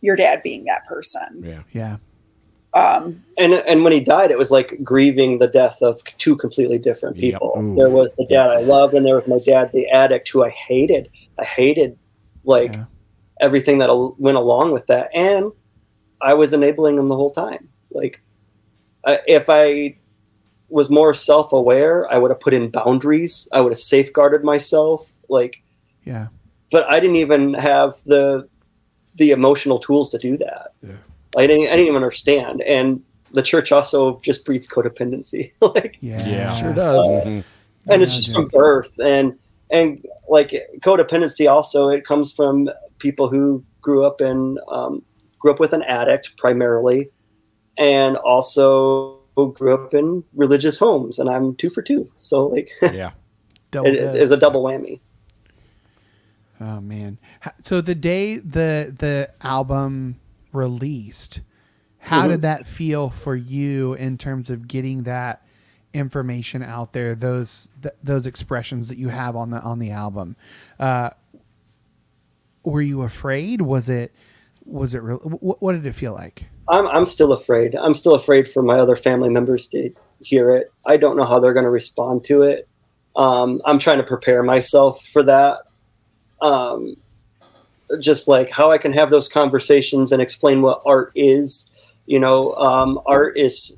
your dad being that person.
Yeah.
Yeah.
Um,
and and when he died, it was like grieving the death of two completely different people. There was the dad I loved, and there was my dad, the addict, who I hated. I hated like everything that al- went along with that, and I was enabling him the whole time. Like, I, if I was more self-aware, I would have put in boundaries. I would have safeguarded myself. Like,
yeah.
but I didn't even have the the emotional tools to do that. I didn't, I didn't even [LAUGHS] understand. And the church also just breeds codependency. like,
yeah,
Uh-huh.
sure does.
and it's just from birth. And and like codependency also it comes from people who grew up in um, grew up with an addict primarily, and also grew up in religious homes. And I'm two for two. So like,
Oh,
yeah,
Double
it is a double whammy.
Oh man! H- So the day the the album released, how
Mhm.
did that feel for you in terms of getting that information out there? Those th- those expressions that you have on the on the album. Uh, were you afraid? Was it was it real? What, what did it feel like?
I'm I'm still afraid. I'm still afraid for my other family members to hear it. I don't know how they're going to respond to it. Um, I'm trying to prepare myself for that. Um, just like how I can have those conversations and explain what art is. You know, um, art is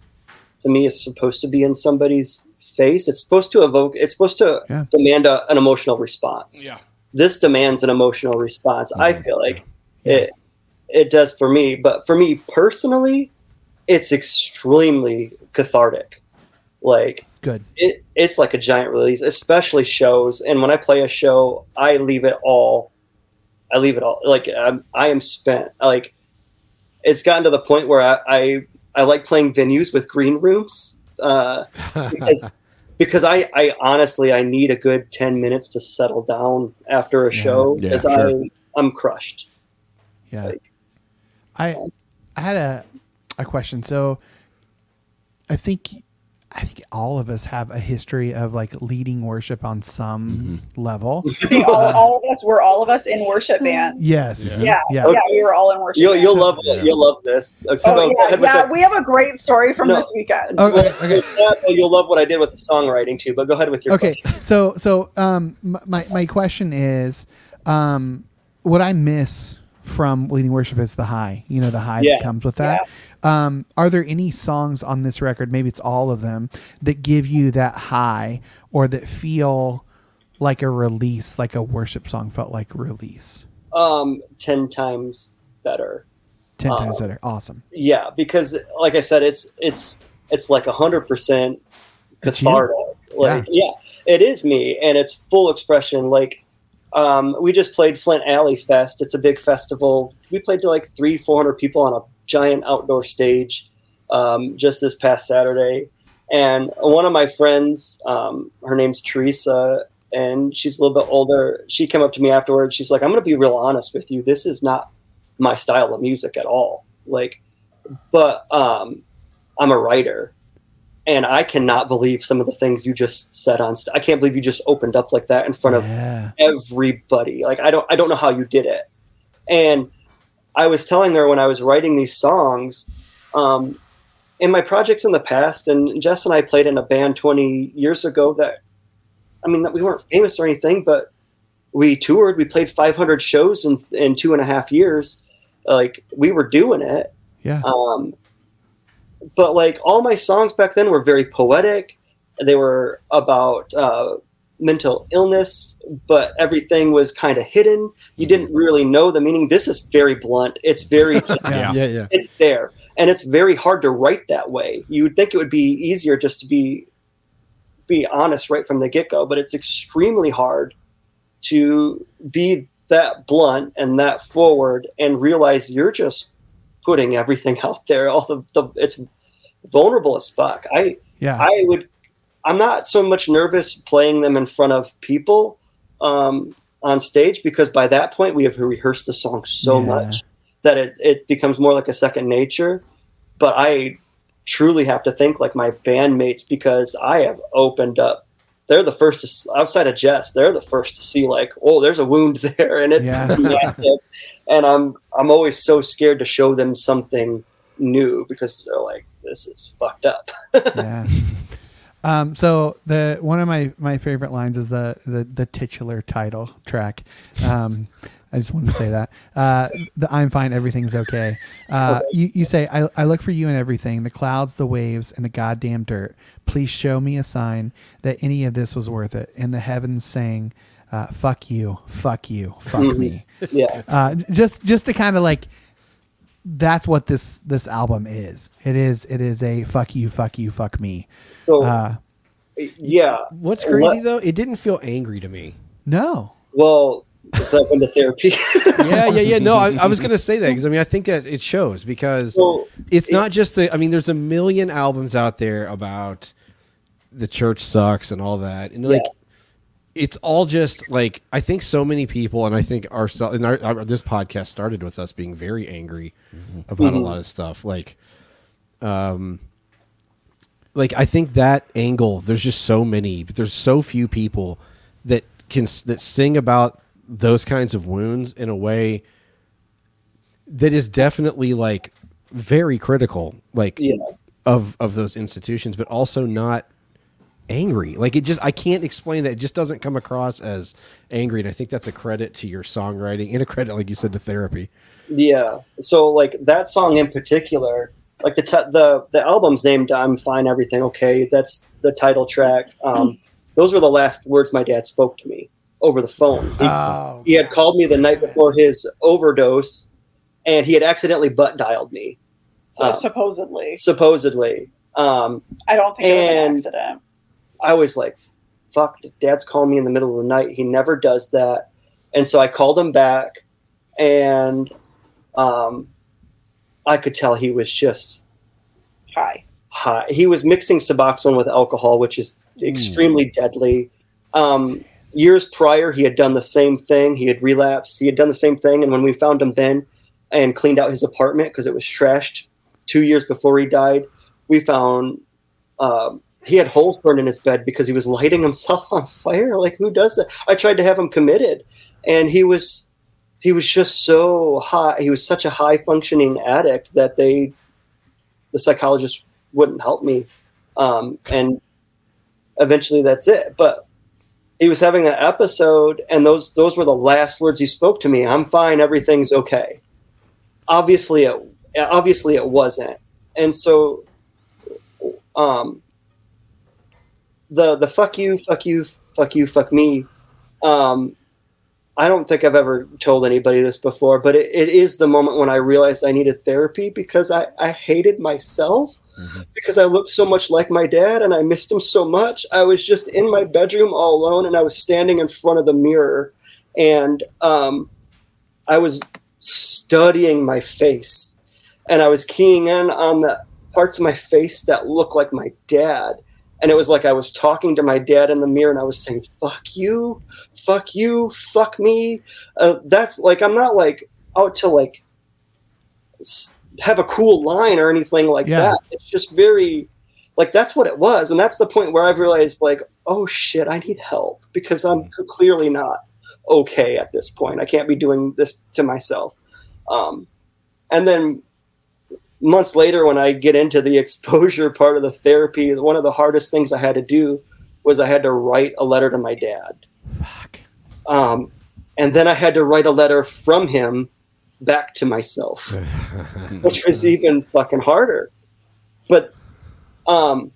to me is supposed to be in somebody's face. It's supposed to evoke. It's supposed to demand a, an emotional response.
Yeah.
This demands an emotional response. I feel like it it does for me. But for me personally, it's extremely cathartic. Like
Good.
it, it's like a giant release, especially shows. And when I play a show, I leave it all. I leave it all. Like I'm, I am spent. Like it's gotten to the point where I I, I like playing venues with green rooms uh,
[LAUGHS]
because because I, I honestly I need a good ten minutes to settle down after a show
yeah,
because
sure.
I I'm crushed.
Yeah. I I had a a question. So I think I think all of us have a history of like leading worship on some level.
all,
[LAUGHS]
all of us were all of us in worship band.
Yes.
Yeah. Yeah.
Yeah.
we were all in worship.
You'll
band.
you'll love you'll love this.
Oh, yeah, yeah, we have a great story from
No. Uh,
this weekend.
It's not that you'll love what I did with the songwriting too, but go ahead with your
okay so so um m- my my question is um what i miss from leading worship is the high you know the high
Yeah,
that comes with that um are there any songs on this record maybe it's all of them that give you that high or that feel like a release like a worship song felt like release
um, ten times better.
10
Um,
times better awesome
Yeah, because like I said, it's it's it's like hundred percent cathartic. Like yeah. it is me, and it's full expression. Like um, we just played Flint Alley Fest. It's a big festival. We played to like three, four hundred people on a giant outdoor stage um, just this past Saturday. And one of my friends, um, her name's Teresa, and she's a little bit older. She came up to me afterwards. She's like, "I'm going to be real honest with you. This is not my style of music at all. Like, but um, I'm a writer, and I cannot believe some of the things you just said on. St- I can't believe you just opened up like that in front of everybody. Like, I don't, I don't know how you did it. And I was telling her when I was writing these songs, um, in my projects in the past, and Jess and I played in a band 20 years ago that, I mean, we weren't famous or anything, but we toured, we played 500 shows in, in two and a half years. Like, we were doing it.
Yeah.
Um, but like all my songs back then were very poetic. They were about uh, mental illness, but everything was kind of hidden. You didn't really know the meaning. This is very blunt. It's very
Yeah. Yeah, yeah.
It's there, and it's very hard to write that way. You would think it would be easier just to be be honest right from the get go, but it's extremely hard to be that blunt and that forward and realize you're just putting everything [LAUGHS] out there. All the, the it's vulnerable as fuck. I
Yeah.
I would. I'm not so much nervous playing them in front of people um, on stage because by that point we have rehearsed the song so
Yeah.
much that it it becomes more like a second nature. But I truly have to thank like my bandmates because I have opened up. They're the first to, s- outside of Jess. They're the first to see like, oh, there's a wound [LAUGHS] there, and it's
Yeah.
massive. And I'm I'm always so scared to show them something new because they're like, this is fucked up.
yeah. [LAUGHS] Um, so the one of my, my favorite lines is the, the the titular title track. Um, I just wanted to say that uh, the I'm fine, everything's okay. Uh, you you say I, I look for you in everything, the clouds, the waves, and the goddamn dirt. Please show me a sign that any of this was worth it. And the heavens saying, uh, "Fuck you, fuck you, fuck me."
yeah.
Uh, j- just just to kind of like that's what this this album is. It is it is a fuck you, fuck you, fuck me.
So-
uh,
Yeah.
What's crazy though, it didn't feel angry to me.
no,
Well, it's like into therapy.
yeah, yeah, yeah. No, I, I [LAUGHS] was going to say that because I mean, I think that it shows because
Well,
it's
it-
not just the. I mean, there's a million albums out there about the church sucks and all that, and like it's all just like I think so many people, and I think ourselves, and our, our, this podcast started with us being very angry about a
Mhm.
lot of stuff. Like, um, like I think that angle. There's just so many, but there's so few people that can s- that sing about those kinds of wounds in a way that is definitely like very critical, like of of those institutions, but also not angry. Like it just I can't explain that. It just doesn't come across as angry. And I think that's a credit to your songwriting and a credit, like you said, to therapy.
Yeah. So like that song in particular, like the t- the the album's named "I'm Fine, Everything Okay." That's the title track. Um, those were the last words my dad spoke to me over the phone. He, he had called me the night before his overdose, and he had accidentally butt dialed me.
So
Um,
supposedly,
supposedly. Um,
I don't think it was an
and-
accident.
I was like, fuck, dad's calling me in the middle of the night. He never does that. And so I called him back and um, I could tell he was just
high.
High. He was mixing Suboxone with alcohol, which is extremely deadly. Um, years prior, he had done the same thing. He had relapsed. He had done the same thing. And when we found him then and cleaned out his apartment because it was trashed two years before he died, we found um, he had holes burned in his bed because he was lighting himself [LAUGHS] on fire. Like who does that? I tried to have him committed, and he was he was just so high. He was such a high functioning addict that they the psychologist wouldn't help me, um, and eventually that's it. But he was having that episode, and those those were the last words he spoke to me. I'm fine. Everything's okay. Obviously, it obviously it wasn't, and so um, the the fuck you, fuck you, fuck you, fuck me. Um, I don't think I've ever told anybody this before, but it, it is the moment when I realized I needed therapy because I, I hated myself because I looked so much like my dad and I missed him so much. I was just in my bedroom all alone and I was standing in front of the mirror and um, I was studying my face and I was keying in on the parts of my face that look like my dad. And it was like I was talking to my dad in the mirror and I was saying, fuck you, fuck you, fuck me. Uh, that's like, I'm not like out to like s- have a cool line or anything like
Yeah.
that. It's just very, like, that's what it was. And that's the point where I've realized, like, oh shit, I need help because I'm c- clearly not okay at this point. I can't be doing this to myself. Um, and then months later when i get into the [LAUGHS] exposure part of the therapy one of the hardest things i had to do was i had to write a letter to my dad Fuck. Um, and then i had to write a letter from him back to myself which was even fucking harder but um,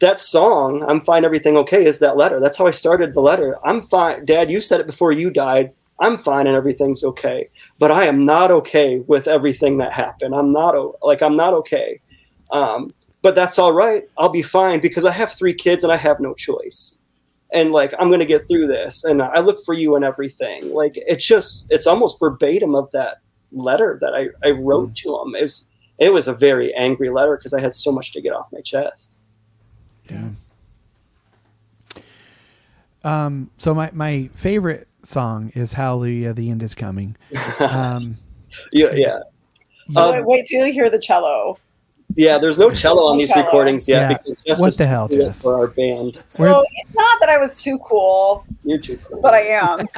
that song i'm fine everything okay is that letter that's how i started the letter i'm fine dad you said it before you died i'm fine and everything's okay but i am not okay with everything that happened i'm not o- like i'm not okay um, but that's all right i'll be fine because i have three kids and i have no choice and like i'm gonna get through this and i look for you and everything like it's just it's almost verbatim of that letter that i, I wrote
Mm.
to him it was, it was a very angry letter because i had so much to get off my chest
Um, so my, my favorite song is Hallelujah, the End
[LAUGHS]
is Coming. Um,
Yeah, yeah, uh, Um,
wait, wait till you hear the cello.
yeah. There's no cello on these
Cello.
recordings yet.
Yeah.
Because Jess
What
was
the hell,
doing it
Jess?
For our band,
So it's not that I was too cool,
you're too cool.
but I am.
[LAUGHS]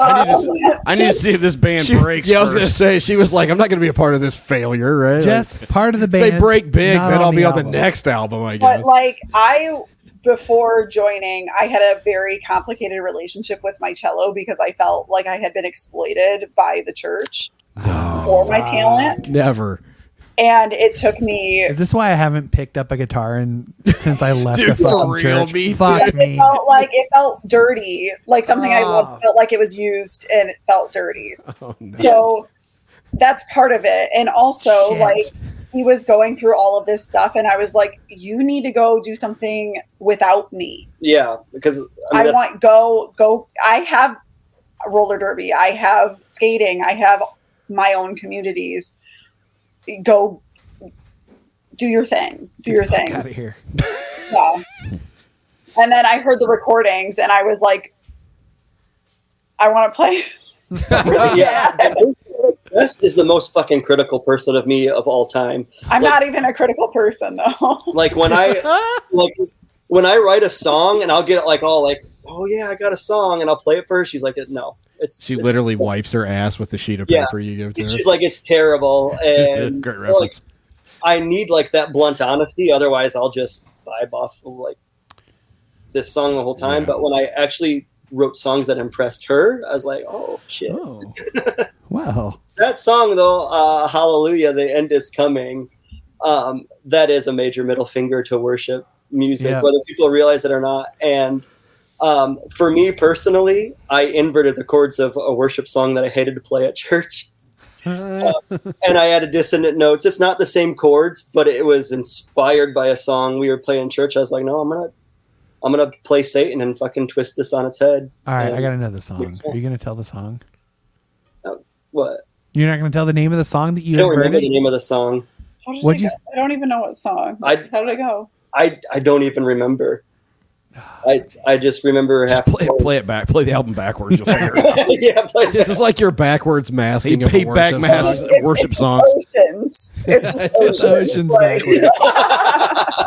Um,
I need to see if this band
[LAUGHS] She-
breaks.
Yeah, I was going to
first.
say she was like, "I'm not going to be a part of this failure, right?"
Just
Like,
part of the
if They
band,
break big,
not
then
on
I'll
the
be on
album.
the next album, I guess.
But like I before joining, I had a very complicated relationship with my cello because I felt like I had been exploited by the church
Oh,
for my talent. [LAUGHS]
Never.
And it took me
Is this why I haven't picked up a guitar and since I left
Dude,
the
for
fucking
real,
church?
me
Fuck
[LAUGHS]
it
me.
felt like it felt dirty, like something I
Ah.
loved felt like it was used and it felt dirty.
Oh,
So that's part of it. And also,
Shit.
like, he was going through all of this stuff, and I was like, you need to go do something without me.
yeah, because I, mean,
I,
that's-
want go go. I have roller derby. I have skating. I have my own communities. Go do your thing. Do your thing.
Out of here.
Yeah. And then I heard the recordings, and I was like, I want to play.
[LAUGHS] yeah. This is the most fucking critical person of me of all time.
[LAUGHS] I'm
Like-
not even a critical person though. [LAUGHS]
Like when I like when I write a song and I'll get like all like, oh yeah, I got a song and I'll play it for her. She's like, no, it's
She literally wipes her ass with the sheet of
Yeah.
paper you give to her.
she's like it's
[LAUGHS]
terrible and
Great
like,
reference.
I need like that blunt honesty. Otherwise, I'll just vibe off of like this song the whole time. But when I actually wrote songs that impressed her, I was like, oh shit.
Wow.
That song though, uh, "Hallelujah," the end is coming. Um, that is a major middle finger to worship music,
Yeah.
whether people realize it or not. And um, for me personally, I inverted the chords of a worship song that I hated to play at
[LAUGHS]
church, Uh, and I added dissonant notes. It's not the same chords, but it was inspired by a song we were playing in church. I was like, no, I'm gonna, I'm gonna play Satan and fucking twist this on its head.
All right, I
And-
got another song. Are you going to tell the song?
What?
You're not going to tell the name of the song that
I
you
don't remember
inverted?
the name of the song.
How did
What'd
I,
you-
go? I don't even know what song.
I-
How did I go?
I I don't even remember. I I just remember half. Play it,
play it back. Play the album backwards. You'll figure it
out. [LAUGHS] yeah, play it
This is like your backwards masking of
paid
worship
back mass-
songs.
worship songs.
[LAUGHS]
Oceans. It's just
It's
oceans.
Oceans backwards.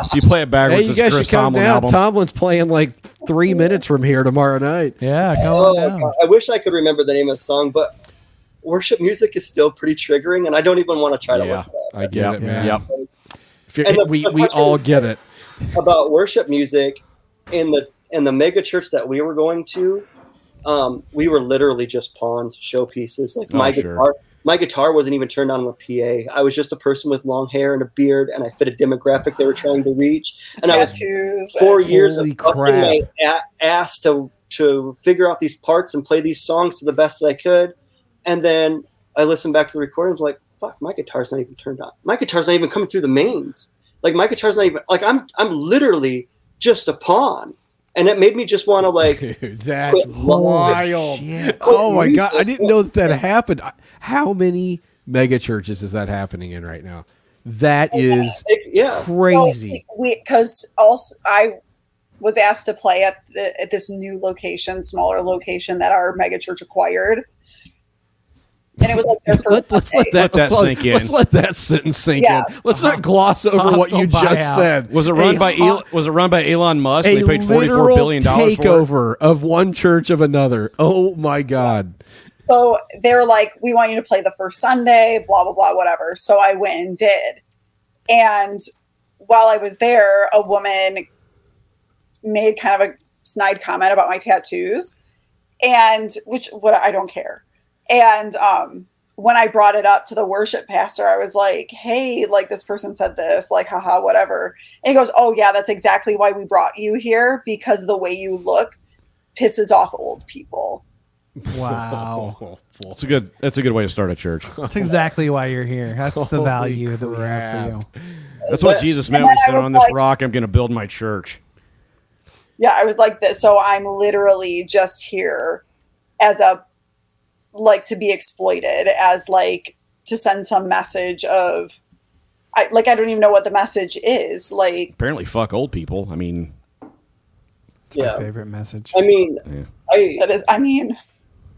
if you play it backwards,
Hey, you
it's a
guys
Chris
should come
Tomlin
down.
album.
Tomlin's playing like three minutes from here tomorrow night.
Yeah, come
Oh, God. I wish I could remember the name of the song, but worship music is still pretty triggering, and I don't even want to try to look it up.
I get
Yep,
it, man.
yep.
If you're-
And the-
we
the
we
question-
all get it.
about worship music in the in the mega church that we were going to um, we were literally just pawns showpieces like
Oh,
my
sure.
guitar my guitar wasn't even turned on on the pa i was just a person with long hair and a beard and i fit a demographic they were trying to reach and i
Tattoos.
was four years
Holy
of busting
crap.
my a- ass to to figure out these parts and play these songs to the best that i could and then i listened back to the recordings like fuck my guitar's not even turned on my guitar's not even coming through the mains like my guitar's not even like i'm i'm literally just a pawn and it made me just want to like
[LAUGHS]
that's wild. Oh my god, I didn't know that, that happened. I- How many mega churches is that happening in right now? That is
yeah.
crazy.
Well, we because also I was asked to play at the, at this new location, smaller location that our megachurch acquired, and it was like their first.
Let's let that,
Let that
[LAUGHS] let's-
sink in.
Let's let that sentence sink
Yeah.
in. Let's
Uh-huh.
not gloss over what you just said. uh,
Was it run
A
by
hot-
Elon, was it run by Elon Musk?
a
and they paid forty four
literal
billion dollars for it?
takeover of one church of another. Oh my god!
So they're like, we want you to play the first Sunday, blah, blah, blah, whatever. So I went and did. And while I was there, a woman made kind of a snide comment about my tattoos, and which, what I don't care. And um, when I brought it up to the worship pastor, I was like, hey, like this person said this, like, haha, whatever. And he goes, oh, yeah, that's exactly why we brought you here because the way you look pisses off old people.
Oh,
Wow.
It's a good. That's a good way to start a
[LAUGHS]
church.
That's exactly why you're here. That's the value that we have for you.
That's what
But-
Jesus
and
meant when
then
he said,
I was
"On this
like-
rock, I'm going to build my church."
yeah i was like this so i'm literally just here as a like to be exploited as like to send some message of i like i don't even know what the message is like
Apparently, fuck old people. I mean,
yeah
favorite message.
i mean i
that is i mean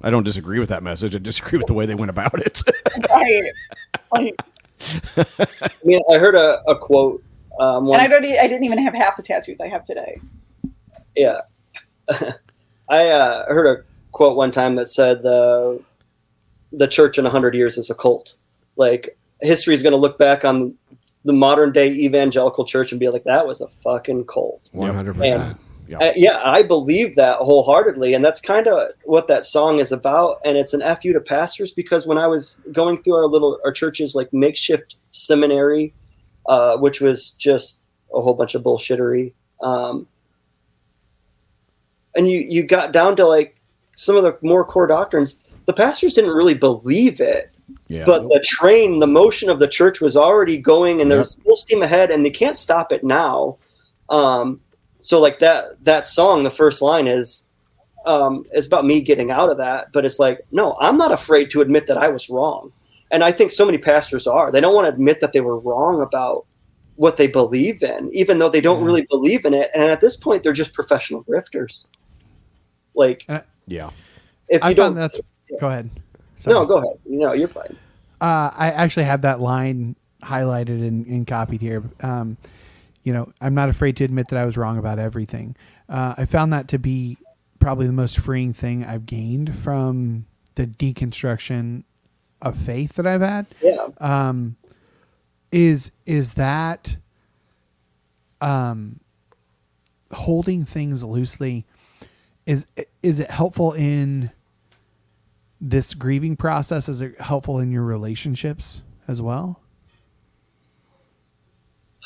I don't disagree with that message. I disagree with the way they went about it. [LAUGHS]
right like,
i mean i heard a, a quote um
and
once-
i don't e- i didn't even have half the tattoos i have today
Yeah. [LAUGHS] I uh, heard a quote one time that said the the church in 100 years is a cult. Like history is going to look back on the modern day evangelical church and be like that was a fucking cult.
One hundred
And,
percent.
uh, yeah, I believe that wholeheartedly, and that's kind of what that song is about. And it's an fu to pastors because when I was going through our little our church's like makeshift seminary, uh, which was just a whole bunch of bullshittery, um, and you you got down to like some of the more core doctrines, the pastors didn't really believe it.
Yeah.
But the train, the motion of the church was already going, and there was full steam ahead, and they can't stop it now. Um, so like that that song, the first line is um, is about me getting out of that. But it's like, no, I'm not afraid to admit that I was wrong, and I think so many pastors are. They don't want to admit that they were wrong about what they believe in, even though they don't
Mm-hmm.
really believe in it. And at this point, they're just professional grifters. Like,
yeah.
if you
I
don't,
found that's. Go ahead.
no, go ahead. No, you're fine.
Uh, I actually have that line highlighted and, and copied here. Um, you know, I'm not afraid to admit that I was wrong about everything. Uh, I found that to be probably the most freeing thing I've gained from the deconstruction of faith that I've had.
Yeah.
Um, is is that um, holding things loosely? Is is it helpful in this grieving process? Is it helpful in your relationships as well?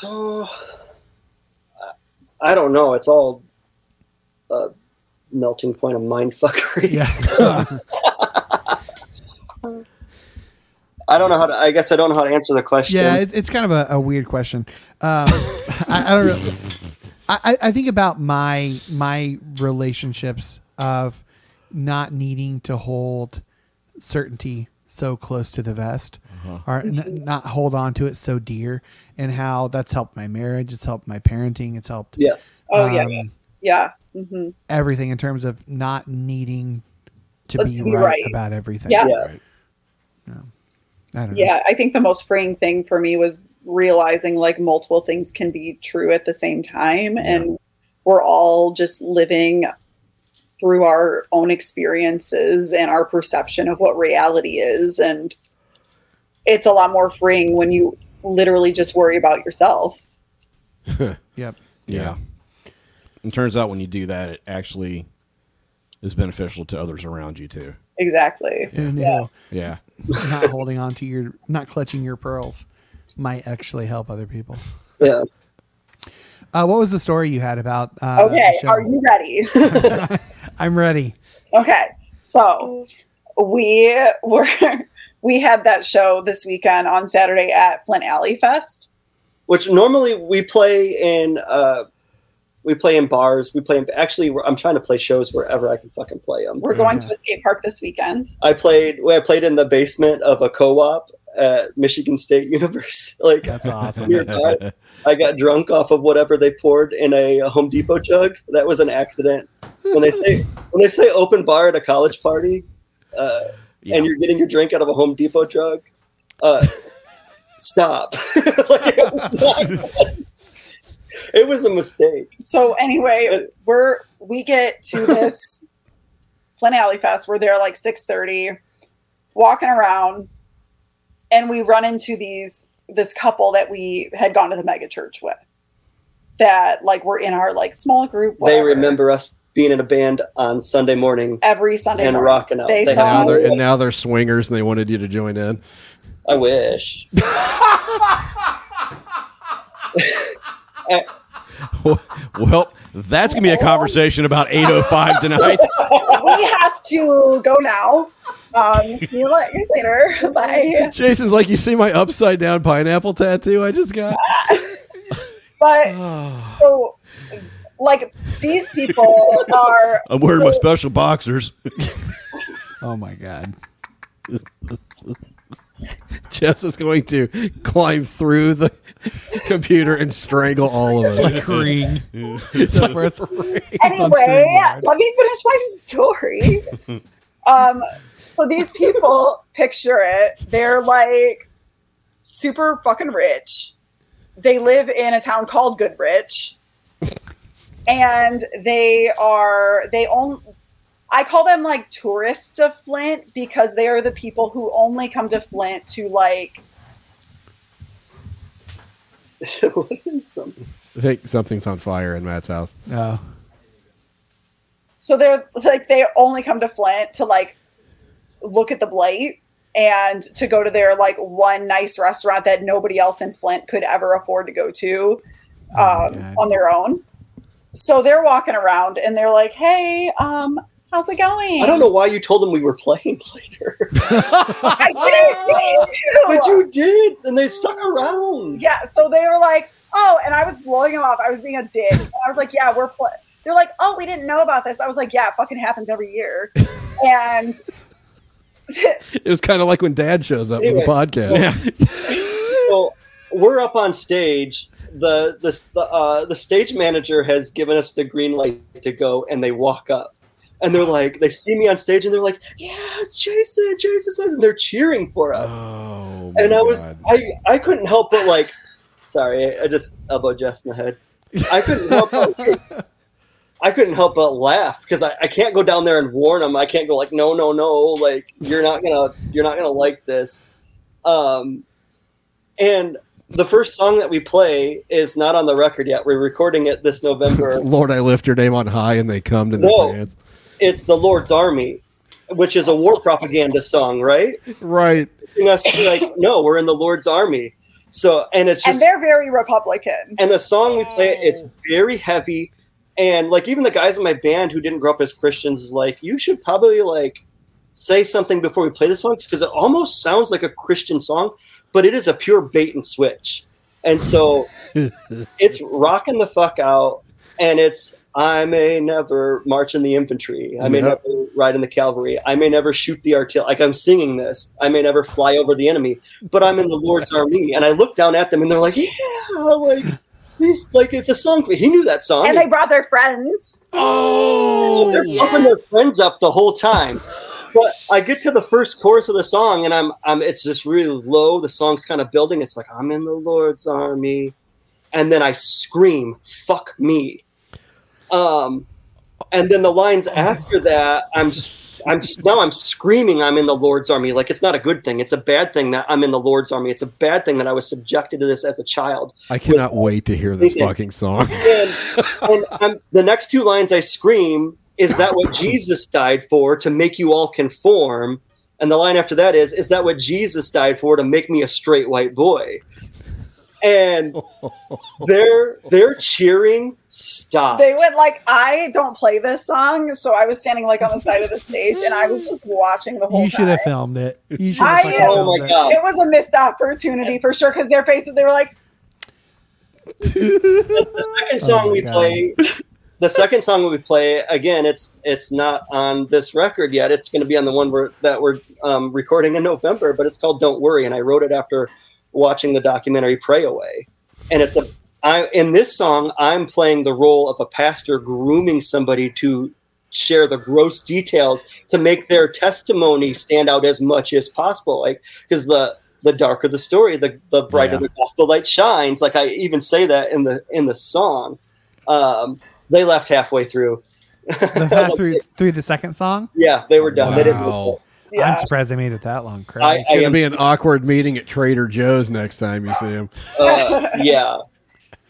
Oh, I don't know. It's all a melting point of mindfuckery. [LAUGHS] I don't know how to. I guess I don't know how to answer the question.
Yeah, it, it's kind of a, a weird question. Um, [LAUGHS] I, I don't know. I, I- I think about my my relationships of not needing to hold certainty so close to the vest,
Uh-huh.
or n- not hold on to it so dear, and how that's helped my marriage. It's helped my parenting. It's helped.
Yes.
Oh, yeah,
um,
yeah. Yeah. hmm
Everything in terms of not needing to
Let's
be
be
right,
right.
about everything.
Yeah.
Right. No. I don't know.
Yeah, I think the most freeing thing for me was realizing like multiple things can be true at the same time and we're all just living through our own experiences and our perception of what reality is and it's a lot more freeing when you literally just worry about yourself.
Yep.
Yeah. And turns out when you do that, it actually is beneficial to others around you too.
Exactly.
And, you
Yeah.
know,
Yeah.
not holding on to your not clutching your pearls might actually help other people.
Yeah.
Uh, what was the story you had about? Uh,
okay,
the show?
are you ready? [LAUGHS]
I'm ready.
Okay, so we were [LAUGHS] we had that show this weekend on Saturday at Flint Alley Fest.
Which normally we play in. Uh, we play in bars. We play in. Actually, we're- I'm trying to play shows wherever I can fucking play them.
We're going to a skate park this weekend.
I played. well, I played in the basement of a co-op at Michigan State [LAUGHS] University. Like
that's awesome.
I got drunk off of whatever they poured in a Home Depot jug. That was an accident. When they say when they say open bar at a college party, uh, and you're getting your drink out of a Home Depot jug, uh, stop. [LAUGHS] Like, it, was not- it was a mistake.
So anyway, we're we
[LAUGHS]
get to this Flint Alley Fest. We're there like six thirty, walking around, and we run into these this couple that we had gone to the mega church with. That like were in our like small group.
They
whatever.
remember us being in a band on Sunday morning.
every Sunday
And
morning.
rocking out.
They
They
saw
Now
us.
they're, and now they're swingers and they wanted you to join in.
I wish.
[LAUGHS]
[LAUGHS]
Well, that's going to be a conversation about 805 tonight.
we have to go now. Um, see you later- later. [LAUGHS] Bye.
Jason's like, you see my upside down pineapple tattoo I just got?
But
[SIGHS]
so, like, these people are.
I'm wearing my special boxers.
oh my god.
Jess is going to climb through the [LAUGHS] computer and strangle all of
It's
us.
like Ring.
It's like
[LAUGHS]
Anyway, let me finish my story. Um, so these people picture it. They're like super fucking rich. They live in a town called Goodrich. And they are they own I call them like tourists of Flint because they are the people who only come to Flint to like
I think something's on fire in Matt's house.
[LAUGHS] No.
so they're like they only come to Flint to like look at the blight and to go to their like one nice restaurant that nobody else in Flint could ever afford to go to um, on their own. So they're walking around and they're like, "Hey, um, how's it going?"
I don't know why you told them we were playing [LAUGHS] later.
I didn't mean to.
But you did, and they stuck around.
Yeah, so they were like, "Oh," and I was blowing them off. I was being a dick. And I was like, "Yeah, we're." Pl-. They're like, "Oh, we didn't know about this." I was like, "Yeah, it fucking happens every year," and
It was kind of like when Dad shows up for
Anyway.
the podcast.
So we're up on stage, the the the, uh, the stage manager has given us the green light to go, and they walk up, and they're like, they see me on stage, and they're like, "Yeah, it's Jason, Jason!" And they're cheering for us.
Oh,
and
Oh,
I was, I I couldn't help but like, sorry, I just elbowed Jess in the head. I couldn't help but. I couldn't help but laugh because I, I can't go down there and warn them. I can't go like, no, no, no, like you're not gonna you're not gonna like this. Um, and the first song that we play is not on the record yet. We're recording it
[LAUGHS]
this November.
Lord, I lift your name on high, and they come to the
No.
fans.
it's the Lord's Army, which is a war propaganda song, right?
Right.
Us like, no, we're in the Lord's Army. So, and it's just
and they're very Republican.
and the song we play it's very heavy and like even the guys in my band who didn't grow up as christians is like you should probably like say something before we play this song because it almost sounds like a christian song but it is a pure bait and switch and so it's rocking the fuck out and it's i may never march in the infantry i may
Yeah.
never ride in the cavalry i may never shoot the artillery like i'm singing this i may never fly over the enemy but i'm in the lord's army and i look down at them and they're like yeah like like it's a song for- he knew that song
And they brought their friends.
so they're pumping their friends up the whole time. But I get to the first chorus of the song and I'm I'm it's just really low. The song's kind of building. It's like I'm in the Lord's army, and then I scream "fuck me," um, and then the lines after that I'm I'm now I'm screaming I'm in the Lord's army. Like it's not a good thing. It's a bad thing that I'm in the Lord's army. It's a bad thing that I was subjected to this as a child.
I cannot wait to hear this
Yeah.
fucking song.
And, and I'm, the next two lines I scream is that what Jesus died for to make you all conform? And the line after that is, is that what Jesus died for to make me a straight white boy? And they're they're cheering stop.
They went like, I don't play this song, so I was standing like on the side of the stage, and I was just watching the whole.
You should have filmed it. You should have
I Oh
fucking
Oh
filmed it.
It was a missed opportunity for sure because their faces, they were like,
the second song we play the second song we play again it's it's not on this record yet it's going to be on the one we're, that we're um, recording in november but it's called don't worry and i wrote it after watching the documentary pray away and it's a I, in this song i'm playing the role of a pastor grooming somebody to share the gross details to make their testimony stand out as much as possible like because the the darker the story the, the brighter
Yeah.
the gospel light shines like i even say that in the in the song um, they left halfway through
They've
[LAUGHS]
had through through the second song.
yeah they were done they didn't
Wow.
I'm surprised they made it that long. Christ.
It's going to be an awkward meeting at Trader Joe's next time you see him.
Uh, yeah.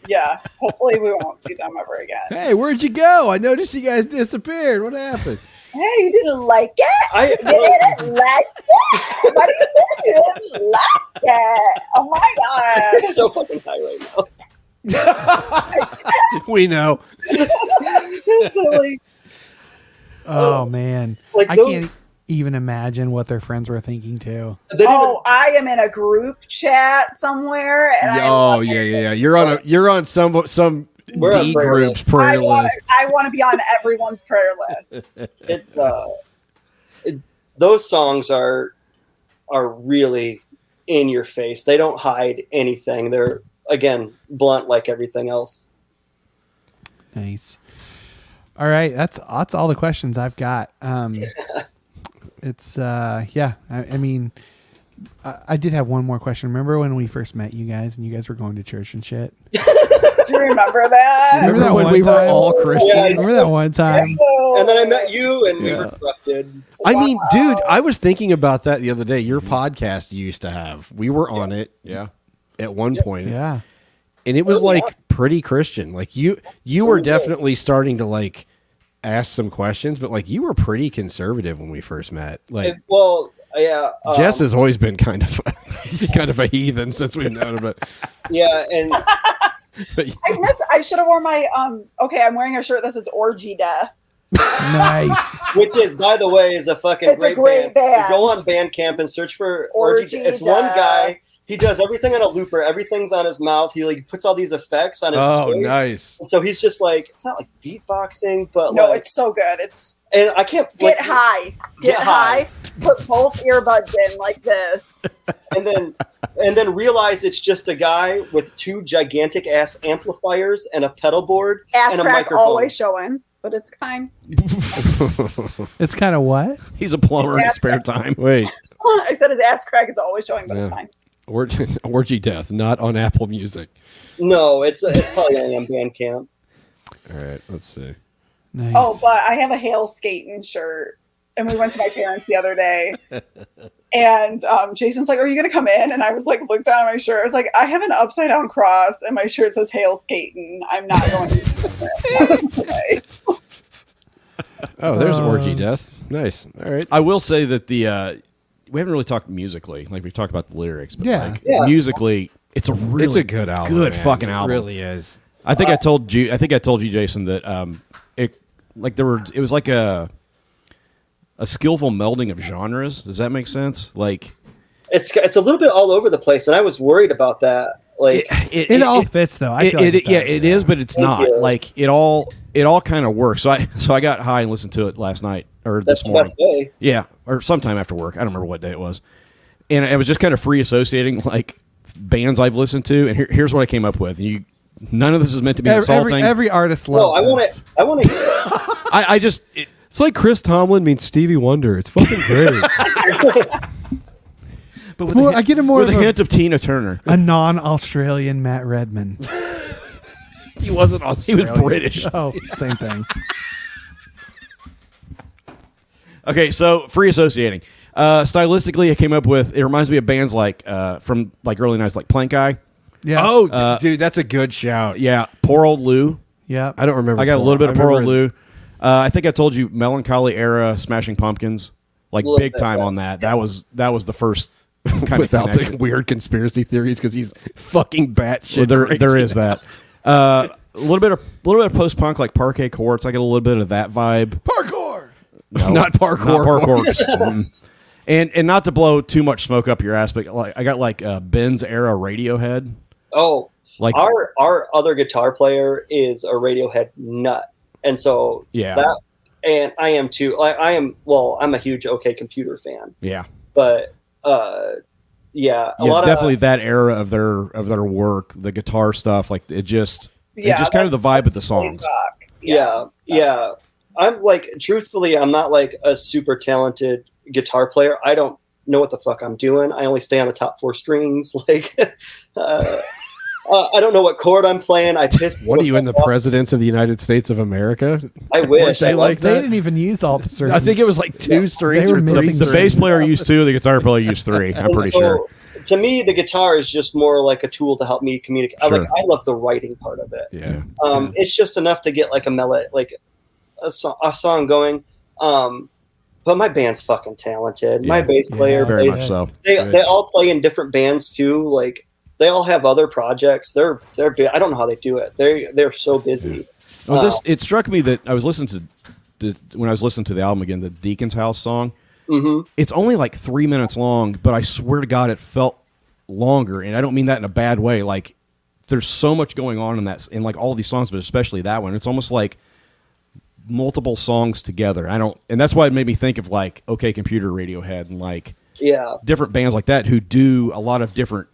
yeah, hopefully we won't see them ever again.
Hey, where'd you go? I noticed you guys disappeared. What happened?
Hey, you didn't like it?
I, you
didn't like it? What do you think? You didn't like it? Oh my
[LAUGHS]
god.
it's so fucking high right now
we know.
It's like-
Oh man,
Like
I
those-
can't even imagine what their friends were thinking too.
Oh, I am in a group chat somewhere, and I
Oh yeah, yeah, yeah. You're on a you're on some some
We're on
D
prayer
group's
list.
I
prayer
want,
list.
I want to be on everyone's prayer list.
it, uh, it- those songs are are really in your face they don't hide anything they're again blunt like everything else
Nice. All right, that's that's all the questions I've got. Um, it's uh, yeah. I, I mean, I, I did have one more question. Remember when we first met you guys and you guys were going to church and shit?
Do you remember that?
Remember that one time?
Yes.
Remember that one time?
and then i met you and we
Yeah.
were corrupted
I mean, dude, I was thinking about that the other day. Your podcast you used to have. We were on it.
[LAUGHS]
Yeah. At one point.
Yeah.
And it was like pretty Christian. Like you you were definitely starting to like ask some questions, but like you were pretty conservative when we first met. Like
It- well yeah um,
Jess has always been kind of [LAUGHS] kind of a heathen since we've known her, but
yeah
[LAUGHS]
and
I miss. I should have worn my um. Okay, I'm wearing a shirt that says "Orgy Death."
nice.
Which is, by the way, is a fucking
It's a
great,
great
band.
band.
Go on Bandcamp and search for Orgy.
Orgy
it's one
Death.
guy. He does everything on a looper. Everything's on his mouth. He like puts all these effects on his.
Oh,
voice.
nice.
And so he's just like it's not like beatboxing, but
No,
like,
it's so good. It's
and I can't
get
like,
high, get, high. put both earbuds in like this.
and then and then realize it's just a guy with two gigantic ass amplifiers and a pedal board [LAUGHS]
Ass
and a
crack
microphone.
always showing, but it's fine. [LAUGHS]
It's kind of what?
He's a plumber in his spare
[LAUGHS]
time.
Wait,
I said his ass crack is always showing, but it's
Yeah.
fine.
orgy,
[LAUGHS]
orgy death, not on Apple Music.
No, it's it's probably only on Bandcamp.
All right, let's see.
Nice.
Oh, but I have a Hail Skating shirt, and we went to my parents the other day, and um, Jason's like, "Are you gonna come in?" And I was like, looked down at my shirt. I was like, "I have an upside down cross, and my shirt says Hail Skating. I'm not going."
Oh, there's orgy
Uh,
death. Nice. All right. I will say that the uh, we haven't really talked musically. Like we've talked about the lyrics, but
Yeah.
like
Yeah.
musically, it's a really
It's a good album,
Good
man.
fucking
It
album.
really is.
I think I told you. I think I told you, Jason, that um, it like there were. It was like a a skillful melding of genres. Does that make sense? Like
It's it's a little bit all over the place, and I was worried about that. Like
It, all fits though. I
it,
feel like
it-
it
yeah,
does.
it is, but it's
Thank
not.
you.
Like it all, it all kind of works. So I, so I got high and listened to it last night or
That's
this
the
morning.
best day.
Yeah, or sometime after work. I don't remember what day it was, and I was just kind of free associating like bands I've listened to. And here, here's what I came up with. You, none of this is meant to be
Every,
insulting.
every, every artist
no,
loves.
I want [LAUGHS] to. I want to.
I, I just it,
It's like Chris Tomlin meets Stevie Wonder. It's fucking great.
[LAUGHS] but
with more- a hi- I get a more
with
of
a
a-
hint of Tina Turner.
a non-Australian Matt Redman.
He wasn't Australian. He was British.
[LAUGHS] Oh, same thing.
Okay, so free associating. Uh, stylistically, I came up with. It reminds me of bands like uh, from like early nights, like Plank Eye.
Yeah.
Oh, d-
Uh,
dude, that's a good shout.
Yeah, poor old Lou.
Yeah.
I don't remember.
I got a
Poor-
little bit
I
of poor old
remember-
Lou. Uh, I think I told you melancholy era, Smashing Pumpkins, like
Little
big
bit,
time
yeah.
on that. That was that was
[LAUGHS]
the first kind
Without
of [LAUGHS]
the weird conspiracy theories, because he's fucking batshit.
Well, there,
crazy.
there is that. Uh, a little bit of a little bit of post punk like Parquet Courts. I get a little bit of that vibe.
Parkour.
No,
Not parkour.
[LAUGHS] Not parkour. [LAUGHS] Mm. and and not to blow too much smoke up your ass, but like I got like uh, Ben's era Radiohead.
Oh,
Like-
our our other guitar player is a Radiohead nut, and so
Yeah.
that, and I am too. Like I am. Well, I'm a huge OK Computer fan,
Yeah,
but uh, yeah, a
yeah,
lot
definitely
of
that era of their of their work, the guitar stuff. Like it just,
Yeah,
it just kind of the vibe of the songs.
yeah, yeah. I'm like, truthfully, I'm not like a super talented guitar player. I don't know what the fuck I'm doing. I only stay on the top four strings. [LAUGHS] Like, uh, uh, I don't know what chord I'm playing. I pissed.
What are you in the presidents of the United States of America?
I wish.
they
I
like
They
that?
didn't even use all the strings.
I think it was like two strings
They were
or three.
missing
The
strings.
bass player used two, the guitar player used three. I'm
And
pretty
so,
sure.
To me, the guitar is just more like a tool to help me communicate. I
Sure.
Like I love the writing part of it.
Yeah.
Um, It's just enough to get like a melody, like a, so- a song going. Um, but my band's fucking talented. my
Yeah.
bass player,
very
they,
much so.
They,
Right.
they all play in different bands too. Like they all have other projects. They're they're. bu- I don't know how they do it. They they're so busy.
Well, this
Uh,
it struck me that I was listening to, the- when I was listening to the album again, the Deacon's House song.
mhm.
It's only like three minutes long, but I swear to God, it felt longer, and I don't mean that in a bad way. Like there's so much going on in that, in like all these songs, but especially that one. It's almost like multiple songs together. I don't, and that's why it made me think of like OK Computer, Radiohead, and like
Yeah.
different bands like that who do a lot of different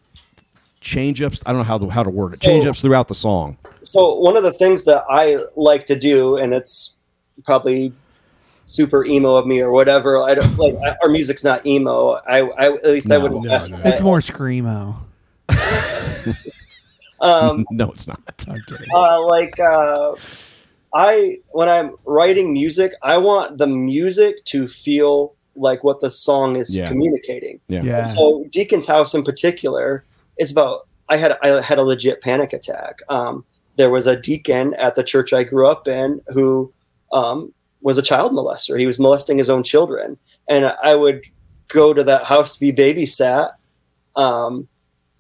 change ups. I don't know how to, how to word it.
So-
Change ups throughout the song.
so one of the things that I like to do, and it's probably super emo of me or whatever. I don't like I- our music's not emo. I, I at least I
No,
wouldn't.
no,
ask
no.
that.
It's more screamo.
um,
[LAUGHS] no, it's not.
I'm kidding.
uh, like uh, I when I'm writing music, I want the music to feel like what the song is
Yeah.
communicating.
Yeah.
Yeah.
So Deacon's house in particular is about. I had I had a legit panic attack. Um, there was a deacon at the church I grew up in who um, was a child molester. He was molesting his own children, and I would go to that house to be babysat. Um,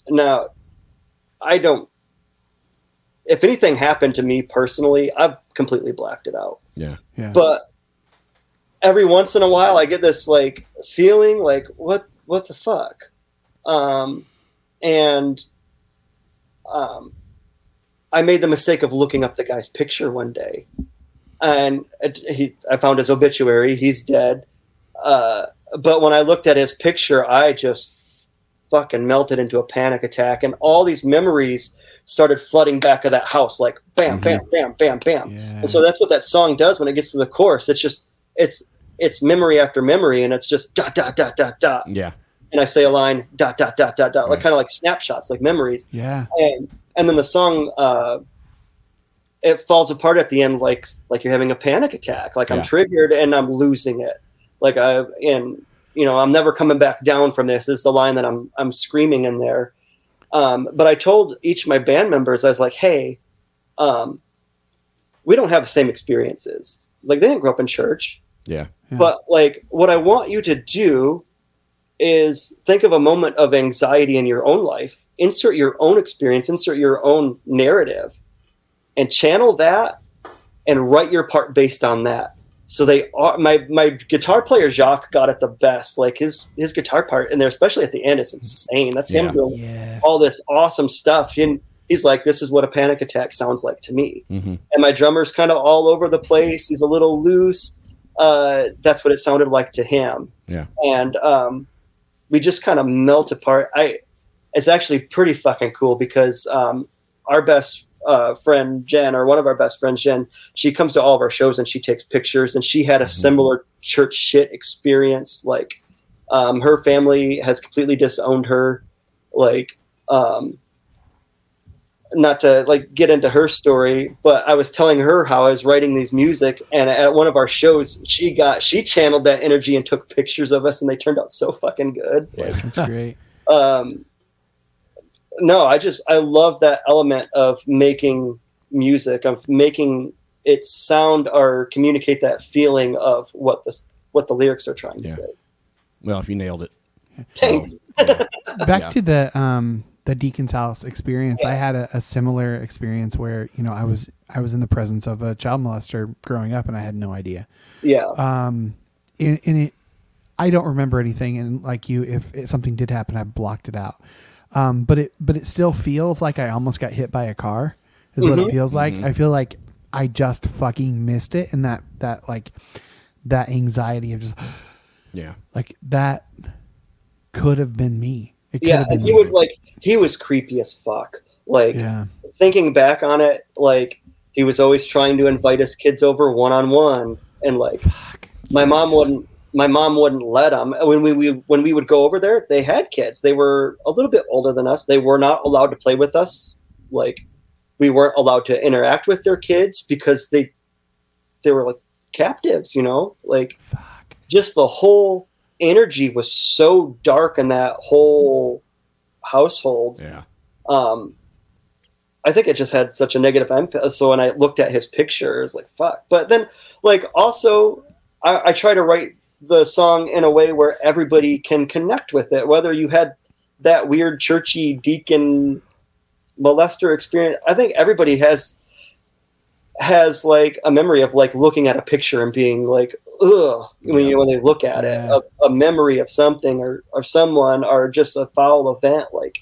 now, I don't. If anything happened to me personally, I've completely blacked it out.
Yeah.
Yeah.
But every once in a while, I get this like feeling like what what the fuck, um, and um, I made the mistake of looking up the guy's picture one day, and it, he, I found his obituary. He's dead. Uh, but when I looked at his picture, I just fucking melted into a panic attack, and all these memories started flooding back of that house, like bam, bam, bam, bam, bam. And so that's what that song does when it gets to the chorus. It's just it's it's memory after memory, and it's just dot dot dot dot dot.
Yeah.
And I say a line dot dot dot dot dot, like kind of like snapshots, like memories.
Yeah.
And, and then the song uh, it falls apart at the end, like like you're having a panic attack, like I'm
Yeah.
triggered and I'm losing it, like I and you know I'm never coming back down from this. Is the line that I'm I'm screaming in there. Um, but I told each of my band members, I was like, hey, um, we don't have the same experiences. Like they didn't grow up in church.
Yeah.
But like what I want you to do is think of a moment of anxiety in your own life, insert your own experience, insert your own narrative, and channel that and write your part based on that. So they are my my guitar player Jacques got it the best. Like his his guitar part in there, especially at the end, is insane. That's
Yeah.
him doing all this awesome stuff. And he's like, This is what a panic attack sounds like to me
Mm-hmm.
and my drummer's kind of all over the place. He's a little loose. Uh, that's what it sounded like to him,
Yeah.
and um, we just kind of melt apart. I, it's actually pretty fucking cool because um, our best uh, friend Jen, or one of our best friends Jen, she comes to all of our shows and she takes pictures, and she had a similar church shit experience. Like, um, her family has completely disowned her. Like, um, not to like get into her story, but I was telling her how I was writing these music, and at one of our shows, she got she channeled that energy and took pictures of us, and they turned out so fucking good. Like,
That's
[LAUGHS]
great.
um, no, I just I love that element of making music, of making it sound or communicate that feeling of what the what the lyrics are trying to say.
Well, if you nailed it.
Thanks.
back
Yeah.
to the um the deacon's house experience i had a, a similar experience where you know i was i was in the presence of a child molester growing up and i had no idea
Yeah.
um and, and it i don't remember anything and like you if it, something did happen i blocked it out um but it but it still feels like i almost got hit by a car is what it
Mm-hmm.
Mhm.
feels like
Mhm.
Mm-hmm.
i feel like i just fucking missed it and that that like that anxiety of just
[GASPS] Yeah.
like that could have been me it could
yeah,
have been
and he would like he was creepy as fuck. Like thinking back on it, like he was always trying to invite us kids over one on one, and like my mom wouldn't my mom wouldn't let them when we, we when we would go over there they had kids they were a little bit older than us they were not allowed to play with us like we weren't allowed to interact with their kids because they they were like captives you know like just the whole energy was so dark in that whole household
yeah
um I think it just had such a negative impact. So when I looked at his picture, I was like, fuck. But then, like, also, I, I try to write the song in a way where everybody can connect with it. Whether you had that weird churchy deacon molester experience, I think everybody has has like a memory of like looking at a picture and being like, ugh, when you when they look at it, a, a memory of something or or someone or just a foul event, like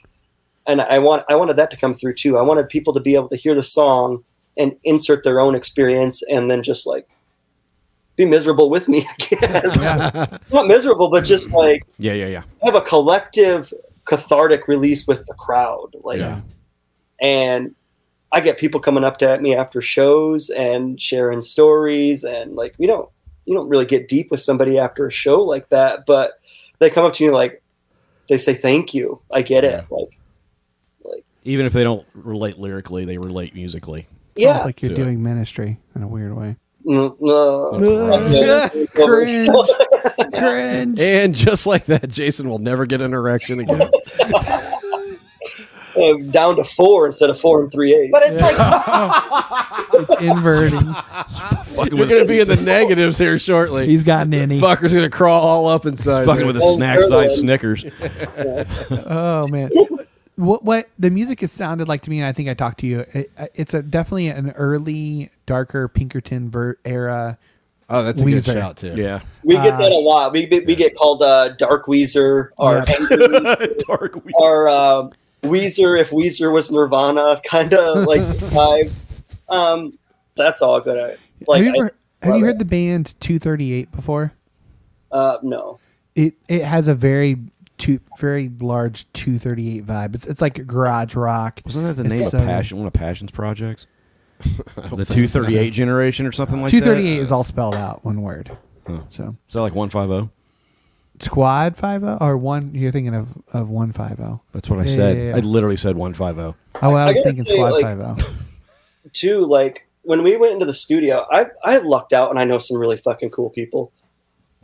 and I want I wanted that to come through too. I wanted people to be able to hear the song and insert their own experience and then just like be miserable with me, [LAUGHS] I guess.
[LAUGHS]
Not miserable, but just like
Yeah. Yeah. Yeah.
have a collective cathartic release with the crowd. Like and I get people coming up to me after shows and sharing stories and like we don't you don't really get deep with somebody after a show like that, but they come up to you like they say thank you. I get it. Like
Even if they don't relate lyrically, they relate musically.
It's almost
Yeah.
like
To
you're
it.
doing ministry in a weird way.
Mm, uh,
Oh,
[LAUGHS]
cringe. [LAUGHS]
Cringe.
And just like that, Jason will never get an erection again.
uh, down to four instead of four and three eighths.
But it's
like
it's
[LAUGHS]
inverted.
Fucking You're going to be in the negatives here shortly.
He's got nanny.
Fucker's going to crawl all up inside. fucking with a [LAUGHS] snack sized [LAUGHS] Snickers.
oh
[LAUGHS]
man what what the music has sounded like to me and i think i talked to you it, uh, it's a definitely an early darker pinkerton ver- era
oh that's
a good shout,
too yeah
We get that a lot. We we, we get called uh, Dark uh, Weezer
[LAUGHS]
or
Yeah.
Angry Dark Weezer. or um, Weezer if Weezer was Nirvana [LAUGHS] kind of
[LAUGHS]
like vibe. Um, that's all good. I, like,
have you,
I-
ever, have you heard the band 238 before?
uh, no,
It it has a very two very large 238 vibe. It's it's like garage rock.
Wasn't that the
It's
name of
so-
Passion, one of Passion's [LAUGHS] projects? the
think so.
238 generation or something like that?
238 is all spelled out one word.
Huh.
So
Is that like 150?
Squad 50 or one you're thinking of of 150.
That's what I
Yeah,
said.
yeah, yeah.
I literally said 150.
Oh, well, I
I
was
gotta
thinking
say,
Squad oh.
like-
50.
too. Like when we went into the studio, I I lucked out and I know some really fucking cool people.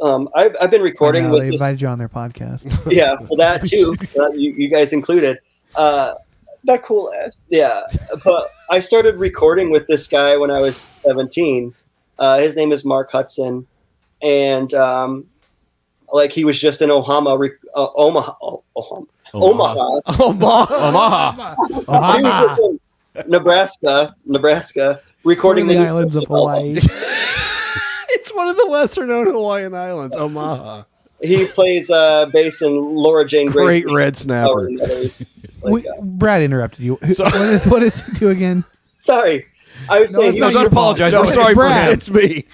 Um, I've I've been recording
No,
with
they
this
invited you on their podcast. [LAUGHS]
[LAUGHS] yeah, well, that too. that you, you guys included. Uh,
[LAUGHS] the coolest.
Yeah, but I started recording with this guy when I was 17. Uh, his name is Mark Hudson, and um, like he was just in Ohama, re- uh, Omaha, oh, Ohama, Omaha,
Omaha, Omaha,
He was just in Nebraska, Nebraska, recording
One of the
new
islands of
[LAUGHS] Christmas album.
Hawaii. [LAUGHS] it's one of the lesser known Hawaiian islands, Omaha.
He plays uh, bass in Laura Jane Gray's
Great red snapper.
We-
uh,
Brad interrupted you. Who- What is, what does he do again?
Sorry, I was
No,
saying
it's not your fault. No, it's Brad. It's
me.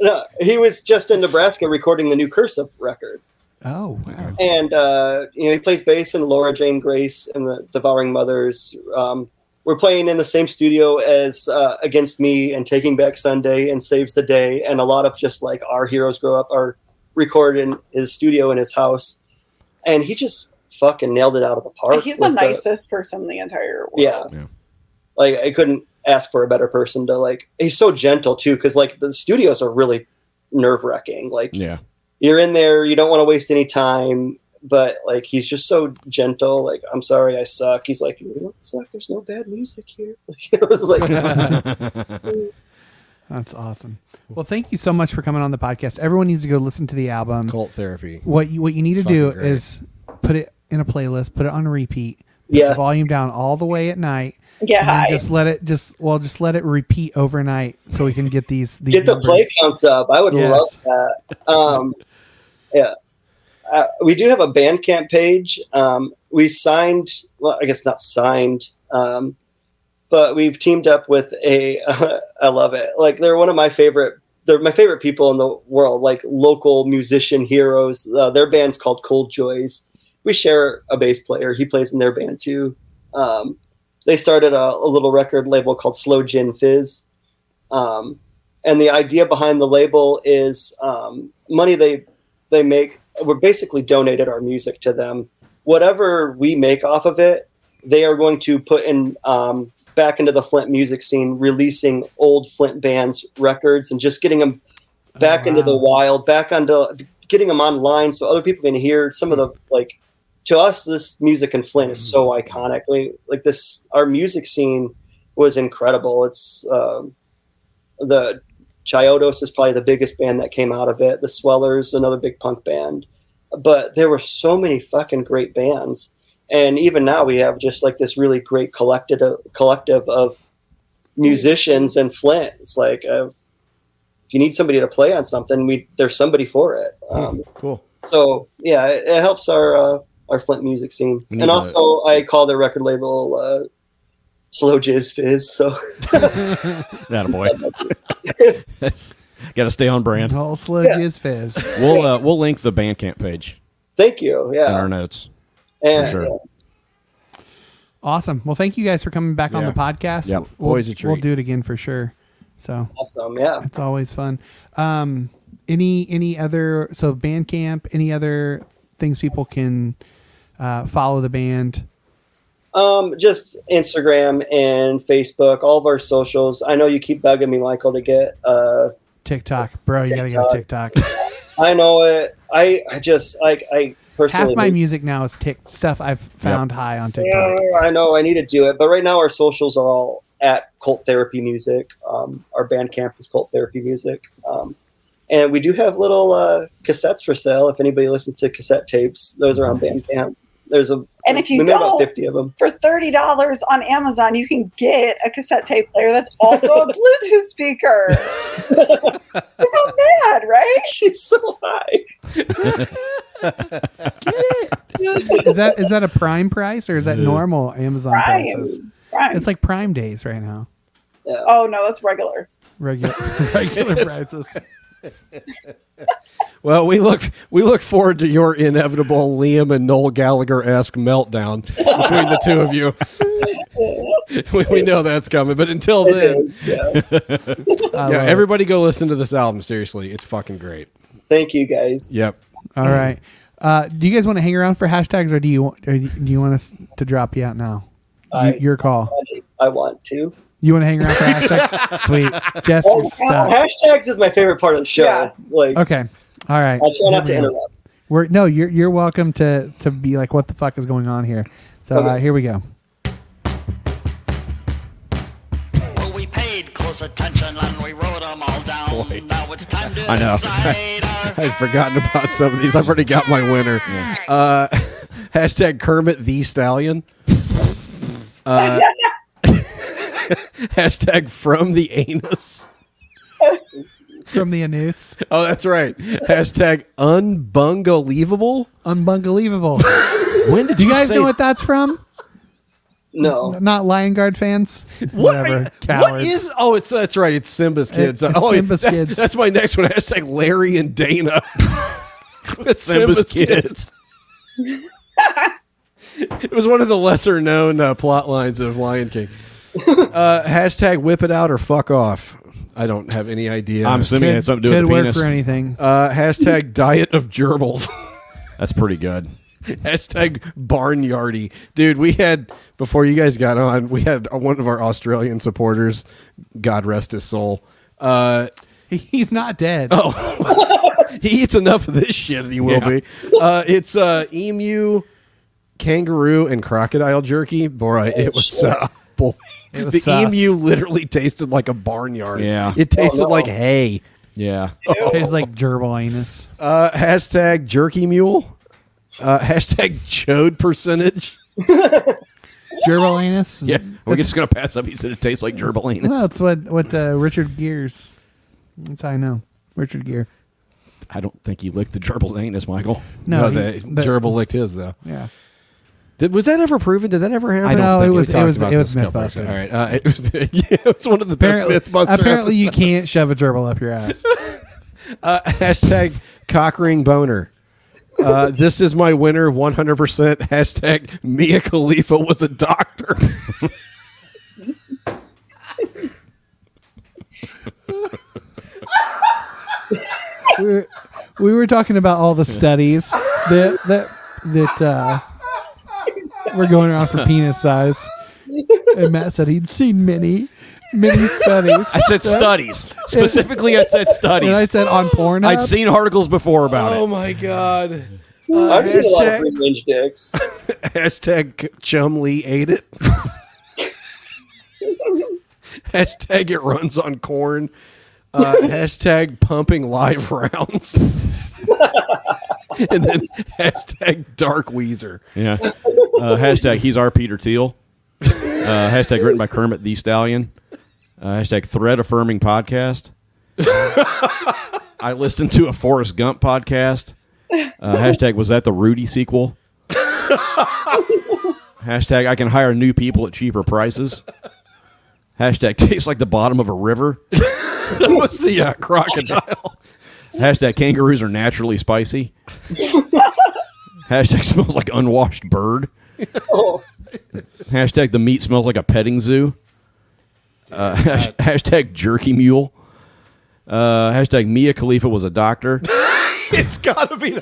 no, he was just in Nebraska recording the new Cursive record,
Oh, wow.
and uh, you know he plays bass in Laura Jane Grace and the Devouring Mothers. Um, we're playing in the same studio as uh, Against Me and Taking Back Sunday and Saves the Day, and a lot of just like our heroes grow up are recorded in his studio in his house, and he just fucking nailed it out of the park.
Like, he's the
with
nicest person in the entire world.
yeah. Like I couldn't ask for a better person to like. He's so gentle too, because like the studios are really nerve wracking. Like
Yeah.
you're in there, you don't want to waste any time, but like he's just so gentle. Like I'm sorry, I suck. He's like, you don't suck. There's no bad music here. [LAUGHS] It was like,
That's awesome. Well, thank you so much for coming on the podcast. Everyone needs to go listen to the album. Cult
Therapy.
What you what you need
It's
to do
fucking great.
is put it in a playlist, put it on repeat, put the
Yes.
volume down all the way at night.
Yeah,
and then
I-
just let it just well, just let it repeat overnight so we can get these these
get the
numbers.
play counts up. I would
Yes.
love that. Um, yeah, uh, we do have a Bandcamp page. Um, we signed, well, I guess not signed, um, but we've teamed up with a. [LAUGHS] I love it. Like they're one of my favorite. They're my favorite people in the world. Like local musician heroes. Uh, their band's called Cold Joys. We share a bass player. He plays in their band too. Um, they started a, a little record label called Slow Gin Fizz. Um, and the idea behind the label is um, money they they make. We're basically donated our music to them. Whatever we make off of it, they are going to put in um, back into the Flint music scene, releasing old Flint bands records and just getting them back into the wild, back onto getting them online so other people can hear some of the like. To us, this music in Flint is so iconic. We, like this, our music scene was incredible. It's um, the Chiodos is probably the biggest band that came out of it. The Swellers, another big punk band. But there were so many fucking great bands. And even now we have just like this really great collective collective of musicians in Flint. It's like uh, if you need somebody to play on something, we there's somebody for it.
Hmm.
Um,
cool.
So yeah, it, it helps our uh, our Flint music scene.
We need
And
to-
also, I call the record label uh, Slow Jizz Fizz. So [LAUGHS]
That [LAUGHS] boy. That's got to stay on brand.
All sludge is fizz.
We'll uh, we'll link the Bandcamp page
thank you.
in
Yeah.
our notes
And- uh,
for sure.
Awesome. Well, thank you guys for coming back on
Yeah.
the podcast.
Yep.
We'll,
Always a
We'll
treat.
do it again for sure. So
Awesome. Yeah.
it's always fun. Um, any any other so Bandcamp? Any other things people can uh, follow the band?
Um, just Instagram and Facebook, all of our socials. I know you keep bugging me, Michael, to get. Uh,
TikTok, bro, you gotta go TikTok.
I know it. I, I just like I personally.
Half my music now is tick stuff I've found high on TikTok.
Yeah, I know I need to do it, but right now our socials are all at Cult Therapy Music. Um, our Bandcamp is Cult Therapy Music, um, and we do have little uh, cassettes for sale. If anybody listens to cassette tapes, those are on Bandcamp. There's a
And if you
we made about
don't-
fifty of [LAUGHS] them.
For thirty dollars on Amazon, you can get a cassette tape player that's also
[LAUGHS]
a Bluetooth speaker. She's so mad, right?
She's so high.
is that is that a prime price or is that
Yeah.
normal Amazon
Prime.
prices?
Prime.
It's like Prime days right now.
Oh no, that's regular.
Regular [LAUGHS] regular prices.
Well, we look we look forward to your inevitable Liam and Noel Gallagher esque meltdown between the two of you. [LAUGHS] we, we know that's coming, but until
It
then,
is,
yeah,
love it.
everybody go listen to this album. Seriously, it's fucking great.
Thank you guys.
Yep.
All right. Uh, do you guys want to hang around for hashtags, or do you want- or do you want us to drop you out now?
I-
Y- Your call.
I want to.
You want to hang around
[LAUGHS]
for hashtags? Sweet, Jess,
Oh,
you're stuck.
Hashtags is my favorite part of the show. Like,
Okay. All right.
I'll try not to
Here we go.
interrupt.
We're no, you're you're welcome to to be like, what the fuck is going on here? So uh,
Okay.
here we go.
Well, we paid close attention and we wrote 'em all down.
Boy.
Now it's time to
[LAUGHS] I know.
decide.
I'd forgotten about some of these. I've already got my winner. Uh, [LAUGHS] hashtag Kermit the Stallion.
[LAUGHS]
Uh, hashtag from the anus.
From the anus.
Oh, that's right. Hashtag unbungalievable. [LAUGHS]
Unbungalievable.
when did
Do you
you
guys
say-
know what that's from?
No.
N- Not Lion Guard fans.
[LAUGHS] What, are
Whatever.
you- what
Cowards.
is? Oh, it's that's right. It's Simba's kids.
it's
oh,
Simba's
that-
kids.
That's my next one. Hashtag Larry
[LAUGHS]
and Dana. It's
Simba's
Simba's kids. it was one of the lesser known uh, plot lines of Lion King. Uh, hashtag whip it out or fuck off. I don't have any idea.
I'm assuming it had something to do with Could- the could work penis. for
anything.
Uh, hashtag diet of gerbils.
That's pretty good.
Hashtag barnyardy. Dude, we had, before you guys got on, we had one of our Australian supporters, God rest his soul. Uh,
[LAUGHS] He's not dead.
[LAUGHS] Oh, he eats enough of this shit, and he will
Yeah.
be. Uh, it's uh, emu, kangaroo, and crocodile jerky. Boy, it was uh, boy.
It was
the
sus.
emu literally tasted like a barnyard.
Yeah.
it tasted
Oh, no.
like hay.
Yeah.
Tastes like gerbil
[LAUGHS]
anus.
Uh, hashtag jerky mule. Uh, hashtag chode percentage.
Gerbil anus.
Yeah. We're just going to pass up. He said it tastes like gerbil anus.
Well, that's what what uh, Richard Gears. That's how I know Richard Gear.
I don't think he licked the gerbil's anus, Michael.
No,
No,
the, gerbil licked his though.
Yeah.
Did, was that ever proven? Did that ever happen?
I don't No, think it it- was- we it
talked
was-
about
it was
this a couple
Mythbusters.
weeks ago. All right, uh, [LAUGHS] it, was, yeah, it was one of the
Apparently,
best Mythbuster.
apparently you
episodes.
can't shove a gerbil up
[LAUGHS]
your ass.
Uh, hashtag cockring boner. Uh, this is my winner, one hundred percent. Hashtag Mia Khalifa was a doctor.
we, were, we were talking about all the studies that that that uh, were going around for penis size, and Matt said he'd seen many, many studies.
I said studies. Specifically, I said studies.
And I said on Pornhub.
I'd seen articles before about it.
Oh my god!
I've seen a lot of
hashtag-
free range dicks. [LAUGHS]
hashtag Chumley ate it. [LAUGHS] hashtag it runs on corn. Uh, hashtag pumping live rounds. [LAUGHS] and then hashtag dark Weezer. [LAUGHS]
[LAUGHS]
Yeah. Uh, hashtag he's our Peter Thiel. Uh, hashtag written by Kermit the Stallion. Uh, hashtag threat affirming podcast. I listened to a Forrest Gump podcast. Uh, hashtag was that the Rudy sequel? hashtag I can hire new people at cheaper prices. Hashtag tastes like the bottom of a river.
that was the uh, crocodile.
Hashtag kangaroos are naturally spicy. Hashtag smells like unwashed bird.
Oh.
Hashtag the meat smells like a petting zoo. Uh, hash- hashtag jerky mule. Uh, hashtag Mia Khalifa was a doctor.
[LAUGHS] it's got to be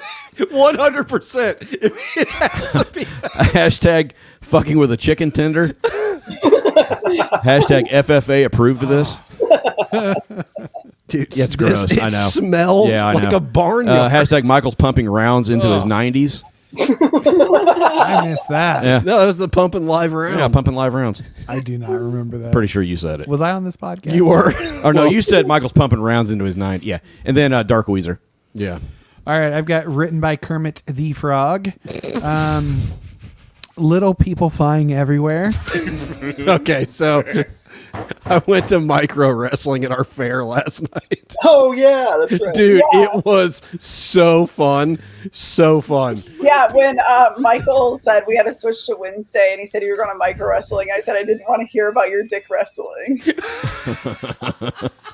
one hundred percent. It has to be.
hashtag fucking with a chicken tender. hashtag FFA approved of this.
Dude,
Yeah, it's
this-
gross.
it
I know.
Smells
Yeah, I
like
know.
a barnyard.
Uh, hashtag Michael's pumping rounds into his
Ugh.
nineties.
I missed that.
Yeah.
No, that was the pumping live round.
Yeah, pumping live rounds.
I do not remember that.
Pretty sure you said it.
Was I on this podcast?
You were. [LAUGHS] or no, you said Michael's pumping rounds into his nine. Yeah, and then uh, Dark Weezer.
Yeah.
All right, I've got written by Kermit the Frog. Um, little people flying everywhere.
okay, so [LAUGHS] I went to micro wrestling at our fair last [LAUGHS] night.
Oh yeah, that's right.
Dude,
yeah.
it was so fun. So fun.
Yeah, when uh, Michael said we had to switch to Wednesday and he said you were going to micro wrestling, I said I didn't want to hear about your dick wrestling.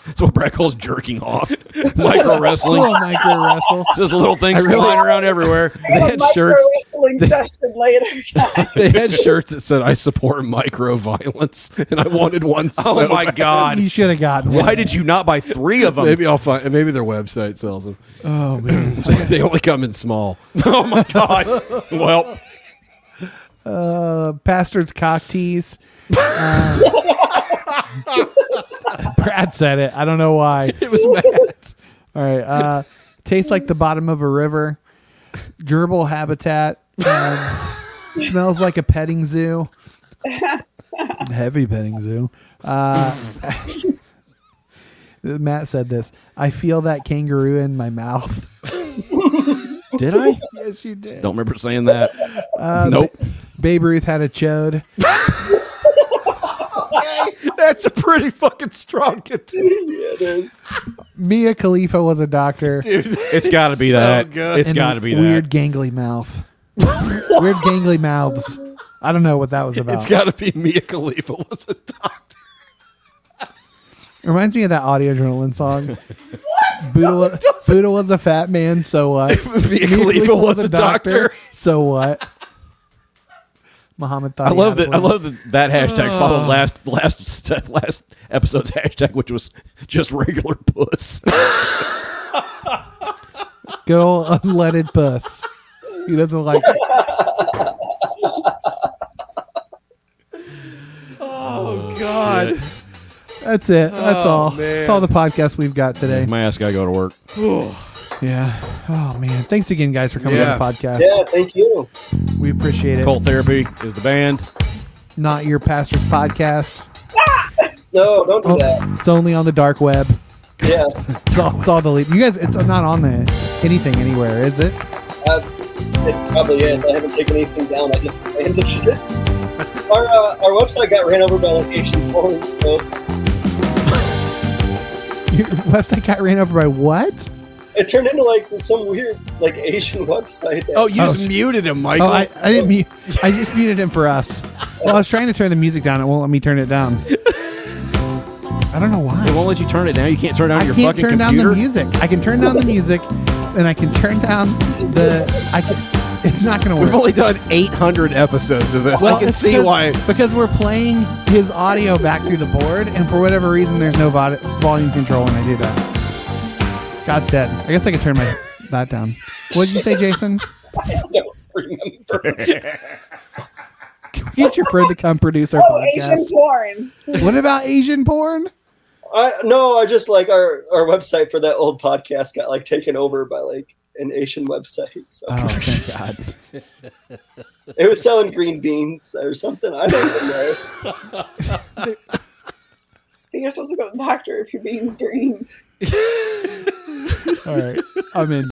That's what Brad calls jerking
[LAUGHS]
off. micro wrestling.
Little micro wrestle.
Just little things
I really-
flying around everywhere.
I had a
had
micro
shirts.
wrestling session later. [LAUGHS] guys.
They had shirts that said I support micro violence and I wanted one
Oh
so
my
bad.
God.
You should have gotten one.
Why did you not buy three of them?
Maybe I'll find maybe their website sells them.
[LAUGHS]
Oh man.
they only come in small.
oh my God. Well,
Uh, bastards cock
[LAUGHS]
tease. Uh, Brad said it. I don't know why. It
was Matt.
All right. Uh, tastes like the bottom of a river. Gerbil habitat. Um, smells like a petting zoo. [LAUGHS] Heavy petting zoo. Uh, [LAUGHS] Matt said this. I feel that kangaroo in my mouth.
Did I?
yes, you did.
Don't remember saying that.
Uh,
nope.
Ba- Babe Ruth had a chode.
[LAUGHS] That's a pretty fucking strong contender.
Mia Khalifa was a doctor.
It's got to be
So
that.
good.
It's
And
got to be
weird
that.
gangly mouth. weird gangly mouths. I don't know what that was about.
It's got to be Mia Khalifa was a doctor.
Reminds me of that audio adrenaline song. what? Buddha, wa- Buddha was a fat man, so what? Mia
Khalifa was a doctor.
so what? Muhammad thought.
I
he
love
had
that.
one.
I love that, that hashtag
Oh.
Ugh.
followed last last last episode's hashtag, which was just regular puss.
Good old unleaded puss. He doesn't like it.
Oh God.
That's it. That's
Oh,
all.
man.
That's all the podcast we've got today.
My ass got to go to work.
Yeah. Oh man. Thanks again, guys, for coming
Yeah.
on the podcast.
Yeah, thank you.
We appreciate it.
Cold therapy is the band.
Not your pastor's podcast.
No, don't do
Oh,
that.
It's only on the dark web.
Yeah,
It's all, it's all deleted. You guys, it's not on the anything anywhere, is it? [LAUGHS]
uh, it probably is. I haven't taken anything down. I just ran this shit. Our uh, our website got ran over by like Asian forums, so
Your website got ran over by what?
it turned into like some weird like Asian website. that-
Oh, you
Oh, sh-
just muted him,
Oh,
Michael.
I, I
[LAUGHS]
didn't mute. I just muted him for us. Well, I was trying to turn the music down. It won't let me turn it down. I don't know why.
They won't let you turn it down. You can't turn down
I
your
can't
fucking
turn down
computer.
the music. I can turn down the music, and I can turn down the. I can. It's not gonna work.
We've only done 800 episodes of this.
Well,
I can
it's
see
because,
why.
because we're playing his audio back through the board, and for whatever reason, there's no vod- volume control when I do that. God's dead. I guess I could turn my [LAUGHS] that down. What did you say, Jason?
I don't remember.
Can we [LAUGHS] get your friend to come produce our
oh, Asian
podcast?
porn.
What about Asian porn?
I no, I just like our our website for that old podcast got like taken over by like an Asian website. So
Oh, thank God.
[LAUGHS] it was selling green beans or something. I don't even know.
I think you're supposed to go to the doctor if you're being green.
All right. I'm in.